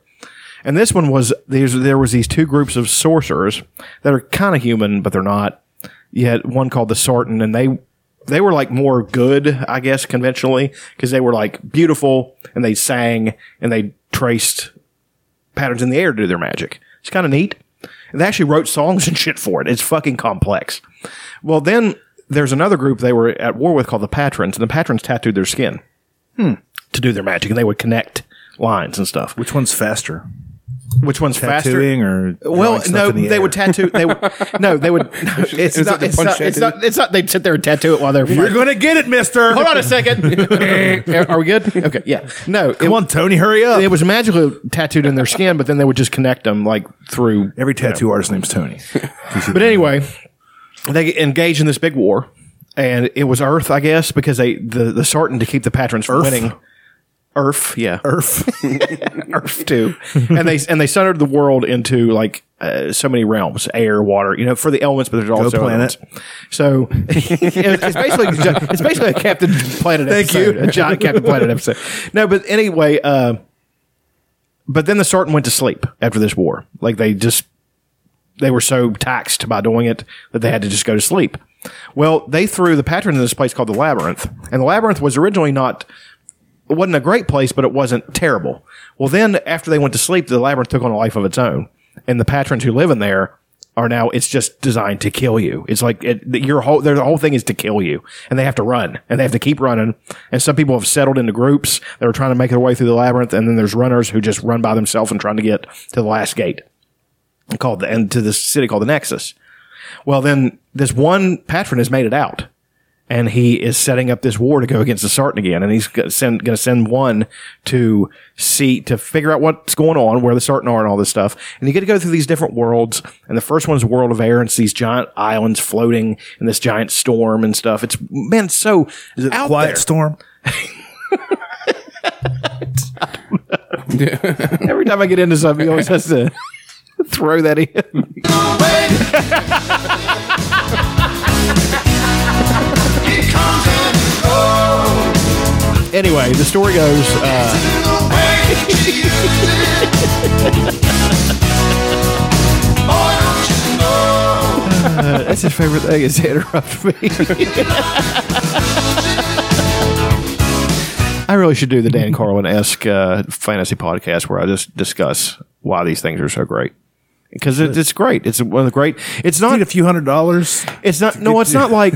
[SPEAKER 5] And this one was there's, there was these two groups of sorcerers that are kind of human, but they're not. You had one called the Sartan, and they they were like more good, I guess, conventionally, because they were like beautiful and they sang and they traced patterns in the air to do their magic. It's kind of neat. And they actually wrote songs <laughs> and shit for it. It's fucking complex. Well, then there's another group they were at war with called the Patrons, and the Patrons tattooed their skin
[SPEAKER 4] Hmm.
[SPEAKER 5] to do their magic, and they would connect lines and stuff.
[SPEAKER 4] Which one's faster?
[SPEAKER 5] Which one's
[SPEAKER 4] Tattooing or
[SPEAKER 5] faster? well,
[SPEAKER 4] drawing stuff
[SPEAKER 5] no,
[SPEAKER 4] in the
[SPEAKER 5] they
[SPEAKER 4] air?
[SPEAKER 5] would tattoo.
[SPEAKER 4] <laughs>
[SPEAKER 5] They would no, they would. no, it's,
[SPEAKER 4] is
[SPEAKER 5] not,
[SPEAKER 4] it the
[SPEAKER 5] it's,
[SPEAKER 4] punch
[SPEAKER 5] not, it's not. It's not. They'd sit there and tattoo it while they're.
[SPEAKER 4] You're gonna get it, Mister.
[SPEAKER 5] Hold on
[SPEAKER 4] <laughs>
[SPEAKER 5] a second. Eh, Are we good? Okay. Yeah. No. Come
[SPEAKER 4] on, Tony. Hurry up.
[SPEAKER 5] It was magically tattooed in their skin, but then they would just connect them like through
[SPEAKER 4] every tattoo artist name's Tony.
[SPEAKER 5] but anyway, they engaged in this big war, and it was Earth, I guess, because they the the Sartan to keep the patrons from
[SPEAKER 4] Earth?
[SPEAKER 5] winning. Earth, yeah,
[SPEAKER 4] Earth,
[SPEAKER 5] <laughs> Earth too, and they and they centered the world into like uh, so many realms: air, water, you know, for the elements, but there's also
[SPEAKER 4] planet.
[SPEAKER 5] elements. So <laughs> it- it's basically ju- it's basically a Captain Planet.
[SPEAKER 4] Thank you.
[SPEAKER 5] episode, a giant Captain Planet episode. No, but anyway, uh, but then the Sartan went to sleep after this war. Like they just they were so taxed by doing it that they had to just go to sleep. Well, they threw the patrons in this place called the Labyrinth, and the Labyrinth was originally not it wasn't a great place, but it wasn't terrible. Well, then after they went to sleep, the labyrinth took on a life of its own, and the patrons who live in there are now it's just designed to kill you. It's like it, the- your whole their whole thing is to kill you, and they have to run and they have to keep running. And some people have settled into groups that are trying to make their way through the labyrinth, and then there's runners who just run by themselves and trying to get to the last gate called the and to this city called the Nexus. Well, then this one patron has made it out and he is setting up this war to go against the Sartan again, and he's going to send one to see to figure out what's going on, where the Sartan are, and all this stuff. And you get to go through these different worlds, and the first one's World of Air, and it's these giant islands floating in this giant storm and stuff. It's man, so is it <laughs> out
[SPEAKER 4] Quiet
[SPEAKER 5] there.
[SPEAKER 4] Storm?
[SPEAKER 5] Every time I get into something, he always has to <laughs> throw that in. Anyway, the story goes. Uh, that's his favorite thing is to interrupt me. I really should do the Dan Carlin esque uh, fantasy podcast where I just discuss why these things are so great. Because it, it's great. It's one of the great. It's not
[SPEAKER 4] a few hundred dollars.
[SPEAKER 5] It's not. No,
[SPEAKER 4] <laughs>
[SPEAKER 5] it's not like.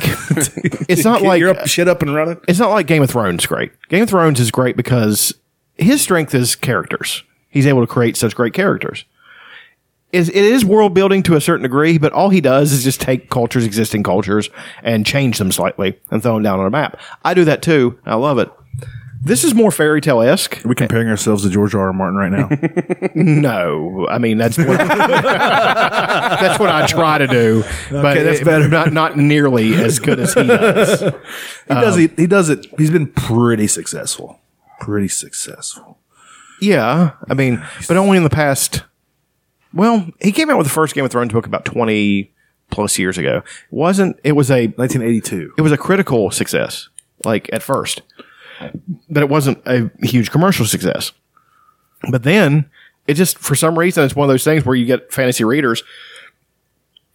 [SPEAKER 5] It's not
[SPEAKER 4] Get
[SPEAKER 5] like
[SPEAKER 4] your up, shit up and running.
[SPEAKER 5] It's not like Game of Thrones. Great. Game of Thrones is great because his strength is characters. He's able to create such great characters. Is it is world building to a certain degree, but all he does is just take cultures, existing cultures, and change them slightly and throw them down on a map. I do that too. I love it. This is more fairy tale esque.
[SPEAKER 4] Are we comparing ourselves to George R. R. Martin right now?
[SPEAKER 5] <laughs> No, I mean that's what, <laughs> that's what I try to do, but
[SPEAKER 4] Okay, that's
[SPEAKER 5] it-
[SPEAKER 4] better.
[SPEAKER 5] Not not nearly as good as he does.
[SPEAKER 4] He does
[SPEAKER 5] Um,
[SPEAKER 4] it. He does it. He's been pretty successful. Pretty successful.
[SPEAKER 5] Yeah, I mean, but only in the past. Well, he came out with the first Game of Thrones book about twenty plus years ago. It wasn't it was a
[SPEAKER 4] 1982.
[SPEAKER 5] It was a critical success, like at first, but it wasn't a huge commercial success. But then it just for some reason it's one of those things where you get fantasy readers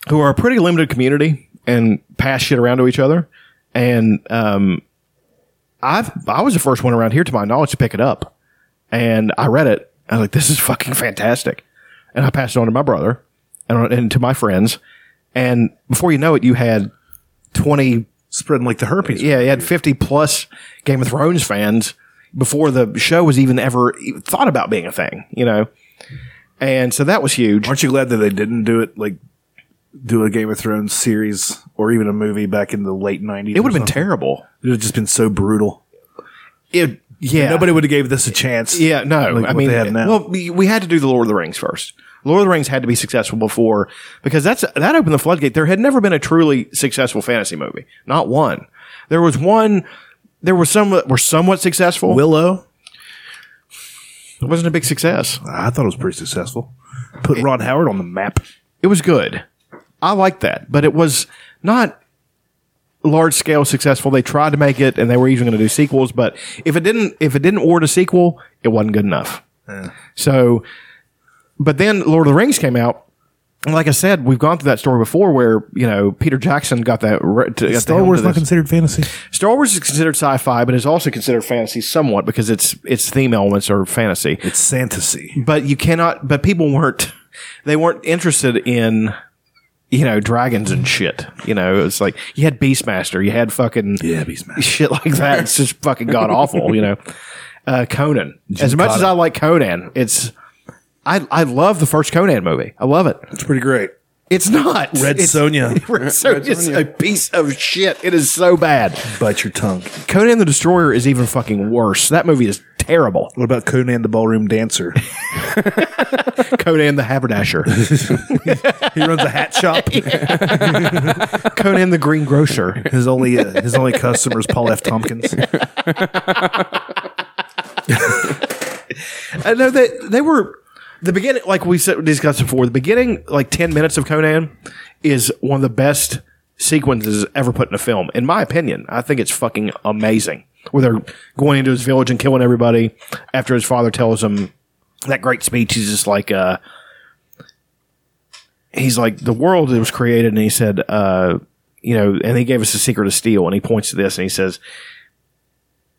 [SPEAKER 5] who are a pretty limited community and pass shit around to each other. And um, I've I was the first one around here to my knowledge to pick it up, and I read it. I was like, "This is fucking fantastic," and I passed it on to my brother and, and to my friends. And before you know it, you had twenty
[SPEAKER 4] spreading like the herpes.
[SPEAKER 5] Yeah, you had fifty plus Game of Thrones fans before the show was even ever e- thought about being a thing. You know, and so that was huge.
[SPEAKER 4] Aren't you glad that they didn't do it like do a Game of Thrones series or even a movie back in the late nineties?
[SPEAKER 5] It would've been terrible.
[SPEAKER 4] It would have just been so brutal.
[SPEAKER 5] It yeah.
[SPEAKER 4] nobody would have gave this a chance.
[SPEAKER 5] Yeah, no.
[SPEAKER 4] like
[SPEAKER 5] I
[SPEAKER 4] what
[SPEAKER 5] mean,
[SPEAKER 4] they have now.
[SPEAKER 5] well, we we had to do the Lord of the Rings first. Lord of the Rings had to be successful before because that's that opened the floodgate. There had never been a truly successful fantasy movie, not one. There was one. There were some that were somewhat successful.
[SPEAKER 4] Willow.
[SPEAKER 5] It wasn't a big success.
[SPEAKER 4] I thought it was pretty successful. Put Ron Howard on the map.
[SPEAKER 5] It was good. I like that, but it was not large scale successful. They tried to make it, and they were even going to do sequels. But if it didn't, if it didn't warrant a sequel, it wasn't good enough. So, but then Lord of the Rings came out. And like I said, we've gone through that story before, where you know Peter Jackson got that. re- to- got the
[SPEAKER 4] Star
[SPEAKER 5] helm
[SPEAKER 4] Wars
[SPEAKER 5] to
[SPEAKER 4] not
[SPEAKER 5] this.
[SPEAKER 4] considered fantasy.
[SPEAKER 5] Star Wars is considered sci-fi, but is also considered fantasy somewhat because its its theme elements are fantasy.
[SPEAKER 4] It's fantasy.
[SPEAKER 5] But you cannot. But people weren't. They weren't interested in. You know, dragons and shit. You know, it was like you had Beastmaster, you had fucking yeah, Beastmaster. shit like that. It's just fucking god awful. You know, uh, Conan. as much as
[SPEAKER 4] Cotter.
[SPEAKER 5] I like Conan, it's I I love the first Conan movie. I love it.
[SPEAKER 4] It's pretty great.
[SPEAKER 5] It's not
[SPEAKER 4] Red
[SPEAKER 5] It's-
[SPEAKER 4] Sonja.
[SPEAKER 5] <laughs> Red Sonja is a piece of shit. It is so bad.
[SPEAKER 4] Bite your tongue.
[SPEAKER 5] Conan the Destroyer is even fucking worse. That movie is terrible.
[SPEAKER 4] What about Conan the Ballroom Dancer?
[SPEAKER 5] Conan the Haberdasher.
[SPEAKER 4] he runs a hat shop.
[SPEAKER 5] <laughs> Conan the Green Grocer.
[SPEAKER 4] His only uh, his only customer is Paul F. Tompkins.
[SPEAKER 5] I know that Uh, they were the beginning, like we said, discussed before. The beginning, like ten minutes of Conan, is one of the best sequences ever put in a film, in my opinion. I think it's fucking amazing. Where they're going into his village and killing everybody after his father tells him that great speech. He's just like, uh, he's like the world that was created, and he said, uh, you know, and he gave us the secret of steel, and he points to this and he says,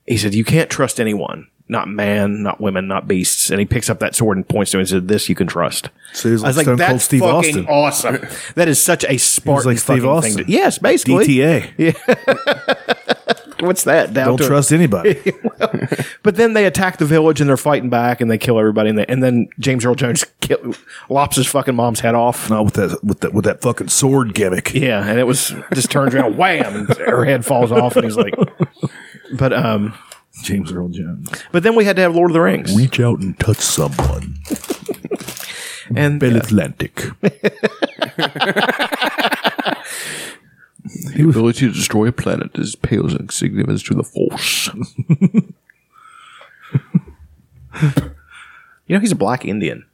[SPEAKER 5] he said, You can't trust anyone. Not man, not women, not beasts. And he picks up that sword and points to it and said, This you can trust.
[SPEAKER 4] So he was
[SPEAKER 5] I
[SPEAKER 4] like
[SPEAKER 5] was like,
[SPEAKER 4] Stone Cold
[SPEAKER 5] That's
[SPEAKER 4] Steve
[SPEAKER 5] fucking
[SPEAKER 4] Austin. <laughs>
[SPEAKER 5] awesome. That is such a Spartan
[SPEAKER 4] like Steve
[SPEAKER 5] fucking
[SPEAKER 4] Austin.
[SPEAKER 5] thing. To, yes, basically.
[SPEAKER 4] DTA.
[SPEAKER 5] Yeah. what's that? Down
[SPEAKER 4] Don't
[SPEAKER 5] to-
[SPEAKER 4] trust anybody.
[SPEAKER 5] Well, but then they attack the village and they're fighting back and they kill everybody and, they, and then James Earl Jones <laughs> kill, lops his fucking mom's head off.
[SPEAKER 4] No, with that with that with that fucking sword gimmick.
[SPEAKER 5] Yeah, and it was just turns around, wham, and her head falls off, and he's like, but um,
[SPEAKER 4] James Earl Jones.
[SPEAKER 5] but then we had to have Lord of the Rings.
[SPEAKER 4] Reach out and touch someone.
[SPEAKER 5] and
[SPEAKER 4] Bell Atlantic.
[SPEAKER 3] The ability to destroy a planet is pales in significance to the Force.
[SPEAKER 5] <laughs> You know, he's a black Indian.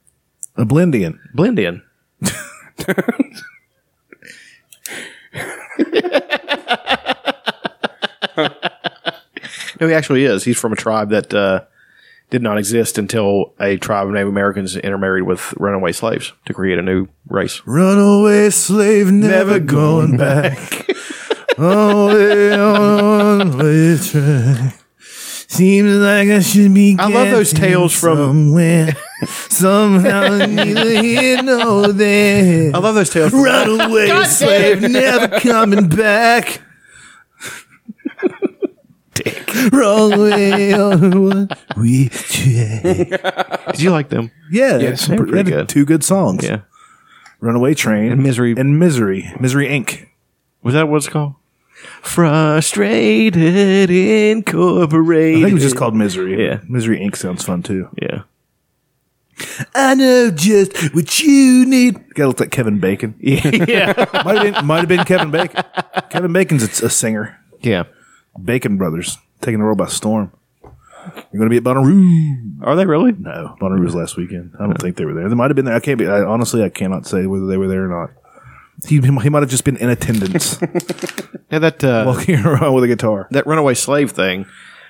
[SPEAKER 4] A Blendian.
[SPEAKER 5] Blendian. <laughs> no, he actually is. He's from a tribe that uh, did not exist until a tribe of Native Americans intermarried with runaway slaves to create a new race.
[SPEAKER 4] Runaway slave, never going back. <laughs> Only on a track. Seems like I should be.
[SPEAKER 5] I love those
[SPEAKER 4] getting
[SPEAKER 5] tales from-
[SPEAKER 4] somewhere. Somehow, neither here nor there.
[SPEAKER 5] I love those <laughs> tales.
[SPEAKER 4] Runaway
[SPEAKER 5] God damn.
[SPEAKER 4] slave, never coming back. Dick. <laughs> Runaway on one we track.
[SPEAKER 5] Did you like them?
[SPEAKER 4] Yeah,
[SPEAKER 5] Yes,
[SPEAKER 4] yes,
[SPEAKER 5] they're pretty good.
[SPEAKER 4] two good songs.
[SPEAKER 5] Yeah.
[SPEAKER 4] Runaway Train and
[SPEAKER 5] Misery.
[SPEAKER 4] and Misery, Misery Inc.
[SPEAKER 5] Was that what it's called? Frustrated
[SPEAKER 4] I
[SPEAKER 5] Incorporated.
[SPEAKER 4] think it was just called Misery.
[SPEAKER 5] Yeah.
[SPEAKER 4] Misery Inc. sounds fun too.
[SPEAKER 5] Yeah.
[SPEAKER 4] I know just what you need. Got to look like Kevin Bacon.
[SPEAKER 5] <laughs> yeah.
[SPEAKER 4] <laughs> might have been, might have been Kevin Bacon. Kevin Bacon's a, a singer.
[SPEAKER 5] Yeah.
[SPEAKER 4] Bacon Brothers taking the world by storm. You're going to be at Bonnaroo.
[SPEAKER 5] Are they really?
[SPEAKER 4] No, Bonnaroo was last weekend. I don't think they were there. They might have been there. I can't be. I, honestly, I cannot say whether they were there or not. He, he might have just been in attendance,
[SPEAKER 5] Yeah, that uh,
[SPEAKER 4] walking around with a guitar.
[SPEAKER 5] that runaway slave thing.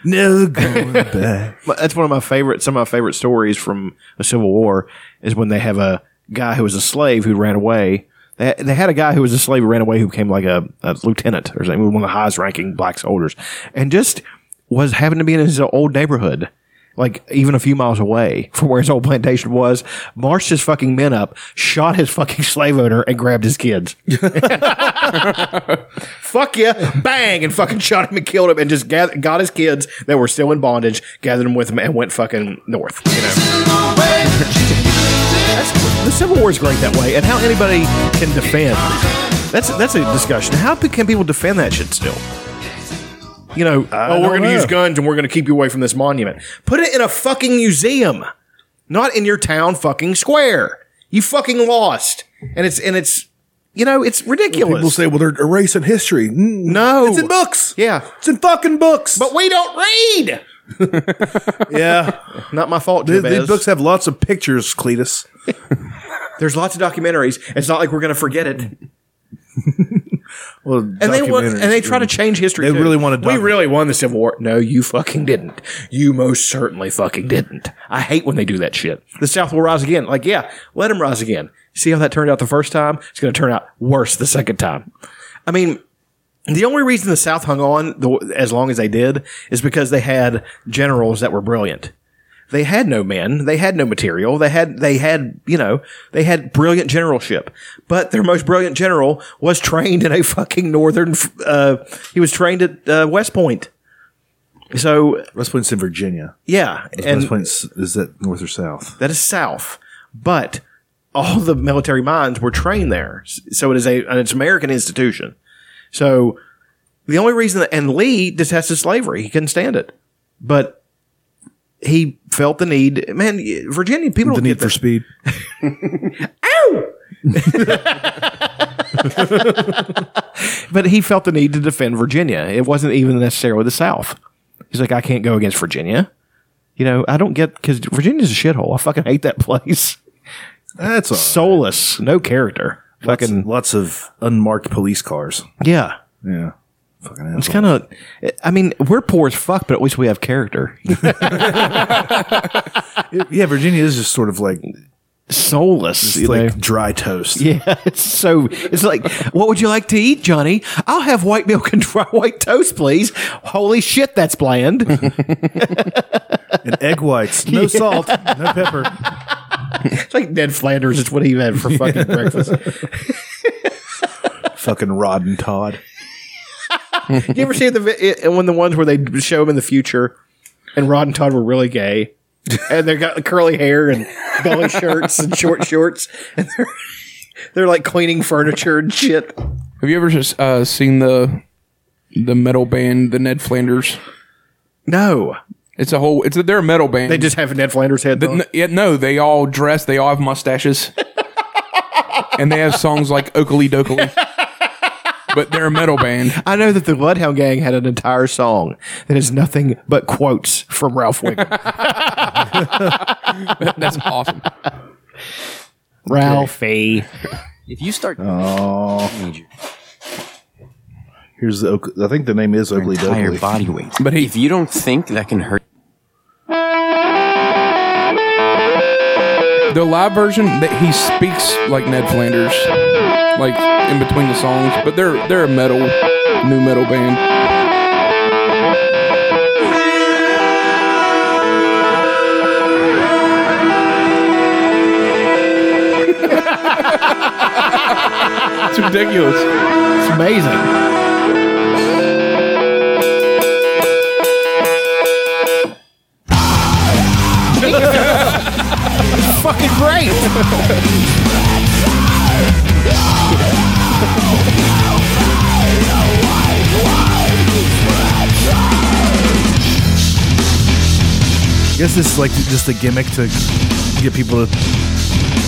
[SPEAKER 4] No going back.
[SPEAKER 5] But That's one of my favorite. Some of my favorite stories from the Civil War is when they have a guy who was a slave who ran away. They, they had a guy who was a slave who ran away who became like a, a lieutenant or something, one of the highest ranking black soldiers, and just was happened to be in his old neighborhood, like even a few miles away from where his old plantation was. Marched his fucking men up, shot his fucking <laughs> slave owner, and grabbed his kids. fuck you, bang, and fucking shot him and killed him and just gath- got his kids that were still in bondage, gathered them with him, and went fucking north. You know? That's- the Civil War is great that way, and how anybody can defend. That's that's a discussion. How pe- can people defend that shit still? You know, oh, we're
[SPEAKER 4] don't
[SPEAKER 5] going to
[SPEAKER 4] know.
[SPEAKER 5] use guns and we're going to keep you away from this monument. Put it in a fucking museum, not in your town fucking square. You fucking lost, and it's and it's you know it's ridiculous.
[SPEAKER 4] People say, "Well, they're erasing history." Mm,
[SPEAKER 5] No.
[SPEAKER 4] it's in books.
[SPEAKER 5] yeah,
[SPEAKER 4] It's in fucking books.
[SPEAKER 5] but we don't read.
[SPEAKER 4] <laughs> yeah,
[SPEAKER 5] Not my fault.
[SPEAKER 4] Th-
[SPEAKER 5] Jabez.
[SPEAKER 4] these books have lots of pictures, Cletus.
[SPEAKER 5] There's lots of documentaries. It's not like we're going to forget it.
[SPEAKER 4] Well,
[SPEAKER 5] And they want, and they try to change history.
[SPEAKER 4] They
[SPEAKER 5] too.
[SPEAKER 4] really want to.
[SPEAKER 5] We really won the Civil War. No, you fucking didn't. You most certainly fucking didn't. I hate when they do that shit. The South will rise again. Like, yeah, let them rise again. See how that turned out the first time? It's going to turn out worse the second time. I mean, the only reason the South hung on the, as long as they did is because they had generals that were brilliant. They had no men. They had no material. They had, they had, you know, they had brilliant generalship, but their most brilliant general was trained in a fucking northern, uh, he was trained at uh, West Point. So
[SPEAKER 4] West Point's in Virginia.
[SPEAKER 5] yeah,
[SPEAKER 4] West
[SPEAKER 5] and
[SPEAKER 4] Point's is that north or south?
[SPEAKER 5] that is South, but all the military minds were trained there. S- So it is a, and it's an American institution. So the only reason that, and Lee detested slavery. He couldn't stand it, but he felt the need, man, y- Virginia people
[SPEAKER 4] The
[SPEAKER 5] don't
[SPEAKER 4] Need
[SPEAKER 5] get
[SPEAKER 4] for
[SPEAKER 5] this.
[SPEAKER 4] Speed.
[SPEAKER 5] but he felt the need to defend Virginia. It wasn't even necessarily the South. He's like, I can't go against Virginia. You know, I don't get because Virginia's a shithole. I fucking hate that <laughs> place.
[SPEAKER 4] That's all. right.
[SPEAKER 5] Soulless, no character. Fucking
[SPEAKER 4] lots of unmarked police cars.
[SPEAKER 5] yeah.
[SPEAKER 4] Yeah, fucking.
[SPEAKER 5] It's kind of. I mean, we're poor as fuck, but at least we have character.
[SPEAKER 4] yeah. Virginia is just sort of like
[SPEAKER 5] Soulless, you
[SPEAKER 4] like
[SPEAKER 5] know?
[SPEAKER 4] dry <laughs> toast.
[SPEAKER 5] Yeah, <laughs> it's so. It's like, what would you like to eat, Johnny? I'll have white milk and <laughs> dry white toast, please. Holy shit, that's bland. <laughs>
[SPEAKER 4] and egg whites, <laughs> no salt, no <laughs> pepper.
[SPEAKER 5] it's like Ned Flanders is what he had for fucking breakfast.
[SPEAKER 4] fucking Rod and Todd.
[SPEAKER 5] you ever see the vi- it, when the ones where they show them in the future, and Rod and Todd were really gay, and they got curly hair and belly shirts and short shorts, and they're they're like cleaning furniture and shit.
[SPEAKER 7] Have you ever just uh, seen the the metal band, the Ned Flanders?
[SPEAKER 5] No.
[SPEAKER 7] It's a whole. It's a, they're a metal band.
[SPEAKER 5] They just have Ned Flanders head.
[SPEAKER 7] The- n- yeah, no, they all dress. They all have <laughs> mustaches, and they have songs like "Oakley Dokley." but they're a metal band.
[SPEAKER 5] I know that the Bloodhound Gang had an entire song that is nothing but quotes from Ralph Wiggum.
[SPEAKER 7] That's awesome.
[SPEAKER 5] <laughs> Ralphie.
[SPEAKER 8] If you start,
[SPEAKER 4] Oh. Here's the. Oak- I think the name is Oakley
[SPEAKER 8] entire
[SPEAKER 4] Doakley.
[SPEAKER 8] body weight. But if you don't think that can hurt,
[SPEAKER 7] The live version that he speaks like Ned Flanders, like in between the songs. But they're they're a metal, new metal band. It's ridiculous.
[SPEAKER 5] It's
[SPEAKER 9] Uh,
[SPEAKER 5] amazing.
[SPEAKER 22] fucking great.
[SPEAKER 4] I guess this is like just a gimmick to get people to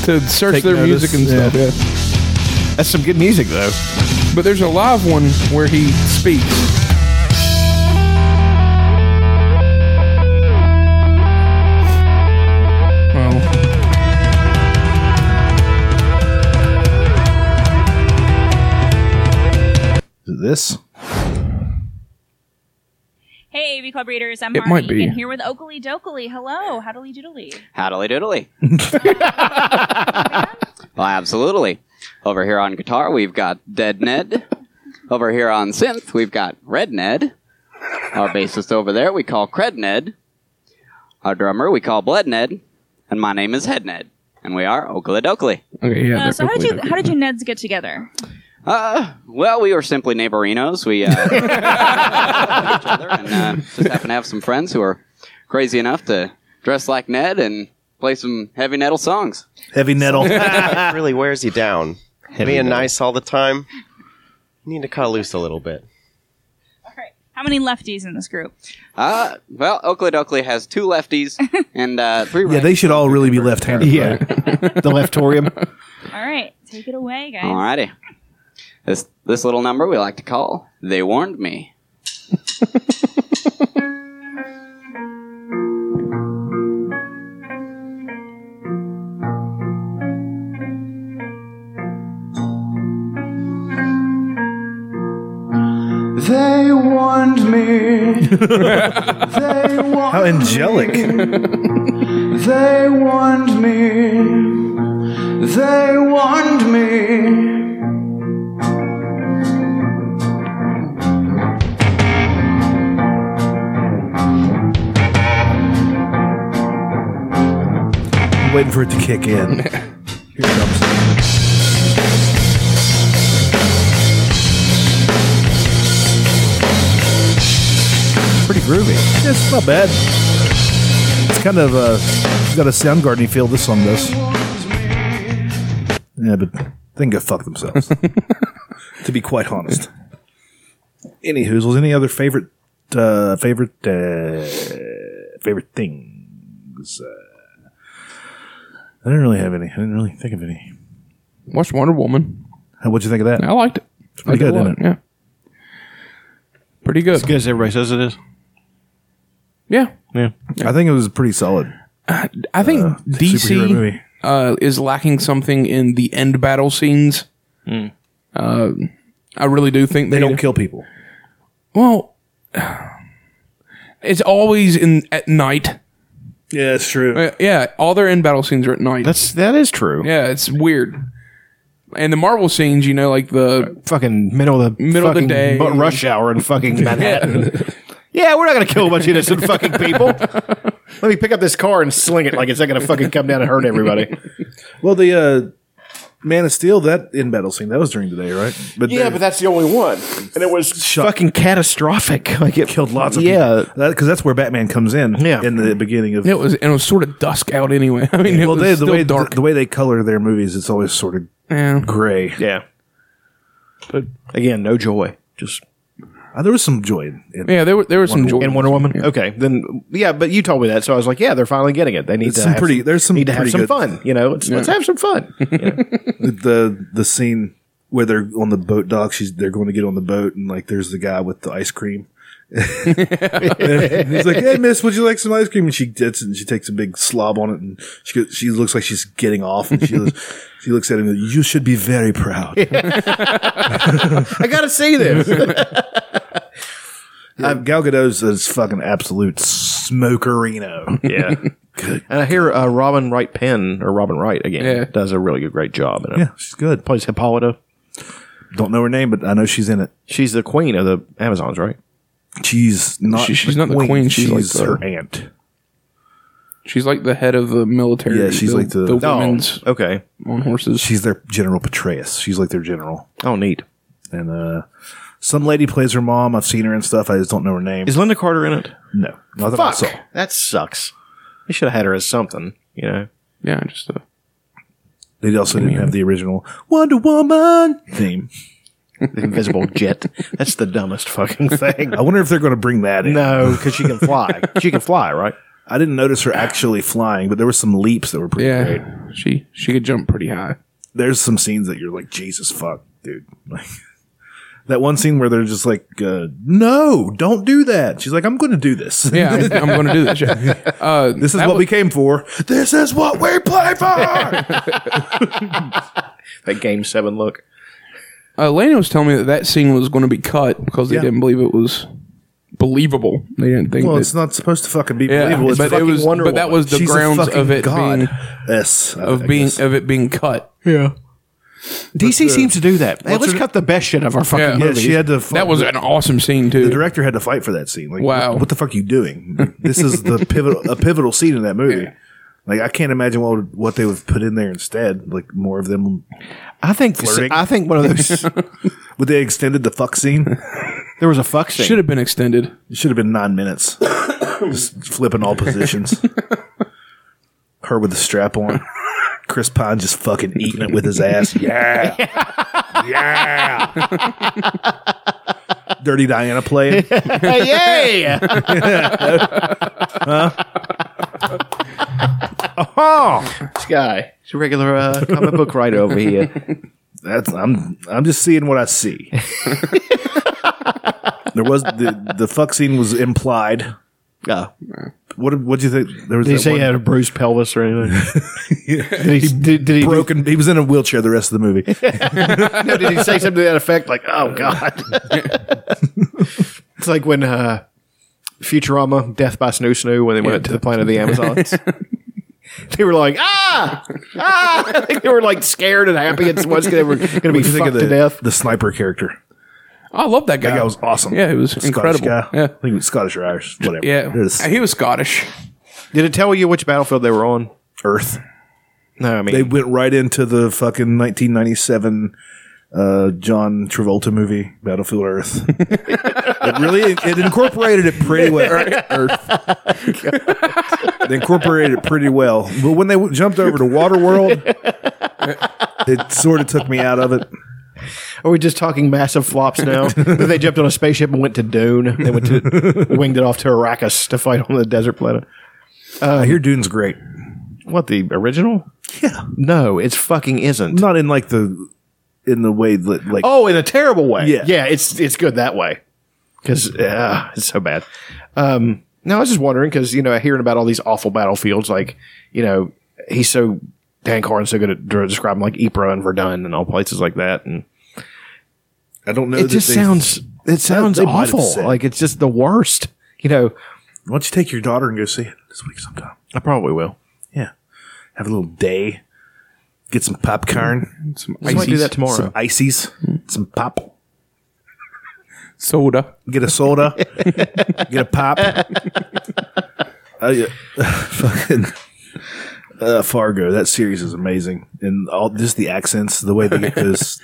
[SPEAKER 7] to search
[SPEAKER 4] Take
[SPEAKER 7] their
[SPEAKER 4] notice,
[SPEAKER 7] music and stuff.
[SPEAKER 4] yeah.
[SPEAKER 7] Yeah.
[SPEAKER 5] That's some good music though.
[SPEAKER 7] But there's a live one where he speaks. Well,
[SPEAKER 4] this.
[SPEAKER 9] Hey, AV Club readers, I'm
[SPEAKER 8] It
[SPEAKER 9] Marty,
[SPEAKER 8] might be.
[SPEAKER 9] and here with Oakley Dokley. Hello, howdly doodly.
[SPEAKER 8] Haddly
[SPEAKER 5] <laughs>
[SPEAKER 8] Doodly. well, absolutely. Over here on guitar, we've got Dead Ned. Over here on synth, we've got Red Ned. Our bassist over there, we call Cred Ned. Our drummer, we call Bled Ned. And my name is Head Ned. And we are Oakley Dokley.
[SPEAKER 7] Okay,
[SPEAKER 9] Uh, so how did you how did you Neds get together?
[SPEAKER 8] Uh, well, we were simply neighborinos. We uh, knew each other and uh, just happened to have some friends who are crazy enough to dress like Ned and play some heavy metal songs.
[SPEAKER 4] Heavy nettle. <laughs>
[SPEAKER 10] really wears you down. Being nice all the time. You need to cut loose a little bit.
[SPEAKER 9] How many lefties in this group?
[SPEAKER 8] Uh, well, Oakley Doakley has two lefties and uh, three.
[SPEAKER 4] Yeah,
[SPEAKER 8] righties.
[SPEAKER 4] they should all really be left-handed.
[SPEAKER 5] Yeah,
[SPEAKER 4] <laughs>
[SPEAKER 22] <laughs>
[SPEAKER 5] the leftorium.
[SPEAKER 9] All right, take it away, guys.
[SPEAKER 8] Alrighty. This this little number we like to call. They warned me.
[SPEAKER 22] They warned
[SPEAKER 4] <laughs>
[SPEAKER 22] me. they warned
[SPEAKER 4] How angelic.
[SPEAKER 22] They warned me. They warned me.
[SPEAKER 4] I'm waiting for it to kick in. Here it comes. Pretty groovy. Yeah, it's not bad. It's kind of uh, it's got a Soundgarden feel. This song does. Yeah, but they can go fuck <laughs> themselves. to be quite honest. Any hoozles? Any other favorite uh, favorite uh, favorite things? Uh, I didn't really have any. I didn't really think of any.
[SPEAKER 7] Watched Wonder Woman.
[SPEAKER 4] How what'd you think of that?
[SPEAKER 7] I liked it.
[SPEAKER 4] It's pretty
[SPEAKER 7] I
[SPEAKER 4] good,
[SPEAKER 7] did
[SPEAKER 4] isn't
[SPEAKER 7] like
[SPEAKER 4] it?
[SPEAKER 7] Yeah. Pretty good.
[SPEAKER 5] good as everybody says it is.
[SPEAKER 7] Yeah.
[SPEAKER 5] Yeah.
[SPEAKER 4] I think it was pretty solid.
[SPEAKER 7] I think
[SPEAKER 4] superhero
[SPEAKER 7] DC
[SPEAKER 4] movie.
[SPEAKER 7] uh, is lacking something in the end battle scenes.
[SPEAKER 4] Hmm.
[SPEAKER 7] Uh, I really do think they,
[SPEAKER 4] don't kill people.
[SPEAKER 7] Well, it's always in at night. Uh,
[SPEAKER 4] Yeah, it's true.
[SPEAKER 7] yeah, all their end battle scenes are at night. That's
[SPEAKER 5] that is true.
[SPEAKER 7] Yeah, it's weird. And the Marvel scenes, you know, like the
[SPEAKER 5] fucking middle of the
[SPEAKER 7] middle of the
[SPEAKER 5] fucking
[SPEAKER 7] day,
[SPEAKER 5] bu- rush hour in
[SPEAKER 7] <laughs>
[SPEAKER 5] fucking Manhattan. yeah, we're not gonna kill a bunch of innocent fucking people. Let me pick up this car and sling it like it's not gonna fucking come down and hurt everybody.
[SPEAKER 4] Well, the uh, Man of Steel, that in battle scene, that was during the day, right?
[SPEAKER 5] Yeah, but
[SPEAKER 23] that's the only one, and it was
[SPEAKER 5] fucking catastrophic. <laughs> Like it
[SPEAKER 4] killed lots of
[SPEAKER 5] yeah.
[SPEAKER 4] people. because that's where Batman comes in. Yeah. in the beginning of
[SPEAKER 7] It was and it was sort of dusk out anyway. <laughs> I mean, it
[SPEAKER 4] well,
[SPEAKER 7] was
[SPEAKER 4] they, the
[SPEAKER 7] still
[SPEAKER 4] way
[SPEAKER 7] dark.
[SPEAKER 4] The, way they color their movies, it's always sort of
[SPEAKER 7] Yeah.
[SPEAKER 4] gray.
[SPEAKER 5] Yeah, but again, no joy. Just
[SPEAKER 4] uh, there was some joy. In, in
[SPEAKER 7] Yeah, there were there were some joy.
[SPEAKER 5] in Wonder Woman. Okay, then yeah, but you told me that, so I was like, yeah, they're finally getting it. They need
[SPEAKER 4] It's
[SPEAKER 5] to
[SPEAKER 4] some
[SPEAKER 5] have
[SPEAKER 4] pretty- there's some
[SPEAKER 5] need to have
[SPEAKER 4] pretty
[SPEAKER 5] some
[SPEAKER 4] good-
[SPEAKER 5] fun. You know, let's, let's
[SPEAKER 4] Yeah.
[SPEAKER 5] have some fun.
[SPEAKER 4] the the scene where they're on the boat dock. She's they're going to get on the boat, and like there's the guy with the ice cream. <laughs> And he's like, "Hey, miss, would you like some ice cream?" And she gets it, and she takes a big slob on it, and she goes, she looks like she's getting off, and she goes,
[SPEAKER 7] <laughs>
[SPEAKER 4] she looks at him. and goes, You should be very proud.
[SPEAKER 5] I gotta see this.
[SPEAKER 4] Um, Gal Gadot's is fucking absolute smokerino.
[SPEAKER 5] Yeah. <laughs>
[SPEAKER 4] good.
[SPEAKER 5] And I hear uh, Robin Wright Penn or Robin Wright again does a really good, great job. In it.
[SPEAKER 4] Yeah, she's good.
[SPEAKER 5] Plays Hippolyta.
[SPEAKER 4] Don't know her name, but I know she's in it.
[SPEAKER 5] She's the queen of the Amazons, right?
[SPEAKER 4] She's not.
[SPEAKER 7] She- she's not the queen, she's like the-
[SPEAKER 4] her aunt.
[SPEAKER 7] She's like the head of the military.
[SPEAKER 4] Yeah, she's
[SPEAKER 7] the,
[SPEAKER 4] like the-
[SPEAKER 7] the
[SPEAKER 4] Oh,
[SPEAKER 7] women's
[SPEAKER 5] okay
[SPEAKER 7] on horses.
[SPEAKER 4] She's their General Petraeus. She's like their general.
[SPEAKER 5] Oh, neat.
[SPEAKER 4] And uh, some lady plays her mom. I've seen her and stuff. I just don't know her name.
[SPEAKER 5] Is Linda Carter in it?
[SPEAKER 4] No, not that I
[SPEAKER 5] Fuck.
[SPEAKER 4] saw.
[SPEAKER 5] That sucks. They should have had her as something, you know?
[SPEAKER 7] Yeah, just a.
[SPEAKER 4] They also didn't have the original Wonder Woman theme.
[SPEAKER 5] The <laughs> invisible jet. That's the dumbest fucking thing.
[SPEAKER 4] I wonder if they're going to bring that in.
[SPEAKER 5] No, because she can fly. <laughs> She can fly, right?
[SPEAKER 4] I didn't notice her actually flying, but there were some leaps that were pretty
[SPEAKER 7] Yeah,
[SPEAKER 4] great.
[SPEAKER 7] she she could jump pretty high.
[SPEAKER 4] There's some scenes that you're like, Jesus fuck, dude. Like that one scene where they're just like, uh, "No, don't do that." She's like, "I'm going to do this."
[SPEAKER 7] Yeah, I'm, going to do this. yeah.
[SPEAKER 4] <laughs>
[SPEAKER 7] Uh,
[SPEAKER 4] This is
[SPEAKER 7] that
[SPEAKER 4] what
[SPEAKER 7] was-
[SPEAKER 4] we came for. This is what we play for.
[SPEAKER 5] That game seven look.
[SPEAKER 7] Uh, Lana was telling me that that scene was going to be cut because they
[SPEAKER 4] Yeah.
[SPEAKER 7] didn't believe it was believable. They didn't think.
[SPEAKER 4] <laughs> well,
[SPEAKER 7] that,
[SPEAKER 4] it's not supposed to fucking be
[SPEAKER 7] Yeah,
[SPEAKER 4] believable. It's
[SPEAKER 7] but it
[SPEAKER 4] fucking
[SPEAKER 7] was-
[SPEAKER 4] Wonder
[SPEAKER 7] but that
[SPEAKER 4] Woman.
[SPEAKER 7] was the
[SPEAKER 4] She's a
[SPEAKER 7] grounds of
[SPEAKER 4] fucking
[SPEAKER 7] it
[SPEAKER 4] god.
[SPEAKER 7] being-
[SPEAKER 4] yes I- I
[SPEAKER 7] of being
[SPEAKER 4] guess.
[SPEAKER 7] of it being cut.
[SPEAKER 5] Yeah. DC
[SPEAKER 4] But, uh,
[SPEAKER 5] seems to do that. Hey,
[SPEAKER 4] what's
[SPEAKER 5] let's
[SPEAKER 4] her-
[SPEAKER 5] cut the best shit of our fucking
[SPEAKER 7] Yeah.
[SPEAKER 4] Yeah,
[SPEAKER 5] movies.
[SPEAKER 4] she had to. fight-
[SPEAKER 7] That was an awesome scene
[SPEAKER 4] the
[SPEAKER 7] too.
[SPEAKER 4] director had to fight for that scene. Like,
[SPEAKER 7] Wow.
[SPEAKER 4] what, what the fuck are you doing? this is the
[SPEAKER 5] <laughs>
[SPEAKER 4] pivotal a pivotal scene in that movie. Like, I can't imagine what would- what they would have put in there instead. Like more of them.
[SPEAKER 5] I think
[SPEAKER 4] Flirting.
[SPEAKER 5] I think one of those
[SPEAKER 4] Would they extended the fuck scene?
[SPEAKER 5] there was a fuck scene.
[SPEAKER 7] Should have been extended.
[SPEAKER 4] It should have been nine minutes. <coughs> Just flipping all
[SPEAKER 5] <laughs>
[SPEAKER 4] positions. Her with the strap on. Chris Pine just fucking eating it with his ass.
[SPEAKER 5] <laughs>
[SPEAKER 4] Yeah. Yeah. Dirty Diana playing. <laughs>
[SPEAKER 5] Hey, yay! oh, this guy. He's a regular uh, comic book writer over <laughs> here.
[SPEAKER 4] That's I'm I'm just seeing what I
[SPEAKER 5] <laughs>
[SPEAKER 4] see. there was the the fuck scene was implied.
[SPEAKER 5] Oh.
[SPEAKER 4] What what do you think? There was
[SPEAKER 5] Did he
[SPEAKER 4] that
[SPEAKER 5] say he
[SPEAKER 4] one
[SPEAKER 5] had a bruised pelvis or
[SPEAKER 4] <laughs>
[SPEAKER 5] anything? did, he, did, did he
[SPEAKER 4] broken. He was in a wheelchair the rest of the movie.
[SPEAKER 5] <laughs> No, did he say something to that effect? Like, oh
[SPEAKER 4] <laughs>
[SPEAKER 5] god. it's like when uh, Futurama, Death by Snoo Snoo, when they went to the planet of the Amazons.
[SPEAKER 4] <laughs>
[SPEAKER 5] they were like, ah, ah. <laughs> I think they were like scared and happy. It's what's they were going to be
[SPEAKER 4] What'd you think
[SPEAKER 5] fucked
[SPEAKER 4] of the,
[SPEAKER 5] to death.
[SPEAKER 4] the sniper character?
[SPEAKER 7] I love that guy.
[SPEAKER 4] That guy was awesome.
[SPEAKER 7] Yeah, he was
[SPEAKER 4] Scottish
[SPEAKER 7] incredible.
[SPEAKER 4] guy. I
[SPEAKER 7] Yeah,
[SPEAKER 4] think he was Scottish or Irish, whatever.
[SPEAKER 7] yeah.
[SPEAKER 4] It was
[SPEAKER 7] He was Scottish.
[SPEAKER 5] Did it tell you which battlefield they were on?
[SPEAKER 4] Earth.
[SPEAKER 5] No, I mean
[SPEAKER 4] They went right into the fucking 1997 uh, John Travolta movie, Battlefield
[SPEAKER 7] <laughs>
[SPEAKER 4] Earth. it really it incorporated it pretty well. they incorporated it pretty well. But when they w- jumped over to Waterworld, it sort of took me out of it.
[SPEAKER 5] Are we just talking massive
[SPEAKER 4] <laughs>
[SPEAKER 5] flops now? they jumped on a spaceship and went to Dune. They went to winged it off to Arrakis to fight on the desert planet.
[SPEAKER 4] I hear Dune's great.
[SPEAKER 5] What the original?
[SPEAKER 4] Yeah,
[SPEAKER 5] No, it's fucking isn't.
[SPEAKER 4] not in like the in the way that like
[SPEAKER 5] Oh, in a terrible way.
[SPEAKER 4] Yeah.
[SPEAKER 5] yeah. It's it's good that way because it's so bad. Um, now I was just wondering because you know hearing about all these awful battlefields, like you know he's so Dan Carlin's so good at dr- describing like Ypres and Verdun and all places like that, and
[SPEAKER 4] I don't know.
[SPEAKER 5] it
[SPEAKER 4] that
[SPEAKER 5] just
[SPEAKER 4] they-
[SPEAKER 5] sounds it sounds
[SPEAKER 4] they might have
[SPEAKER 5] awful.
[SPEAKER 4] said.
[SPEAKER 5] Like it's just the worst. You know,
[SPEAKER 4] Why don't you take your daughter and go see it this week sometime?
[SPEAKER 5] I probably will.
[SPEAKER 4] Yeah, have a little day, get some popcorn,
[SPEAKER 7] Some
[SPEAKER 5] I might do
[SPEAKER 7] ices.
[SPEAKER 5] that tomorrow.
[SPEAKER 4] some ices, some pop.
[SPEAKER 7] Soda.
[SPEAKER 4] get a
[SPEAKER 5] <laughs>
[SPEAKER 4] soda, <laughs> get a pop. I, uh, fucking, uh, Fargo. That series is amazing, and all just the accents, the way they
[SPEAKER 5] <laughs>
[SPEAKER 4] get those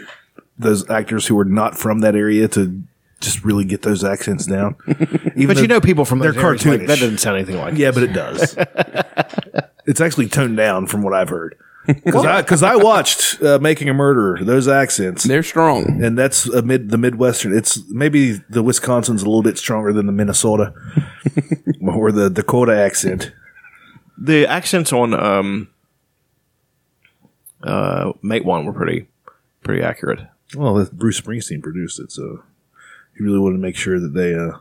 [SPEAKER 4] those actors who are not from that area to just really get those accents down. Even
[SPEAKER 5] but
[SPEAKER 4] though
[SPEAKER 5] you know, people from
[SPEAKER 4] they're
[SPEAKER 5] those areas, like,
[SPEAKER 4] cartoonish.
[SPEAKER 5] that doesn't sound anything like.
[SPEAKER 4] yeah, but it
[SPEAKER 5] <laughs>
[SPEAKER 4] does. it's actually toned down from what I've heard. Because I, 'cause I watched uh, Making a Murderer, those accents.
[SPEAKER 7] They're strong.
[SPEAKER 4] And that's a mid, the Midwestern. It's maybe the Wisconsin's a little bit stronger than the
[SPEAKER 5] <laughs>
[SPEAKER 4] Minnesota or the Dakota accent.
[SPEAKER 5] the accents on um uh mate one were pretty pretty accurate
[SPEAKER 4] Well, Bruce Springsteen produced it, so he really wanted to make sure that they uh,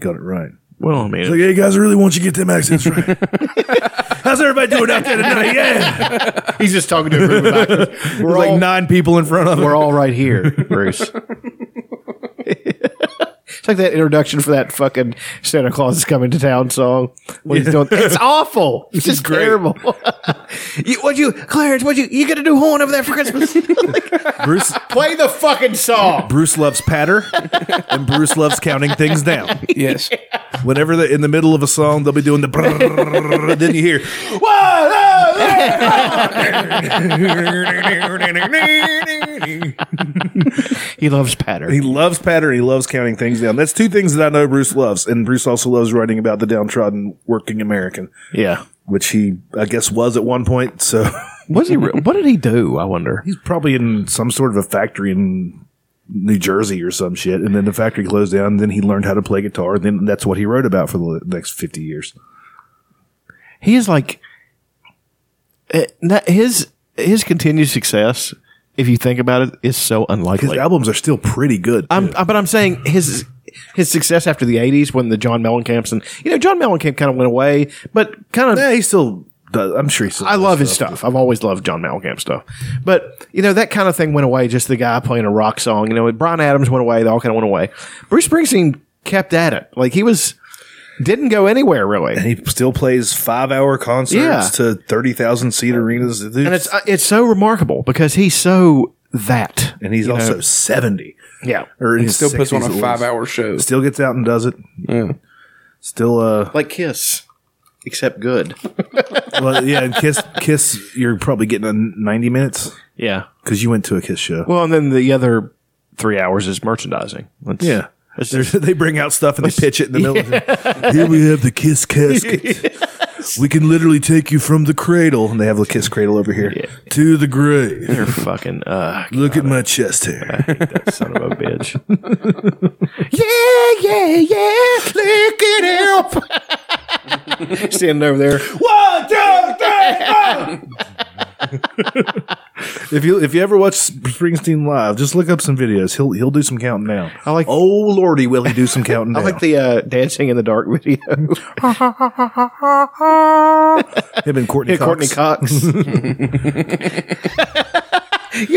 [SPEAKER 4] got it right.
[SPEAKER 5] well i mean
[SPEAKER 4] He's like, hey, guys, I really want you to get them accents
[SPEAKER 5] <laughs>
[SPEAKER 4] right. <laughs> How's everybody doing out there tonight? Yeah.
[SPEAKER 5] <laughs> he's just talking to a group of <laughs> actors.
[SPEAKER 4] There's like nine people in front of him.
[SPEAKER 5] we're all right here bruce <laughs> it's like that introduction for that fucking santa claus is coming to town song what he's doing <laughs> it's awful it's just terrible <laughs> you, what you clarence what you you gonna do horn over there for <laughs> christmas
[SPEAKER 4] Bruce
[SPEAKER 5] play the fucking song
[SPEAKER 4] Bruce loves patter, and Bruce loves counting things down. <laughs>
[SPEAKER 7] Yes.
[SPEAKER 4] Whenever they're in the middle of a song, they'll be doing the. brrrr, then you hear,
[SPEAKER 5] he loves patter
[SPEAKER 4] He loves pattern. He loves counting things down. That's two things that I know Bruce loves, and Bruce also loves writing about the downtrodden working American,
[SPEAKER 5] yeah
[SPEAKER 4] which he, I guess, was at one point. So
[SPEAKER 5] was he re- what did he do i wonder
[SPEAKER 4] he's probably in some sort of a factory in New Jersey or some shit, and then the factory closed down. Then he learned how to play guitar. and Then that's what he wrote about for the next fifty years.
[SPEAKER 5] he is like eh, not- his his continued success if you think about it is so
[SPEAKER 4] His
[SPEAKER 5] unlikely
[SPEAKER 4] albums are still pretty good.
[SPEAKER 5] I'm, I- but i'm saying his his success after the 80s when the john mellencamp's and you know john mellencamp kind of went away but kind of
[SPEAKER 4] yeah, he still. Does, I'm sure he still.
[SPEAKER 5] i
[SPEAKER 4] does
[SPEAKER 5] love his stuff i've always loved john mellencamp stuff but you know that kind of thing went away just the guy playing a rock song you know brian adams went away they all kind of went away bruce springsteen kept at it like he was didn't go anywhere really
[SPEAKER 4] And he still plays five-hour concerts
[SPEAKER 5] Yeah.
[SPEAKER 4] to thirty thousand seat arenas,
[SPEAKER 5] and it's uh, it's so remarkable because he's so that
[SPEAKER 4] and he's
[SPEAKER 5] you know.
[SPEAKER 4] also seventy.
[SPEAKER 5] yeah
[SPEAKER 4] Or in
[SPEAKER 7] He
[SPEAKER 4] his
[SPEAKER 7] still puts on
[SPEAKER 4] 60s
[SPEAKER 7] a
[SPEAKER 4] at least.
[SPEAKER 7] five hour show.
[SPEAKER 4] Still gets out and does it.
[SPEAKER 7] Yeah.
[SPEAKER 4] Still, uh,
[SPEAKER 5] like Kiss, except good.
[SPEAKER 4] well, yeah. And Kiss, Kiss, you're probably getting a ninety minutes
[SPEAKER 5] Yeah.
[SPEAKER 4] because you went to a Kiss show.
[SPEAKER 5] Well, and then the other three hours is merchandising. That's,
[SPEAKER 4] yeah.
[SPEAKER 5] that's
[SPEAKER 4] There's- <laughs>
[SPEAKER 5] just- <laughs>
[SPEAKER 4] they bring out stuff and they pitch it in the middle. of it. Here we have the Kiss <laughs> casket. We can literally take you from the cradle, and they have the Kiss cradle over here to the grave.
[SPEAKER 5] they're fucking. Uh,
[SPEAKER 4] Look at my chest hair. <laughs>
[SPEAKER 5] that son of a bitch.
[SPEAKER 6] Yeah, yeah, yeah. Look at him.
[SPEAKER 5] Standing over there.
[SPEAKER 6] One, two, three, four.
[SPEAKER 4] If you if you ever watch Springsteen live, just look up some videos. He'll he'll do some counting down.
[SPEAKER 5] I like-
[SPEAKER 4] Oh lordy, will he do some <laughs> counting
[SPEAKER 5] I
[SPEAKER 4] down?
[SPEAKER 5] like the uh, dancing in the dark video.
[SPEAKER 4] Him and Courtney.
[SPEAKER 5] Yeah,
[SPEAKER 4] Cox.
[SPEAKER 5] Courtney Cox. <laughs> you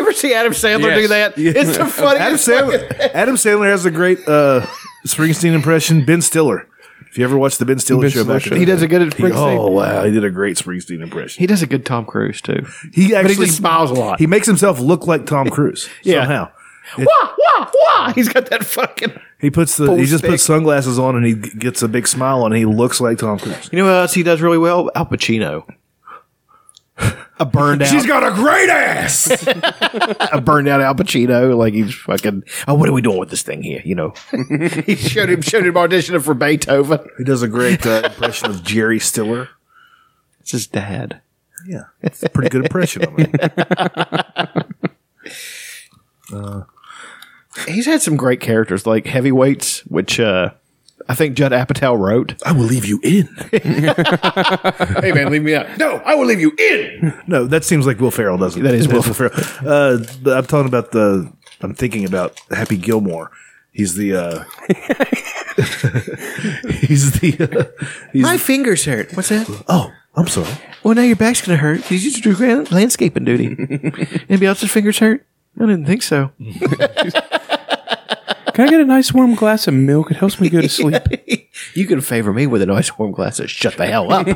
[SPEAKER 5] ever see Adam Sandler do
[SPEAKER 7] Yes.
[SPEAKER 5] that? It's the
[SPEAKER 4] Adam
[SPEAKER 5] funniest.
[SPEAKER 4] Sandler. Adam Sandler has a great uh, Springsteen impression. Ben Stiller. If you ever watched the Ben Stiller
[SPEAKER 7] Ben
[SPEAKER 4] show,
[SPEAKER 7] Stiller
[SPEAKER 4] back
[SPEAKER 7] show.
[SPEAKER 4] in the
[SPEAKER 5] He does
[SPEAKER 4] day,
[SPEAKER 5] a good at
[SPEAKER 4] he-
[SPEAKER 5] Springsteen.
[SPEAKER 4] oh wow, he did a great Springsteen impression.
[SPEAKER 5] He does a good Tom Cruise too.
[SPEAKER 4] He
[SPEAKER 5] but
[SPEAKER 4] actually
[SPEAKER 5] he just smiles a lot.
[SPEAKER 4] He makes himself look like Tom Cruise.
[SPEAKER 5] <laughs> Yeah.
[SPEAKER 4] Somehow
[SPEAKER 5] wah wah wah. He's got that fucking.
[SPEAKER 4] he puts the
[SPEAKER 5] Full
[SPEAKER 4] he just
[SPEAKER 5] stick.
[SPEAKER 4] puts sunglasses on and he g- gets a big smile on. and He looks like Tom Cruise.
[SPEAKER 5] You know what else he does really well? Al Pacino. A <laughs> burned out,
[SPEAKER 4] got a great ass.
[SPEAKER 5] a burned out Al Pacino. Like he's fucking. Oh, what are we doing with this thing here? You know, <laughs> he showed him showed him auditioning for Beethoven.
[SPEAKER 4] <laughs> he does a great uh, impression of Jerry Stiller.
[SPEAKER 5] It's his dad.
[SPEAKER 4] Yeah, it's a pretty good impression. of him.
[SPEAKER 5] <laughs> He's had some great characters like Heavyweights, which uh, I think Judd Apatow wrote.
[SPEAKER 4] I will leave you in.
[SPEAKER 5] hey man, leave me out. No, I will leave you in.
[SPEAKER 4] No, that seems like Will Ferrell doesn't.
[SPEAKER 5] That is
[SPEAKER 4] <laughs> That's
[SPEAKER 5] Will
[SPEAKER 4] Ferrell. Uh, but I'm talking about the. I'm thinking about Happy Gilmore. He's the. Uh, <laughs> he's the. Uh, he's.
[SPEAKER 5] My fingers hurt. What's that?
[SPEAKER 4] oh, I'm sorry.
[SPEAKER 5] Well, now your back's gonna hurt. Did you just do gran- landscaping <laughs> duty? Anybody else's fingers hurt? I didn't think so.
[SPEAKER 7] Can I get a nice warm glass of milk? It helps
[SPEAKER 4] <laughs>
[SPEAKER 7] me go to sleep.
[SPEAKER 5] you can favor me with a nice warm glass of shut the hell <laughs> up.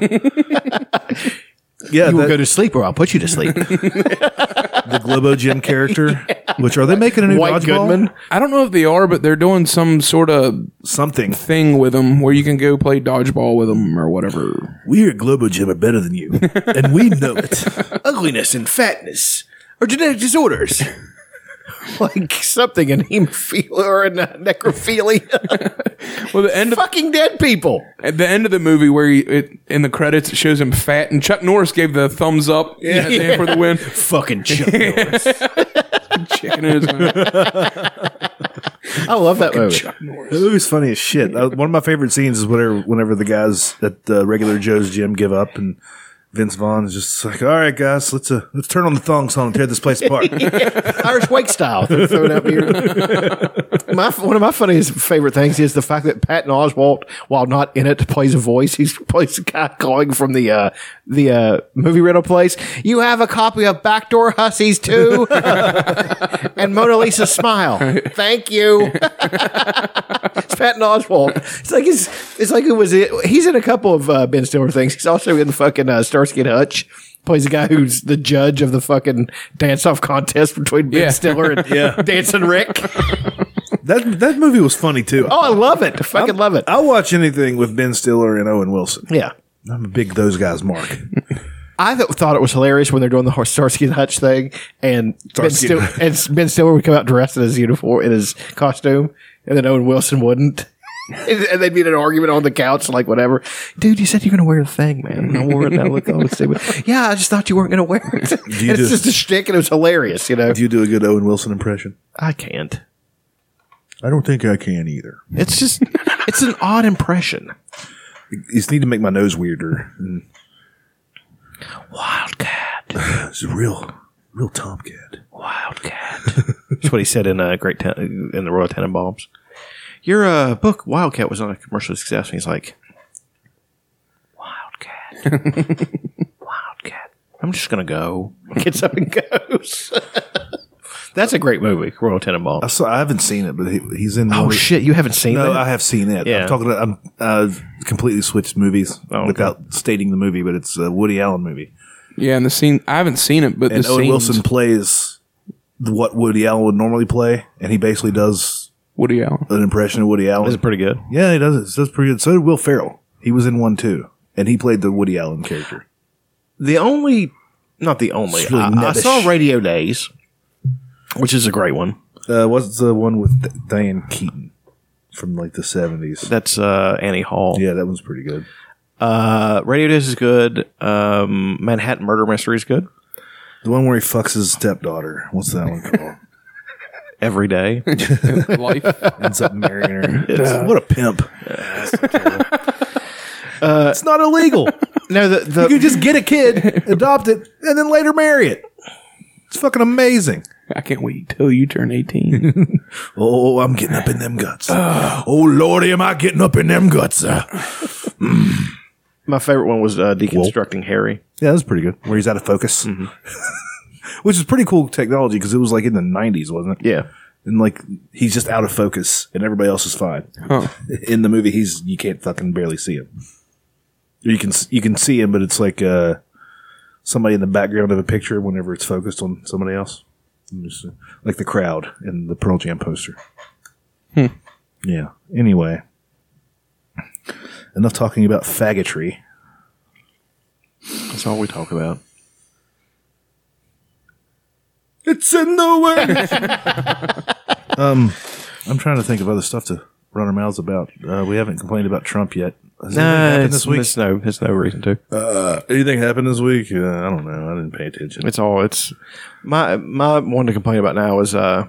[SPEAKER 4] Yeah,
[SPEAKER 5] you will
[SPEAKER 4] that-
[SPEAKER 5] go to sleep or I'll put you to sleep. <laughs>
[SPEAKER 4] the Globo Jim character. Which are they making a new
[SPEAKER 7] White
[SPEAKER 4] dodgeball?
[SPEAKER 7] Goodman? I don't know if they are, but they're doing some sort of
[SPEAKER 4] something
[SPEAKER 7] thing with them where you can go play dodgeball with them or whatever.
[SPEAKER 4] We at Globo Gym are better than you, and we know it.
[SPEAKER 5] <laughs> Ugliness and fatness are genetic disorders. <laughs> like something in hemophilia or in uh, <laughs> necrophilia.
[SPEAKER 7] well, the end
[SPEAKER 5] of fucking dead people.
[SPEAKER 7] At the end of the movie, where he, it, in the credits it shows him fat, and Chuck Norris gave the thumbs up
[SPEAKER 4] <laughs>
[SPEAKER 5] Yeah.
[SPEAKER 7] you know, Dan for the win.
[SPEAKER 5] Fucking Chuck Norris.
[SPEAKER 7] Chicken in
[SPEAKER 5] <laughs>
[SPEAKER 7] his
[SPEAKER 5] I love that movie.
[SPEAKER 4] It was funny as shit. Uh, one of my favorite scenes is whenever, whenever the guys at the regular Joe's gym give up, and Vince Vaughn is just like, "All right, guys, let's uh, let's turn on the thong song and tear this place
[SPEAKER 5] <laughs>
[SPEAKER 4] apart."
[SPEAKER 5] <laughs> Irish Wake style. They're throwing out beer. <laughs> My, one of my funniest favorite things is the fact that Patton Oswalt, while not in it, plays a voice. He plays a guy calling from the uh, the uh, movie rental place. You have a copy of Backdoor Hussies <laughs> too, and Mona Lisa Smile. Thank you. it's Patton Oswalt. It's like it's, it's like it was. He's in a couple of uh, Ben Stiller things. He's also in the fucking uh, Starsky and Hutch. Plays a guy who's the judge of the fucking dance off contest between Ben
[SPEAKER 4] Yeah.
[SPEAKER 5] Stiller
[SPEAKER 4] <laughs>
[SPEAKER 5] and
[SPEAKER 4] Yeah.
[SPEAKER 5] Dancing Rick.
[SPEAKER 4] That that movie was funny too.
[SPEAKER 5] Oh, I love it. I fucking love it.
[SPEAKER 4] I'll watch anything with Ben Stiller and Owen Wilson.
[SPEAKER 5] Yeah.
[SPEAKER 4] I'm a big those guys mark.
[SPEAKER 5] I th- thought it was hilarious when they're doing the horse Starsky and Hutch thing, and ben,
[SPEAKER 4] Starsky
[SPEAKER 5] Still-
[SPEAKER 4] and
[SPEAKER 5] and s- ben Stiller would come out dressed in his uniform, in his costume, and then Owen Wilson wouldn't. <laughs> and and they'd be in an argument on the couch, like whatever. Dude, you said you're going to wear the thing, man. And I wore it. And I looked all stupid. <laughs> Yeah, I just thought you weren't going to wear it. And
[SPEAKER 4] you
[SPEAKER 5] it's
[SPEAKER 4] do-
[SPEAKER 5] just a shtick, and it was hilarious, you know.
[SPEAKER 4] Do you do a good Owen Wilson impression?
[SPEAKER 5] I can't.
[SPEAKER 4] I don't think I can either.
[SPEAKER 5] It's just, it's an odd impression.
[SPEAKER 4] You just need to make my nose weirder. Wildcat. it's a real, real tomcat.
[SPEAKER 5] Wildcat. That's what he said in uh, Great Ten- in the Royal Tenenbaums. Your uh, book Wildcat was on a commercial success, and he's like, Wildcat, <laughs> Wildcat. I'm just gonna go. <laughs> Gets up and goes. <laughs> That's a great movie, Royal Tenenbaums.
[SPEAKER 4] I, saw, I haven't seen it, but he, he's in.
[SPEAKER 5] Oh,
[SPEAKER 4] one of-
[SPEAKER 5] shit, you haven't seen
[SPEAKER 4] no,
[SPEAKER 5] that?
[SPEAKER 4] I have seen it.
[SPEAKER 5] Yeah.
[SPEAKER 4] I'm talking. About, I'm uh, completely switched movies without stating the movie, but it's a Woody Allen movie,
[SPEAKER 7] Yeah, and the scene I haven't seen it, but
[SPEAKER 4] and
[SPEAKER 7] the
[SPEAKER 4] Owen
[SPEAKER 7] scenes,
[SPEAKER 4] Wilson plays the- what Woody Allen would normally play, and he basically does <laughs>
[SPEAKER 7] Woody Allen
[SPEAKER 4] an impression of Woody Allen.
[SPEAKER 5] It's pretty good.
[SPEAKER 4] Yeah, he does it. That's pretty good. So did Will Ferrell. He was in one too, and he played the Woody Allen character.
[SPEAKER 5] The only, not the only.
[SPEAKER 4] It's really
[SPEAKER 5] I, I saw
[SPEAKER 4] nebbish.
[SPEAKER 5] Radio Days, which is a great one.
[SPEAKER 4] Uh, what's the one with D- Diane Keaton from like the seventies?
[SPEAKER 5] That's uh, Annie Hall.
[SPEAKER 4] Yeah, that one's pretty good.
[SPEAKER 5] Uh, Radio Days is good. Um, Manhattan Murder Mystery is good.
[SPEAKER 4] The one where he fucks his stepdaughter. What's that one called?
[SPEAKER 5] Every day.
[SPEAKER 7] life
[SPEAKER 4] ends up marrying <laughs> her.
[SPEAKER 5] It's-
[SPEAKER 4] what a pimp!
[SPEAKER 5] Uh,
[SPEAKER 4] it's not illegal.
[SPEAKER 5] <laughs> no, the, the
[SPEAKER 4] you could just get a kid, adopt it, and then later marry it. It's fucking amazing.
[SPEAKER 7] I can't wait till you turn eighteen.
[SPEAKER 4] oh, I'm getting up in them guts. oh lordy, am I getting up in them guts? Uh,
[SPEAKER 5] My favorite one was uh, deconstructing Harry.
[SPEAKER 4] yeah, that's pretty good. Where he's out of focus, <laughs> which is pretty cool technology because it was like in the '90s, wasn't it?
[SPEAKER 5] Yeah.
[SPEAKER 4] And like he's just out of focus, and everybody else is fine. In the movie, he's you can't fucking barely see him. You can s- you can see him, but it's like uh, somebody in the background of a picture whenever it's focused on somebody else, Let me see. like the crowd in the Pearl Jam poster.
[SPEAKER 7] Hmm.
[SPEAKER 4] Yeah. Anyway, enough talking about faggotry.
[SPEAKER 5] That's all we talk about.
[SPEAKER 4] It's in the
[SPEAKER 5] <laughs>
[SPEAKER 4] way. <laughs> um, I'm trying to think of other stuff to run our mouths about. Uh, we haven't complained about Trump yet. Has anything
[SPEAKER 5] No,
[SPEAKER 4] happened
[SPEAKER 5] it's,
[SPEAKER 4] this week?
[SPEAKER 5] it's no, it's no reason to.
[SPEAKER 4] Uh, anything happened this week? Uh, I don't know. I didn't pay attention.
[SPEAKER 5] It's all. It's my my one to complain about now is uh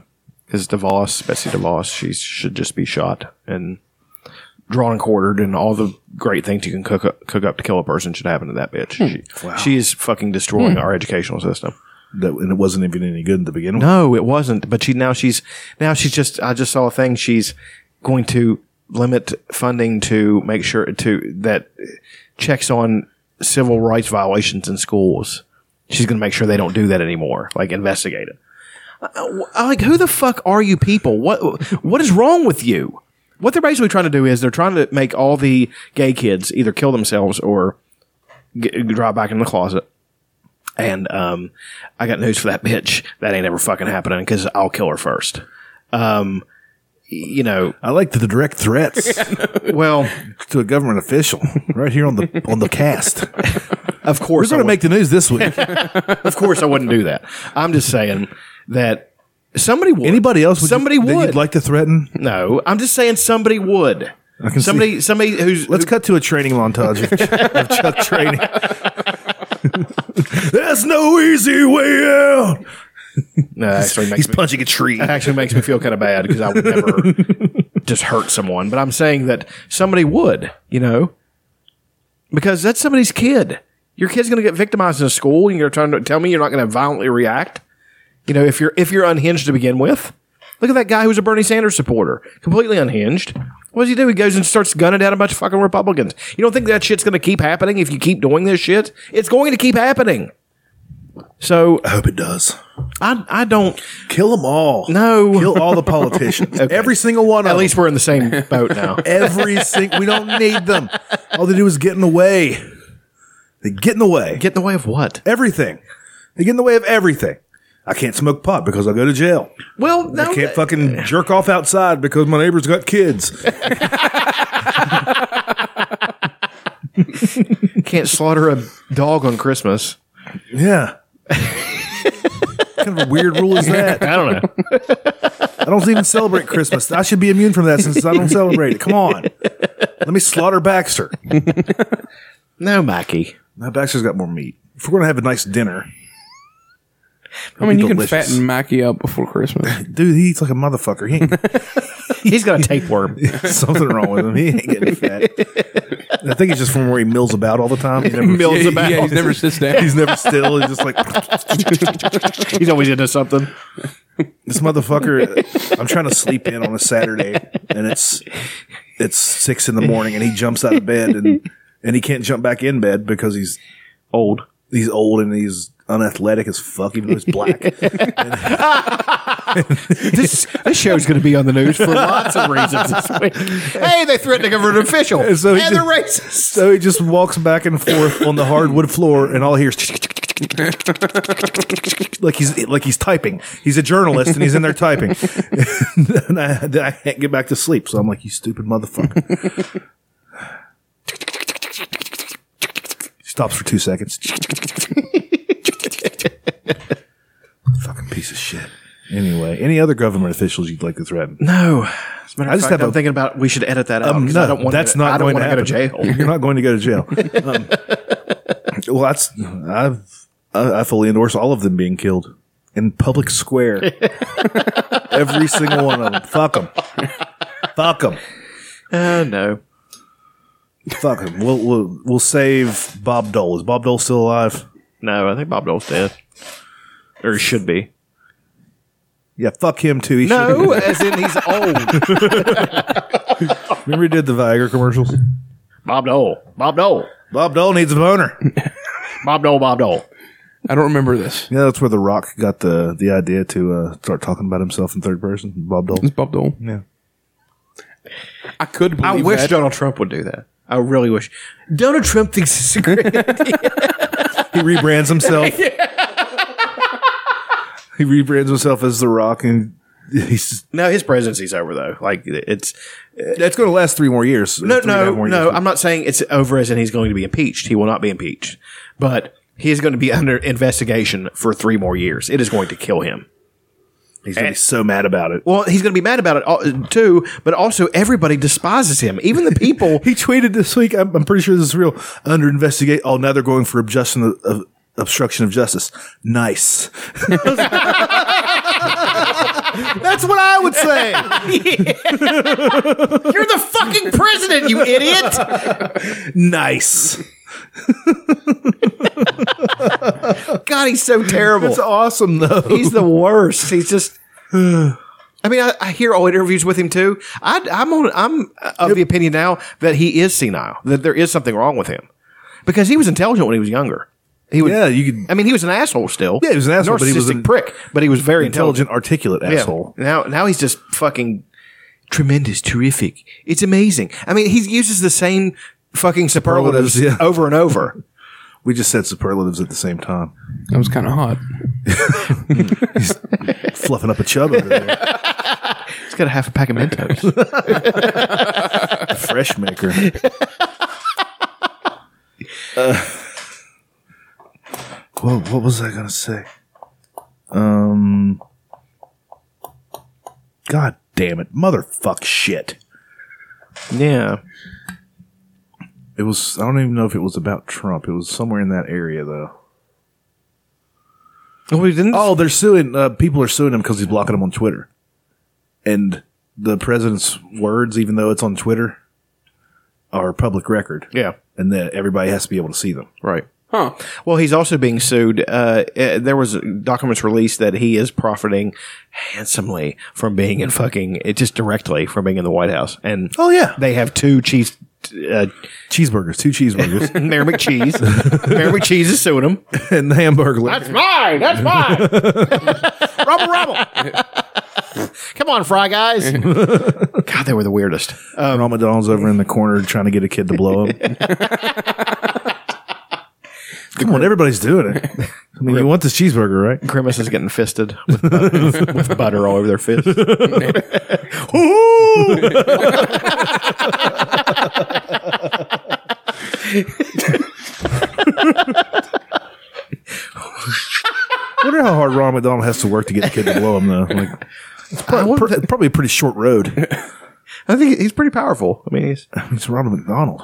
[SPEAKER 5] is DeVos Betsy DeVos. She should just be shot and drawn and quartered, and all the great things you can cook up, cook up to kill a person should happen to that bitch. She, she is fucking destroying our educational system.
[SPEAKER 4] That, and it wasn't even any good to begin with.
[SPEAKER 5] No, it wasn't. But she now she's now she's just. I just saw a thing. She's going to limit funding to make sure to that checks on civil rights violations in schools. She's going to make sure they don't do that anymore. Like investigate it. I, like who the fuck are you people? What what is wrong with you? What they're basically trying to do is they're trying to make all the gay kids either kill themselves or get, drive back in the closet And um, I got news for that bitch. That ain't ever fucking happening because I'll kill her first. Um, you know,
[SPEAKER 4] I like the direct
[SPEAKER 5] <laughs>
[SPEAKER 4] threats.
[SPEAKER 5] well,
[SPEAKER 4] to a government official, right here on the on the cast.
[SPEAKER 5] Of course,
[SPEAKER 4] we're going to make the news this week.
[SPEAKER 5] of course, I wouldn't do that. I'm just saying that somebody would.
[SPEAKER 4] Anybody else? Would
[SPEAKER 5] Somebody
[SPEAKER 4] you, that
[SPEAKER 5] would.
[SPEAKER 4] you'd like to threaten?
[SPEAKER 5] No, I'm just saying somebody would.
[SPEAKER 4] I can see-
[SPEAKER 5] somebody, somebody who's
[SPEAKER 4] Let's cut to a training montage of, Ch- of Chuck
[SPEAKER 5] <laughs>
[SPEAKER 4] training. There's no easy way out.
[SPEAKER 5] No, that actually makes
[SPEAKER 4] He's
[SPEAKER 5] me,
[SPEAKER 4] punching a tree.
[SPEAKER 5] that actually makes me feel kind of bad because I would never just hurt someone. But I'm saying that somebody would, you know, because that's somebody's kid. Your kid's going to get victimized in school, and you're trying to tell me you're not going to violently react. You know, if you're if you're unhinged to begin with, look at that guy who's a Bernie Sanders supporter, completely unhinged. What does he do? He goes and starts gunning down a bunch of fucking Republicans. You don't think that shit's going to keep happening if you keep doing this shit? It's going to keep happening. So
[SPEAKER 4] I hope it does.
[SPEAKER 5] I I don't
[SPEAKER 4] Kill them all.
[SPEAKER 5] no
[SPEAKER 4] Kill all the
[SPEAKER 5] <laughs>
[SPEAKER 4] politicians. Every single one of
[SPEAKER 5] At least we're in the same boat now.
[SPEAKER 4] them. Every single. We don't need them. All they do is get in the way. They get in the way.
[SPEAKER 5] Get in the way of what?
[SPEAKER 4] everything. They get in the way of everything. I can't smoke pot because I'll go to jail.
[SPEAKER 5] Well, no,
[SPEAKER 4] I can't fucking jerk off outside because my neighbor's got kids.
[SPEAKER 5] can't slaughter a dog on Christmas.
[SPEAKER 4] Yeah. kind of a weird rule is that?
[SPEAKER 5] I don't know.
[SPEAKER 4] I don't even celebrate Christmas. I should be immune from that since I don't celebrate it. Come on. Let me slaughter Baxter.
[SPEAKER 5] <laughs> No, Mackie.
[SPEAKER 4] Now Baxter's got more meat. If we're going to have a nice dinner,
[SPEAKER 7] I mean,
[SPEAKER 4] be
[SPEAKER 7] you can
[SPEAKER 4] delicious.
[SPEAKER 7] fatten Mackie up before Christmas.
[SPEAKER 4] dude, he eats like a motherfucker. He ain't
[SPEAKER 5] He's got a tapeworm.
[SPEAKER 4] <laughs> something wrong with him. He ain't getting fat. <laughs> I think it's just from where he mills about all the time. <laughs> He never
[SPEAKER 5] Mills
[SPEAKER 7] yeah,
[SPEAKER 5] about.
[SPEAKER 7] yeah, he never
[SPEAKER 4] <laughs>
[SPEAKER 7] sits down.
[SPEAKER 4] He's never still. He's just like
[SPEAKER 5] He's always into something.
[SPEAKER 4] this motherfucker. I'm trying to sleep in on a Saturday, and it's it's six in the morning, and he jumps out of bed, and and he can't jump back in bed because he's
[SPEAKER 5] Old.
[SPEAKER 4] he's old and he's unathletic as fuck, even though he's black.
[SPEAKER 5] <laughs> This this show's going to be on the news for lots of reasons <laughs> this week. Hey, they threatened a government official. And,
[SPEAKER 4] so he
[SPEAKER 5] they're racist.
[SPEAKER 4] so he just walks back and forth on the hardwood floor, and all he hears. Like he's like he's typing. He's a journalist and he's in there typing. <laughs> and I, then I can't get back to sleep, so I'm like, "You stupid motherfucker!" Stops for two seconds. Fucking piece of shit. Anyway, any other government officials you'd like to threaten?
[SPEAKER 5] No. As a matter
[SPEAKER 4] I
[SPEAKER 5] of
[SPEAKER 4] just
[SPEAKER 5] fact,
[SPEAKER 4] have
[SPEAKER 5] I'm
[SPEAKER 4] a-
[SPEAKER 5] thinking about we should edit that out.
[SPEAKER 4] Um,
[SPEAKER 5] Oh, 'cause
[SPEAKER 4] no,
[SPEAKER 5] I don't want
[SPEAKER 4] that's
[SPEAKER 5] to,
[SPEAKER 4] not
[SPEAKER 5] I don't
[SPEAKER 4] going
[SPEAKER 5] want
[SPEAKER 4] to
[SPEAKER 5] to go to
[SPEAKER 4] happen.
[SPEAKER 5] jail.
[SPEAKER 4] You're not going to go to
[SPEAKER 5] <laughs>
[SPEAKER 4] jail. Um, well, that's I've, I I fully endorse all of them being killed in public
[SPEAKER 5] <laughs>
[SPEAKER 4] square. Every single one of them. Fuck them. Fuck them.
[SPEAKER 5] Uh, no.
[SPEAKER 4] Fuck them. We'll, we'll we'll save Bob Dole. Is Bob Dole still alive?
[SPEAKER 5] No, I think Bob Dole's dead. Or he should be.
[SPEAKER 4] Yeah, fuck him too. He should-
[SPEAKER 5] No, as in <laughs> he's old.
[SPEAKER 4] remember he did the Viagra commercials.
[SPEAKER 5] Bob Dole. Bob Dole.
[SPEAKER 4] Bob Dole needs a boner.
[SPEAKER 5] Bob Dole. Bob Dole.
[SPEAKER 7] I don't remember this.
[SPEAKER 4] Yeah, that's where The Rock got the the idea to uh, start talking about himself in third person. Bob Dole.
[SPEAKER 7] It's Bob Dole.
[SPEAKER 4] Yeah.
[SPEAKER 7] I could believe
[SPEAKER 5] I wish
[SPEAKER 7] that.
[SPEAKER 5] Donald Trump would do that. I really wish. Donald Trump thinks it's a <laughs> great
[SPEAKER 4] He rebrands
[SPEAKER 5] <laughs>
[SPEAKER 4] himself. He rebrands himself as The Rock, and he's
[SPEAKER 5] No, his presidency's over though. Like it's
[SPEAKER 4] that's going to last three more years.
[SPEAKER 5] no,
[SPEAKER 4] Three and a half
[SPEAKER 5] no,
[SPEAKER 4] more
[SPEAKER 5] no.
[SPEAKER 4] years.
[SPEAKER 5] I'm not saying it's over as in he's going to be impeached. He will not be impeached, but he is going to be <laughs> under investigation for three more years. It is going to kill him.
[SPEAKER 4] he's going to be so mad about it.
[SPEAKER 5] eh. Well, he's going to be mad about it all, too, but also everybody despises him. Even the <laughs> people.
[SPEAKER 4] He tweeted this week. I'm, I'm pretty sure this is real. Under investigate. Oh, now they're going for obstruction of, of obstruction of justice. Nice.
[SPEAKER 5] That's what I would <laughs> say. You're the fucking president, you idiot. <laughs>
[SPEAKER 4] Nice.
[SPEAKER 5] God, he's so terrible.
[SPEAKER 4] It's awesome though.
[SPEAKER 5] He's <laughs> the worst. He's just. I mean, I, I hear all interviews with him too. I, I'm on. I'm of the opinion now that he is senile. That there is something wrong with him because he was intelligent when he was younger. He would.
[SPEAKER 4] yeah, you could
[SPEAKER 5] I mean, he was an asshole still.
[SPEAKER 4] Yeah, he was an asshole,
[SPEAKER 5] Narcissistic
[SPEAKER 4] but he was an
[SPEAKER 5] prick. But he was very intelligent,
[SPEAKER 4] intelligent, articulate asshole.
[SPEAKER 5] Yeah. Now, now he's just fucking tremendous, terrific. It's amazing. I mean, he uses the same fucking superlatives
[SPEAKER 4] Superlatives, yeah.
[SPEAKER 5] over and over.
[SPEAKER 4] We just said superlatives at the same time.
[SPEAKER 7] That was kind of hot.
[SPEAKER 4] <laughs> Fluffing up a chub over there.
[SPEAKER 5] It's got a half a pack of Mentos.
[SPEAKER 4] Fresh <laughs> maker. Uh, whoa, what was I going to say? Um. God damn it. Motherfuck shit.
[SPEAKER 5] Yeah.
[SPEAKER 4] It was, I don't even know if it was about Trump. It was somewhere in that area, though.
[SPEAKER 5] Oh, we didn't?
[SPEAKER 4] Oh, they're suing, uh, people are suing him because he's blocking them on Twitter. And the president's words, even though it's on Twitter, are public record.
[SPEAKER 5] Yeah.
[SPEAKER 4] And that everybody has to be able to see them.
[SPEAKER 5] Right.
[SPEAKER 7] Huh.
[SPEAKER 5] Well, he's also being sued. Uh, uh, there was documents released that he is profiting handsomely from being in fucking it just directly from being in the White House. And
[SPEAKER 4] oh yeah,
[SPEAKER 5] they have two cheese uh, <laughs>
[SPEAKER 4] cheeseburgers, two cheeseburgers. <laughs>
[SPEAKER 5] Mayor McCheese, Mayor McCheese is suing him.
[SPEAKER 4] and the hamburger. <laughs>
[SPEAKER 5] That's mine. That's mine. <laughs> rubble, rubble. Come on, fry guys. God, they were the weirdest. Um,
[SPEAKER 4] Ramadan's over in the corner trying to get a kid to blow
[SPEAKER 5] <laughs>
[SPEAKER 4] him. Come on, everybody's doing it. I mean, you want this cheeseburger, right?
[SPEAKER 5] <laughs> Grimace is getting fisted with butter, with butter all over their fists.
[SPEAKER 4] <laughs>
[SPEAKER 5] <laughs>
[SPEAKER 4] Wonder how hard Ron McDonald has to work to get a kid to blow him though. Like, it's probably, pr- probably a pretty short road.
[SPEAKER 5] <laughs> I think he's pretty powerful. I mean, he's
[SPEAKER 4] it's Ronald McDonald.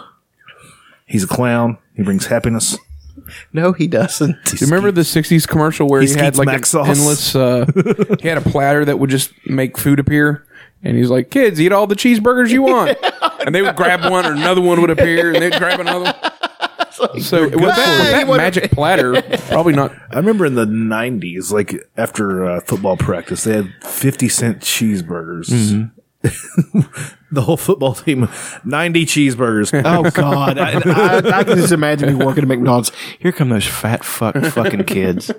[SPEAKER 4] He's a clown. He brings
[SPEAKER 5] <laughs>
[SPEAKER 4] happiness.
[SPEAKER 5] no, he doesn't.
[SPEAKER 7] <laughs> Do you remember the '60s commercial where
[SPEAKER 4] He
[SPEAKER 7] he, had
[SPEAKER 4] skeets
[SPEAKER 7] like
[SPEAKER 4] mac
[SPEAKER 7] an
[SPEAKER 4] sauce.
[SPEAKER 7] endless? Uh, he had a platter that would just make food appear, and he's like, "Kids, eat all the cheeseburgers you want," and they would grab one, or another one would appear, and they'd grab another. so with that, with that magic platter, probably not.
[SPEAKER 4] I remember in the '90s, like after uh, football practice, they had 50 cent cheeseburgers.
[SPEAKER 5] Mm-hmm.
[SPEAKER 4] <laughs> the whole football team, 90 cheeseburgers.
[SPEAKER 5] <laughs> Oh God! I, I, I can just imagine me working at McDonald's. Here come those fat fuck fucking kids.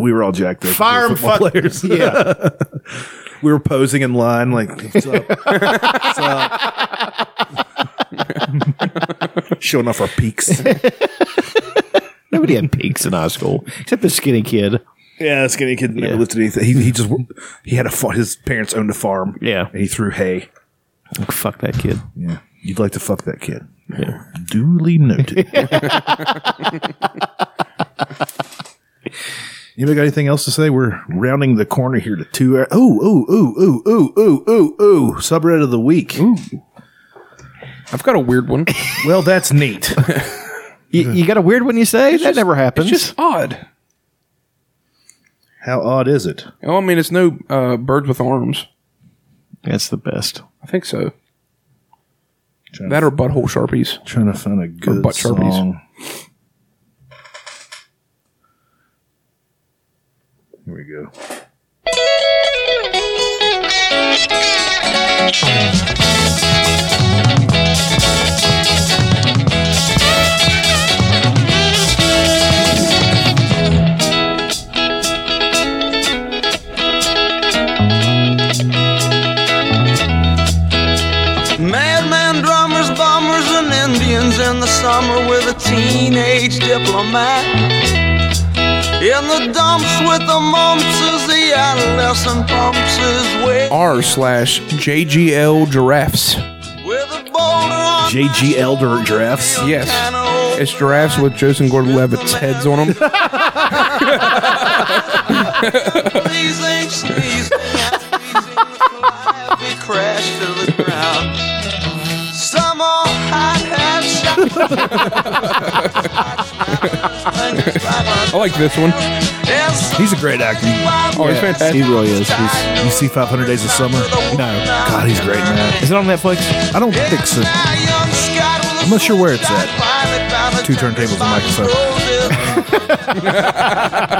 [SPEAKER 4] we were all jacked up.
[SPEAKER 5] Fire 'em,
[SPEAKER 4] <laughs> Football
[SPEAKER 5] fuck-
[SPEAKER 4] players.
[SPEAKER 5] yeah.
[SPEAKER 4] we were posing in line, like "What's up? What's
[SPEAKER 5] <laughs>
[SPEAKER 4] up?" showing off our
[SPEAKER 5] <laughs>
[SPEAKER 4] peaks.
[SPEAKER 5] <laughs> Nobody had peaks in high school except the skinny kid.
[SPEAKER 4] Yeah, skinny kid never lifted anything. He, he just he had a fa- his parents owned a farm.
[SPEAKER 5] Yeah.
[SPEAKER 4] and he threw hay.
[SPEAKER 5] Fuck that kid.
[SPEAKER 4] Yeah, you'd like to fuck that kid.
[SPEAKER 5] Yeah.
[SPEAKER 4] Duly <laughs> noted. Anybody got anything else to say? We're rounding the corner here to two. Hour- oh, oh, oh, oh, oh, oh, oh, oh! Subreddit of the week.
[SPEAKER 7] I've got a weird one.
[SPEAKER 4] Well, that's <laughs> neat.
[SPEAKER 5] You, you got a weird one you say that never
[SPEAKER 7] It's
[SPEAKER 5] happens.
[SPEAKER 7] just odd.
[SPEAKER 4] How odd is it?
[SPEAKER 7] Oh, I mean, it's no uh, birds with arms.
[SPEAKER 5] That's the best.
[SPEAKER 7] I think so.
[SPEAKER 4] Trying
[SPEAKER 7] That
[SPEAKER 4] to-
[SPEAKER 7] or butthole sharpies.
[SPEAKER 4] Trying to find a good
[SPEAKER 7] butt sharpies.
[SPEAKER 4] song. Here we go.
[SPEAKER 17] Madman drummers, bombers, and Indians in the summer with a teenage diplomat. In the dumps with the mumps as the adolescent pumps his way
[SPEAKER 7] R slash JGL giraffes.
[SPEAKER 17] with a boulder on
[SPEAKER 4] JG Elder drafts.
[SPEAKER 7] Yes. It's giraffes with Joseph Gordon Levitt's heads on them.
[SPEAKER 17] these ain't sneezing. He crashed to the ground. Some old hot hat
[SPEAKER 7] <laughs> I like this one.
[SPEAKER 4] He's a great actor.
[SPEAKER 7] Oh, it's fantastic.
[SPEAKER 5] He really is. He's,
[SPEAKER 4] You see 500 Days of Summer?
[SPEAKER 5] no,
[SPEAKER 4] God, he's great, man.
[SPEAKER 5] is it on Netflix?
[SPEAKER 4] I don't think so. Hmm. I'm not sure where it's at.
[SPEAKER 17] shot.
[SPEAKER 4] Two turntables and a microphone.
[SPEAKER 17] <laughs>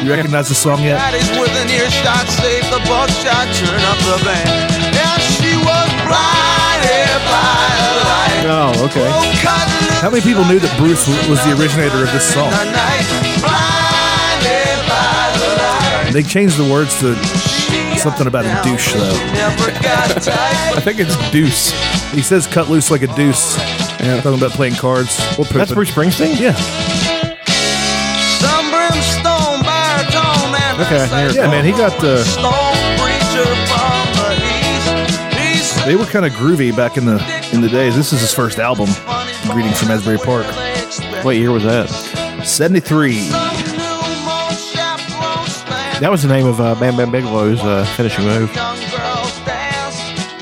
[SPEAKER 4] You recognize the song yet?
[SPEAKER 17] Daddy's within earshot, save the buckshot, turn up the band. And she was blinded by the light.
[SPEAKER 5] Oh, okay.
[SPEAKER 17] Oh, cousin of
[SPEAKER 4] How many people knew that Bruce w- was the originator of this song?
[SPEAKER 17] the night, blinded by the light.
[SPEAKER 4] They changed the words to something about a douche, though.
[SPEAKER 17] Never got tight.
[SPEAKER 7] I think it's Deuce.
[SPEAKER 4] He says cut loose like a deuce. Talking about playing cards. We'll poop
[SPEAKER 5] That's
[SPEAKER 4] it.
[SPEAKER 5] Bruce Springsteen?
[SPEAKER 4] Yeah.
[SPEAKER 17] Some brimstone baritone and
[SPEAKER 4] Okay,
[SPEAKER 17] a
[SPEAKER 4] yeah, man, he got uh, the-
[SPEAKER 17] stone preacher from the east. He's
[SPEAKER 4] They were kind of groovy back in the in the days. This is his first album, Greetings from Asbury Park.
[SPEAKER 5] What year was that?
[SPEAKER 4] 73.
[SPEAKER 5] That was the name of uh, Bam Bam Bigelow's uh, finishing move.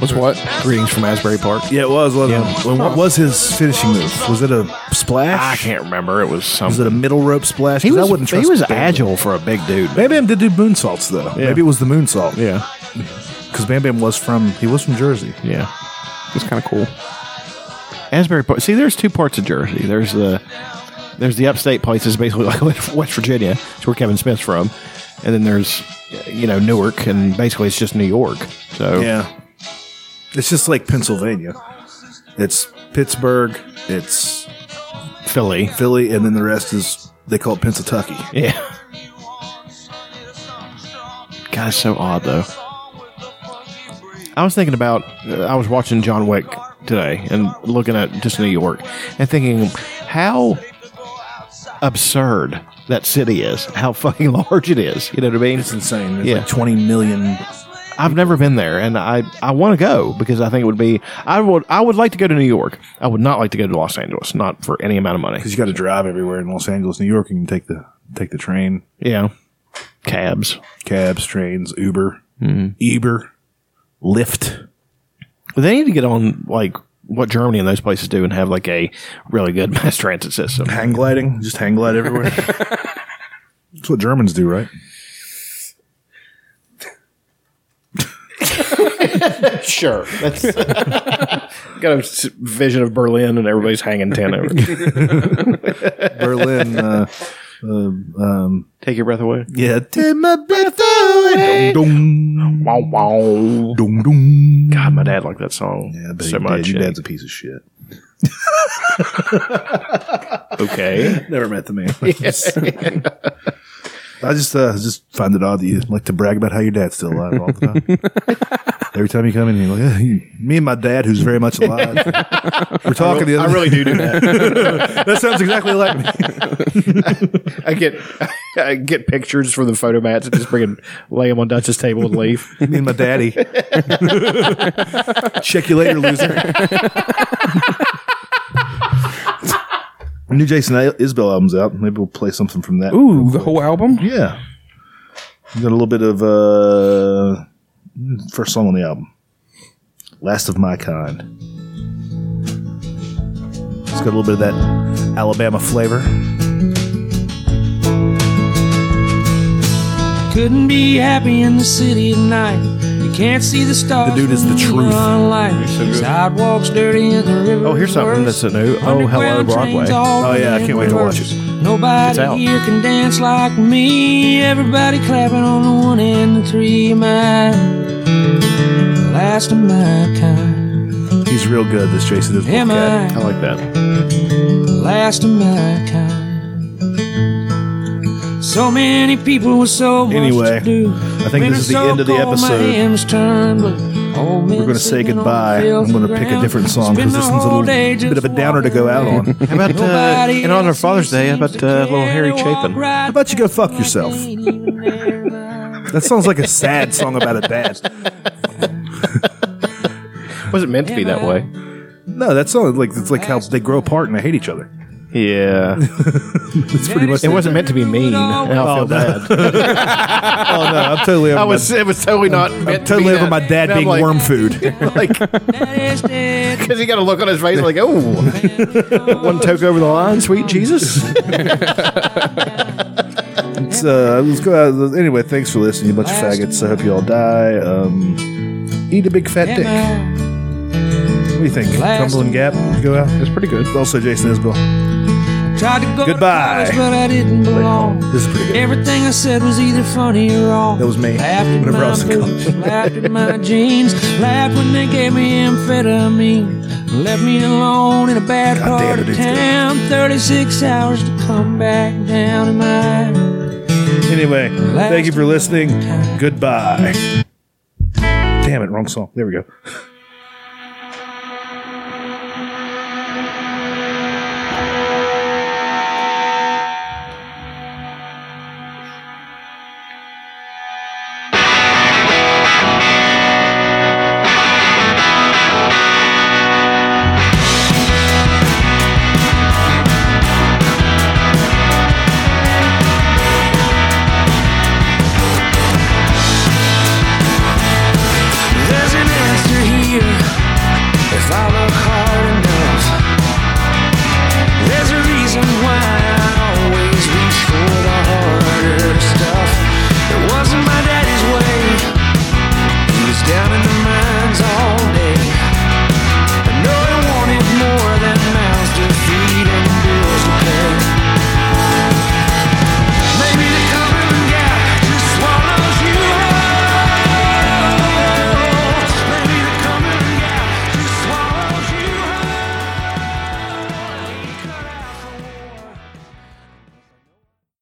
[SPEAKER 7] Was what?
[SPEAKER 5] Greetings from Asbury Park.
[SPEAKER 4] Yeah, it was. Wasn't
[SPEAKER 5] Yeah.
[SPEAKER 4] it? Well, What was his finishing move? Was it a splash?
[SPEAKER 5] I can't remember. It was
[SPEAKER 4] Was
[SPEAKER 5] something.
[SPEAKER 4] it a middle rope splash?
[SPEAKER 5] He
[SPEAKER 4] 'Cause
[SPEAKER 5] was-
[SPEAKER 4] I wouldn't
[SPEAKER 5] he
[SPEAKER 4] trust
[SPEAKER 5] was
[SPEAKER 4] Bam Bam.
[SPEAKER 5] agile for a big dude.
[SPEAKER 4] Bam Bam did do moonsaults though.
[SPEAKER 5] Yeah.
[SPEAKER 4] Maybe it was the moonsault.
[SPEAKER 5] Yeah.
[SPEAKER 4] Because Bam Bam was from he was from Jersey.
[SPEAKER 5] Yeah.
[SPEAKER 7] It's kind of cool.
[SPEAKER 5] Asbury Park. See, there's two parts of Jersey. There's the there's the upstate places, basically like <laughs> West West Virginia, it's where Kevin Smith's from, and then there's you know Newark, and basically it's just New York. So
[SPEAKER 4] Yeah. It's just like Pennsylvania. It's Pittsburgh. It's
[SPEAKER 5] Philly,
[SPEAKER 4] Philly, and then the rest is they call it Pennsylvania.
[SPEAKER 5] yeah. God, it's so odd though. I was thinking about uh, I was watching John Wick today and looking at just New York and thinking how absurd that city is, how fucking <laughs> large it is. You know what I mean? It's
[SPEAKER 4] insane. There's like 20 million.
[SPEAKER 5] I've never been there, and I, I want to go because I think it would be I would I would like to go to New York. I would not like to go to Los Angeles, not for any amount of money.
[SPEAKER 4] Because you got to drive everywhere in Los Angeles, New York. You can take the take the train,
[SPEAKER 5] Yeah, cabs.
[SPEAKER 4] cabs, trains, Uber, Uber, Lyft.
[SPEAKER 5] But they need to get on like what Germany and those places do and have like a really good <laughs> mass transit system.
[SPEAKER 4] Hang gliding, just hang glide <laughs> everywhere. That's what Germans do, right?
[SPEAKER 5] sure. That's <laughs> got a s- vision of Berlin and everybody's hanging ten over.
[SPEAKER 4] Berlin. Uh, uh, um,
[SPEAKER 5] <laughs> Take your breath away.
[SPEAKER 4] <laughs> Yeah. Take
[SPEAKER 5] my breath away. Wow, wow. God, my dad liked that song
[SPEAKER 4] but
[SPEAKER 5] so
[SPEAKER 4] your dad-
[SPEAKER 5] much.
[SPEAKER 4] your dad's a piece of shit.
[SPEAKER 5] okay.
[SPEAKER 4] <laughs> Never met the man. I just uh, just find it odd that you like to brag about how your dad's still alive all the time.
[SPEAKER 5] <laughs>
[SPEAKER 4] Every time you come in, you're like, "Yeah, you- me and my dad, who's very much
[SPEAKER 5] <laughs>
[SPEAKER 4] alive, we're talking. the other
[SPEAKER 5] I really do do that.
[SPEAKER 4] <laughs> that sounds exactly like me.
[SPEAKER 5] <laughs> I get <laughs> I get pictures from the photo mats and just bring them, lay them on Dutch's table and leave.
[SPEAKER 4] me and my <laughs> daddy. Check you later, loser. New Jason Isbell album's out. Maybe we'll play something from that.
[SPEAKER 7] Ooh, the whole album?
[SPEAKER 4] Yeah. We Got a little bit of uh first song on the album. Last of My Kind. It's got a little bit of that Alabama flavor.
[SPEAKER 9] Couldn't be happy in the city at night. You can't see the stars.
[SPEAKER 4] The dude is the
[SPEAKER 9] from
[SPEAKER 4] truth.
[SPEAKER 9] neon light. Sidewalks dirty and the river.
[SPEAKER 5] Oh, here's something that's a new. Oh, hello Broadway.
[SPEAKER 9] Oh, yeah, I can't wait to watch
[SPEAKER 5] it. It's
[SPEAKER 9] Nobody
[SPEAKER 5] out.
[SPEAKER 9] here can dance like me. Everybody clapping on the one and the three. My last of my kind.
[SPEAKER 4] He's real good, this Jason Isbell.
[SPEAKER 9] Am
[SPEAKER 4] cat.
[SPEAKER 9] I? I
[SPEAKER 5] like that.
[SPEAKER 9] Last of my kind. So many people with so much
[SPEAKER 4] Anyway,
[SPEAKER 9] to do.
[SPEAKER 4] I think this is the end of the
[SPEAKER 9] Minnesota,
[SPEAKER 4] episode.
[SPEAKER 9] My hands turn blue.
[SPEAKER 4] We're going to say goodbye. I'm going to pick a different song because this one's a little bit of a downer to go out on.
[SPEAKER 5] How about uh, in honor of Father's Day? How about uh, little Harry Chapin?
[SPEAKER 4] How about you go fuck yourself? that sounds like a sad song about a dad.
[SPEAKER 5] Was it meant to be that way?
[SPEAKER 4] No, that sounds like it's like how they grow apart and they hate each other.
[SPEAKER 9] <laughs>
[SPEAKER 5] Yeah,
[SPEAKER 4] it's pretty much.
[SPEAKER 5] It wasn't meant to be mean. Now I feel bad.
[SPEAKER 4] Oh
[SPEAKER 5] uh,
[SPEAKER 4] no, I'm totally. Over
[SPEAKER 5] <laughs> I was.
[SPEAKER 4] my,
[SPEAKER 5] It was totally not.
[SPEAKER 4] I'm totally over my dad being
[SPEAKER 5] <laughs>
[SPEAKER 4] worm food.
[SPEAKER 5] because he got a look on his face like, oh, one toke over the line, sweet Jesus.
[SPEAKER 4] It's, uh, let's go out. Anyway, thanks for listening, you bunch of faggots. I hope you all die. Um, eat a big fat dick. What do you think? Cumberland Gap, go out. It's pretty good. Also, Jason Isbell.
[SPEAKER 9] Tried to go to
[SPEAKER 4] Goodbye.
[SPEAKER 9] college, but I didn't belong.
[SPEAKER 4] This is pretty good.
[SPEAKER 9] Everything I said was either funny or wrong.
[SPEAKER 4] That was me.
[SPEAKER 9] Laughed at
[SPEAKER 4] Whenever I
[SPEAKER 9] my
[SPEAKER 4] was in
[SPEAKER 9] boots,
[SPEAKER 4] <laughs>
[SPEAKER 9] laughed at my jeans, laughed when they gave me amphetamine, left me alone in a bad part of town. Thirty-six hours to come back down to my.
[SPEAKER 4] Anyway, thank you for listening. Goodbye. Damn it, wrong song. There we go.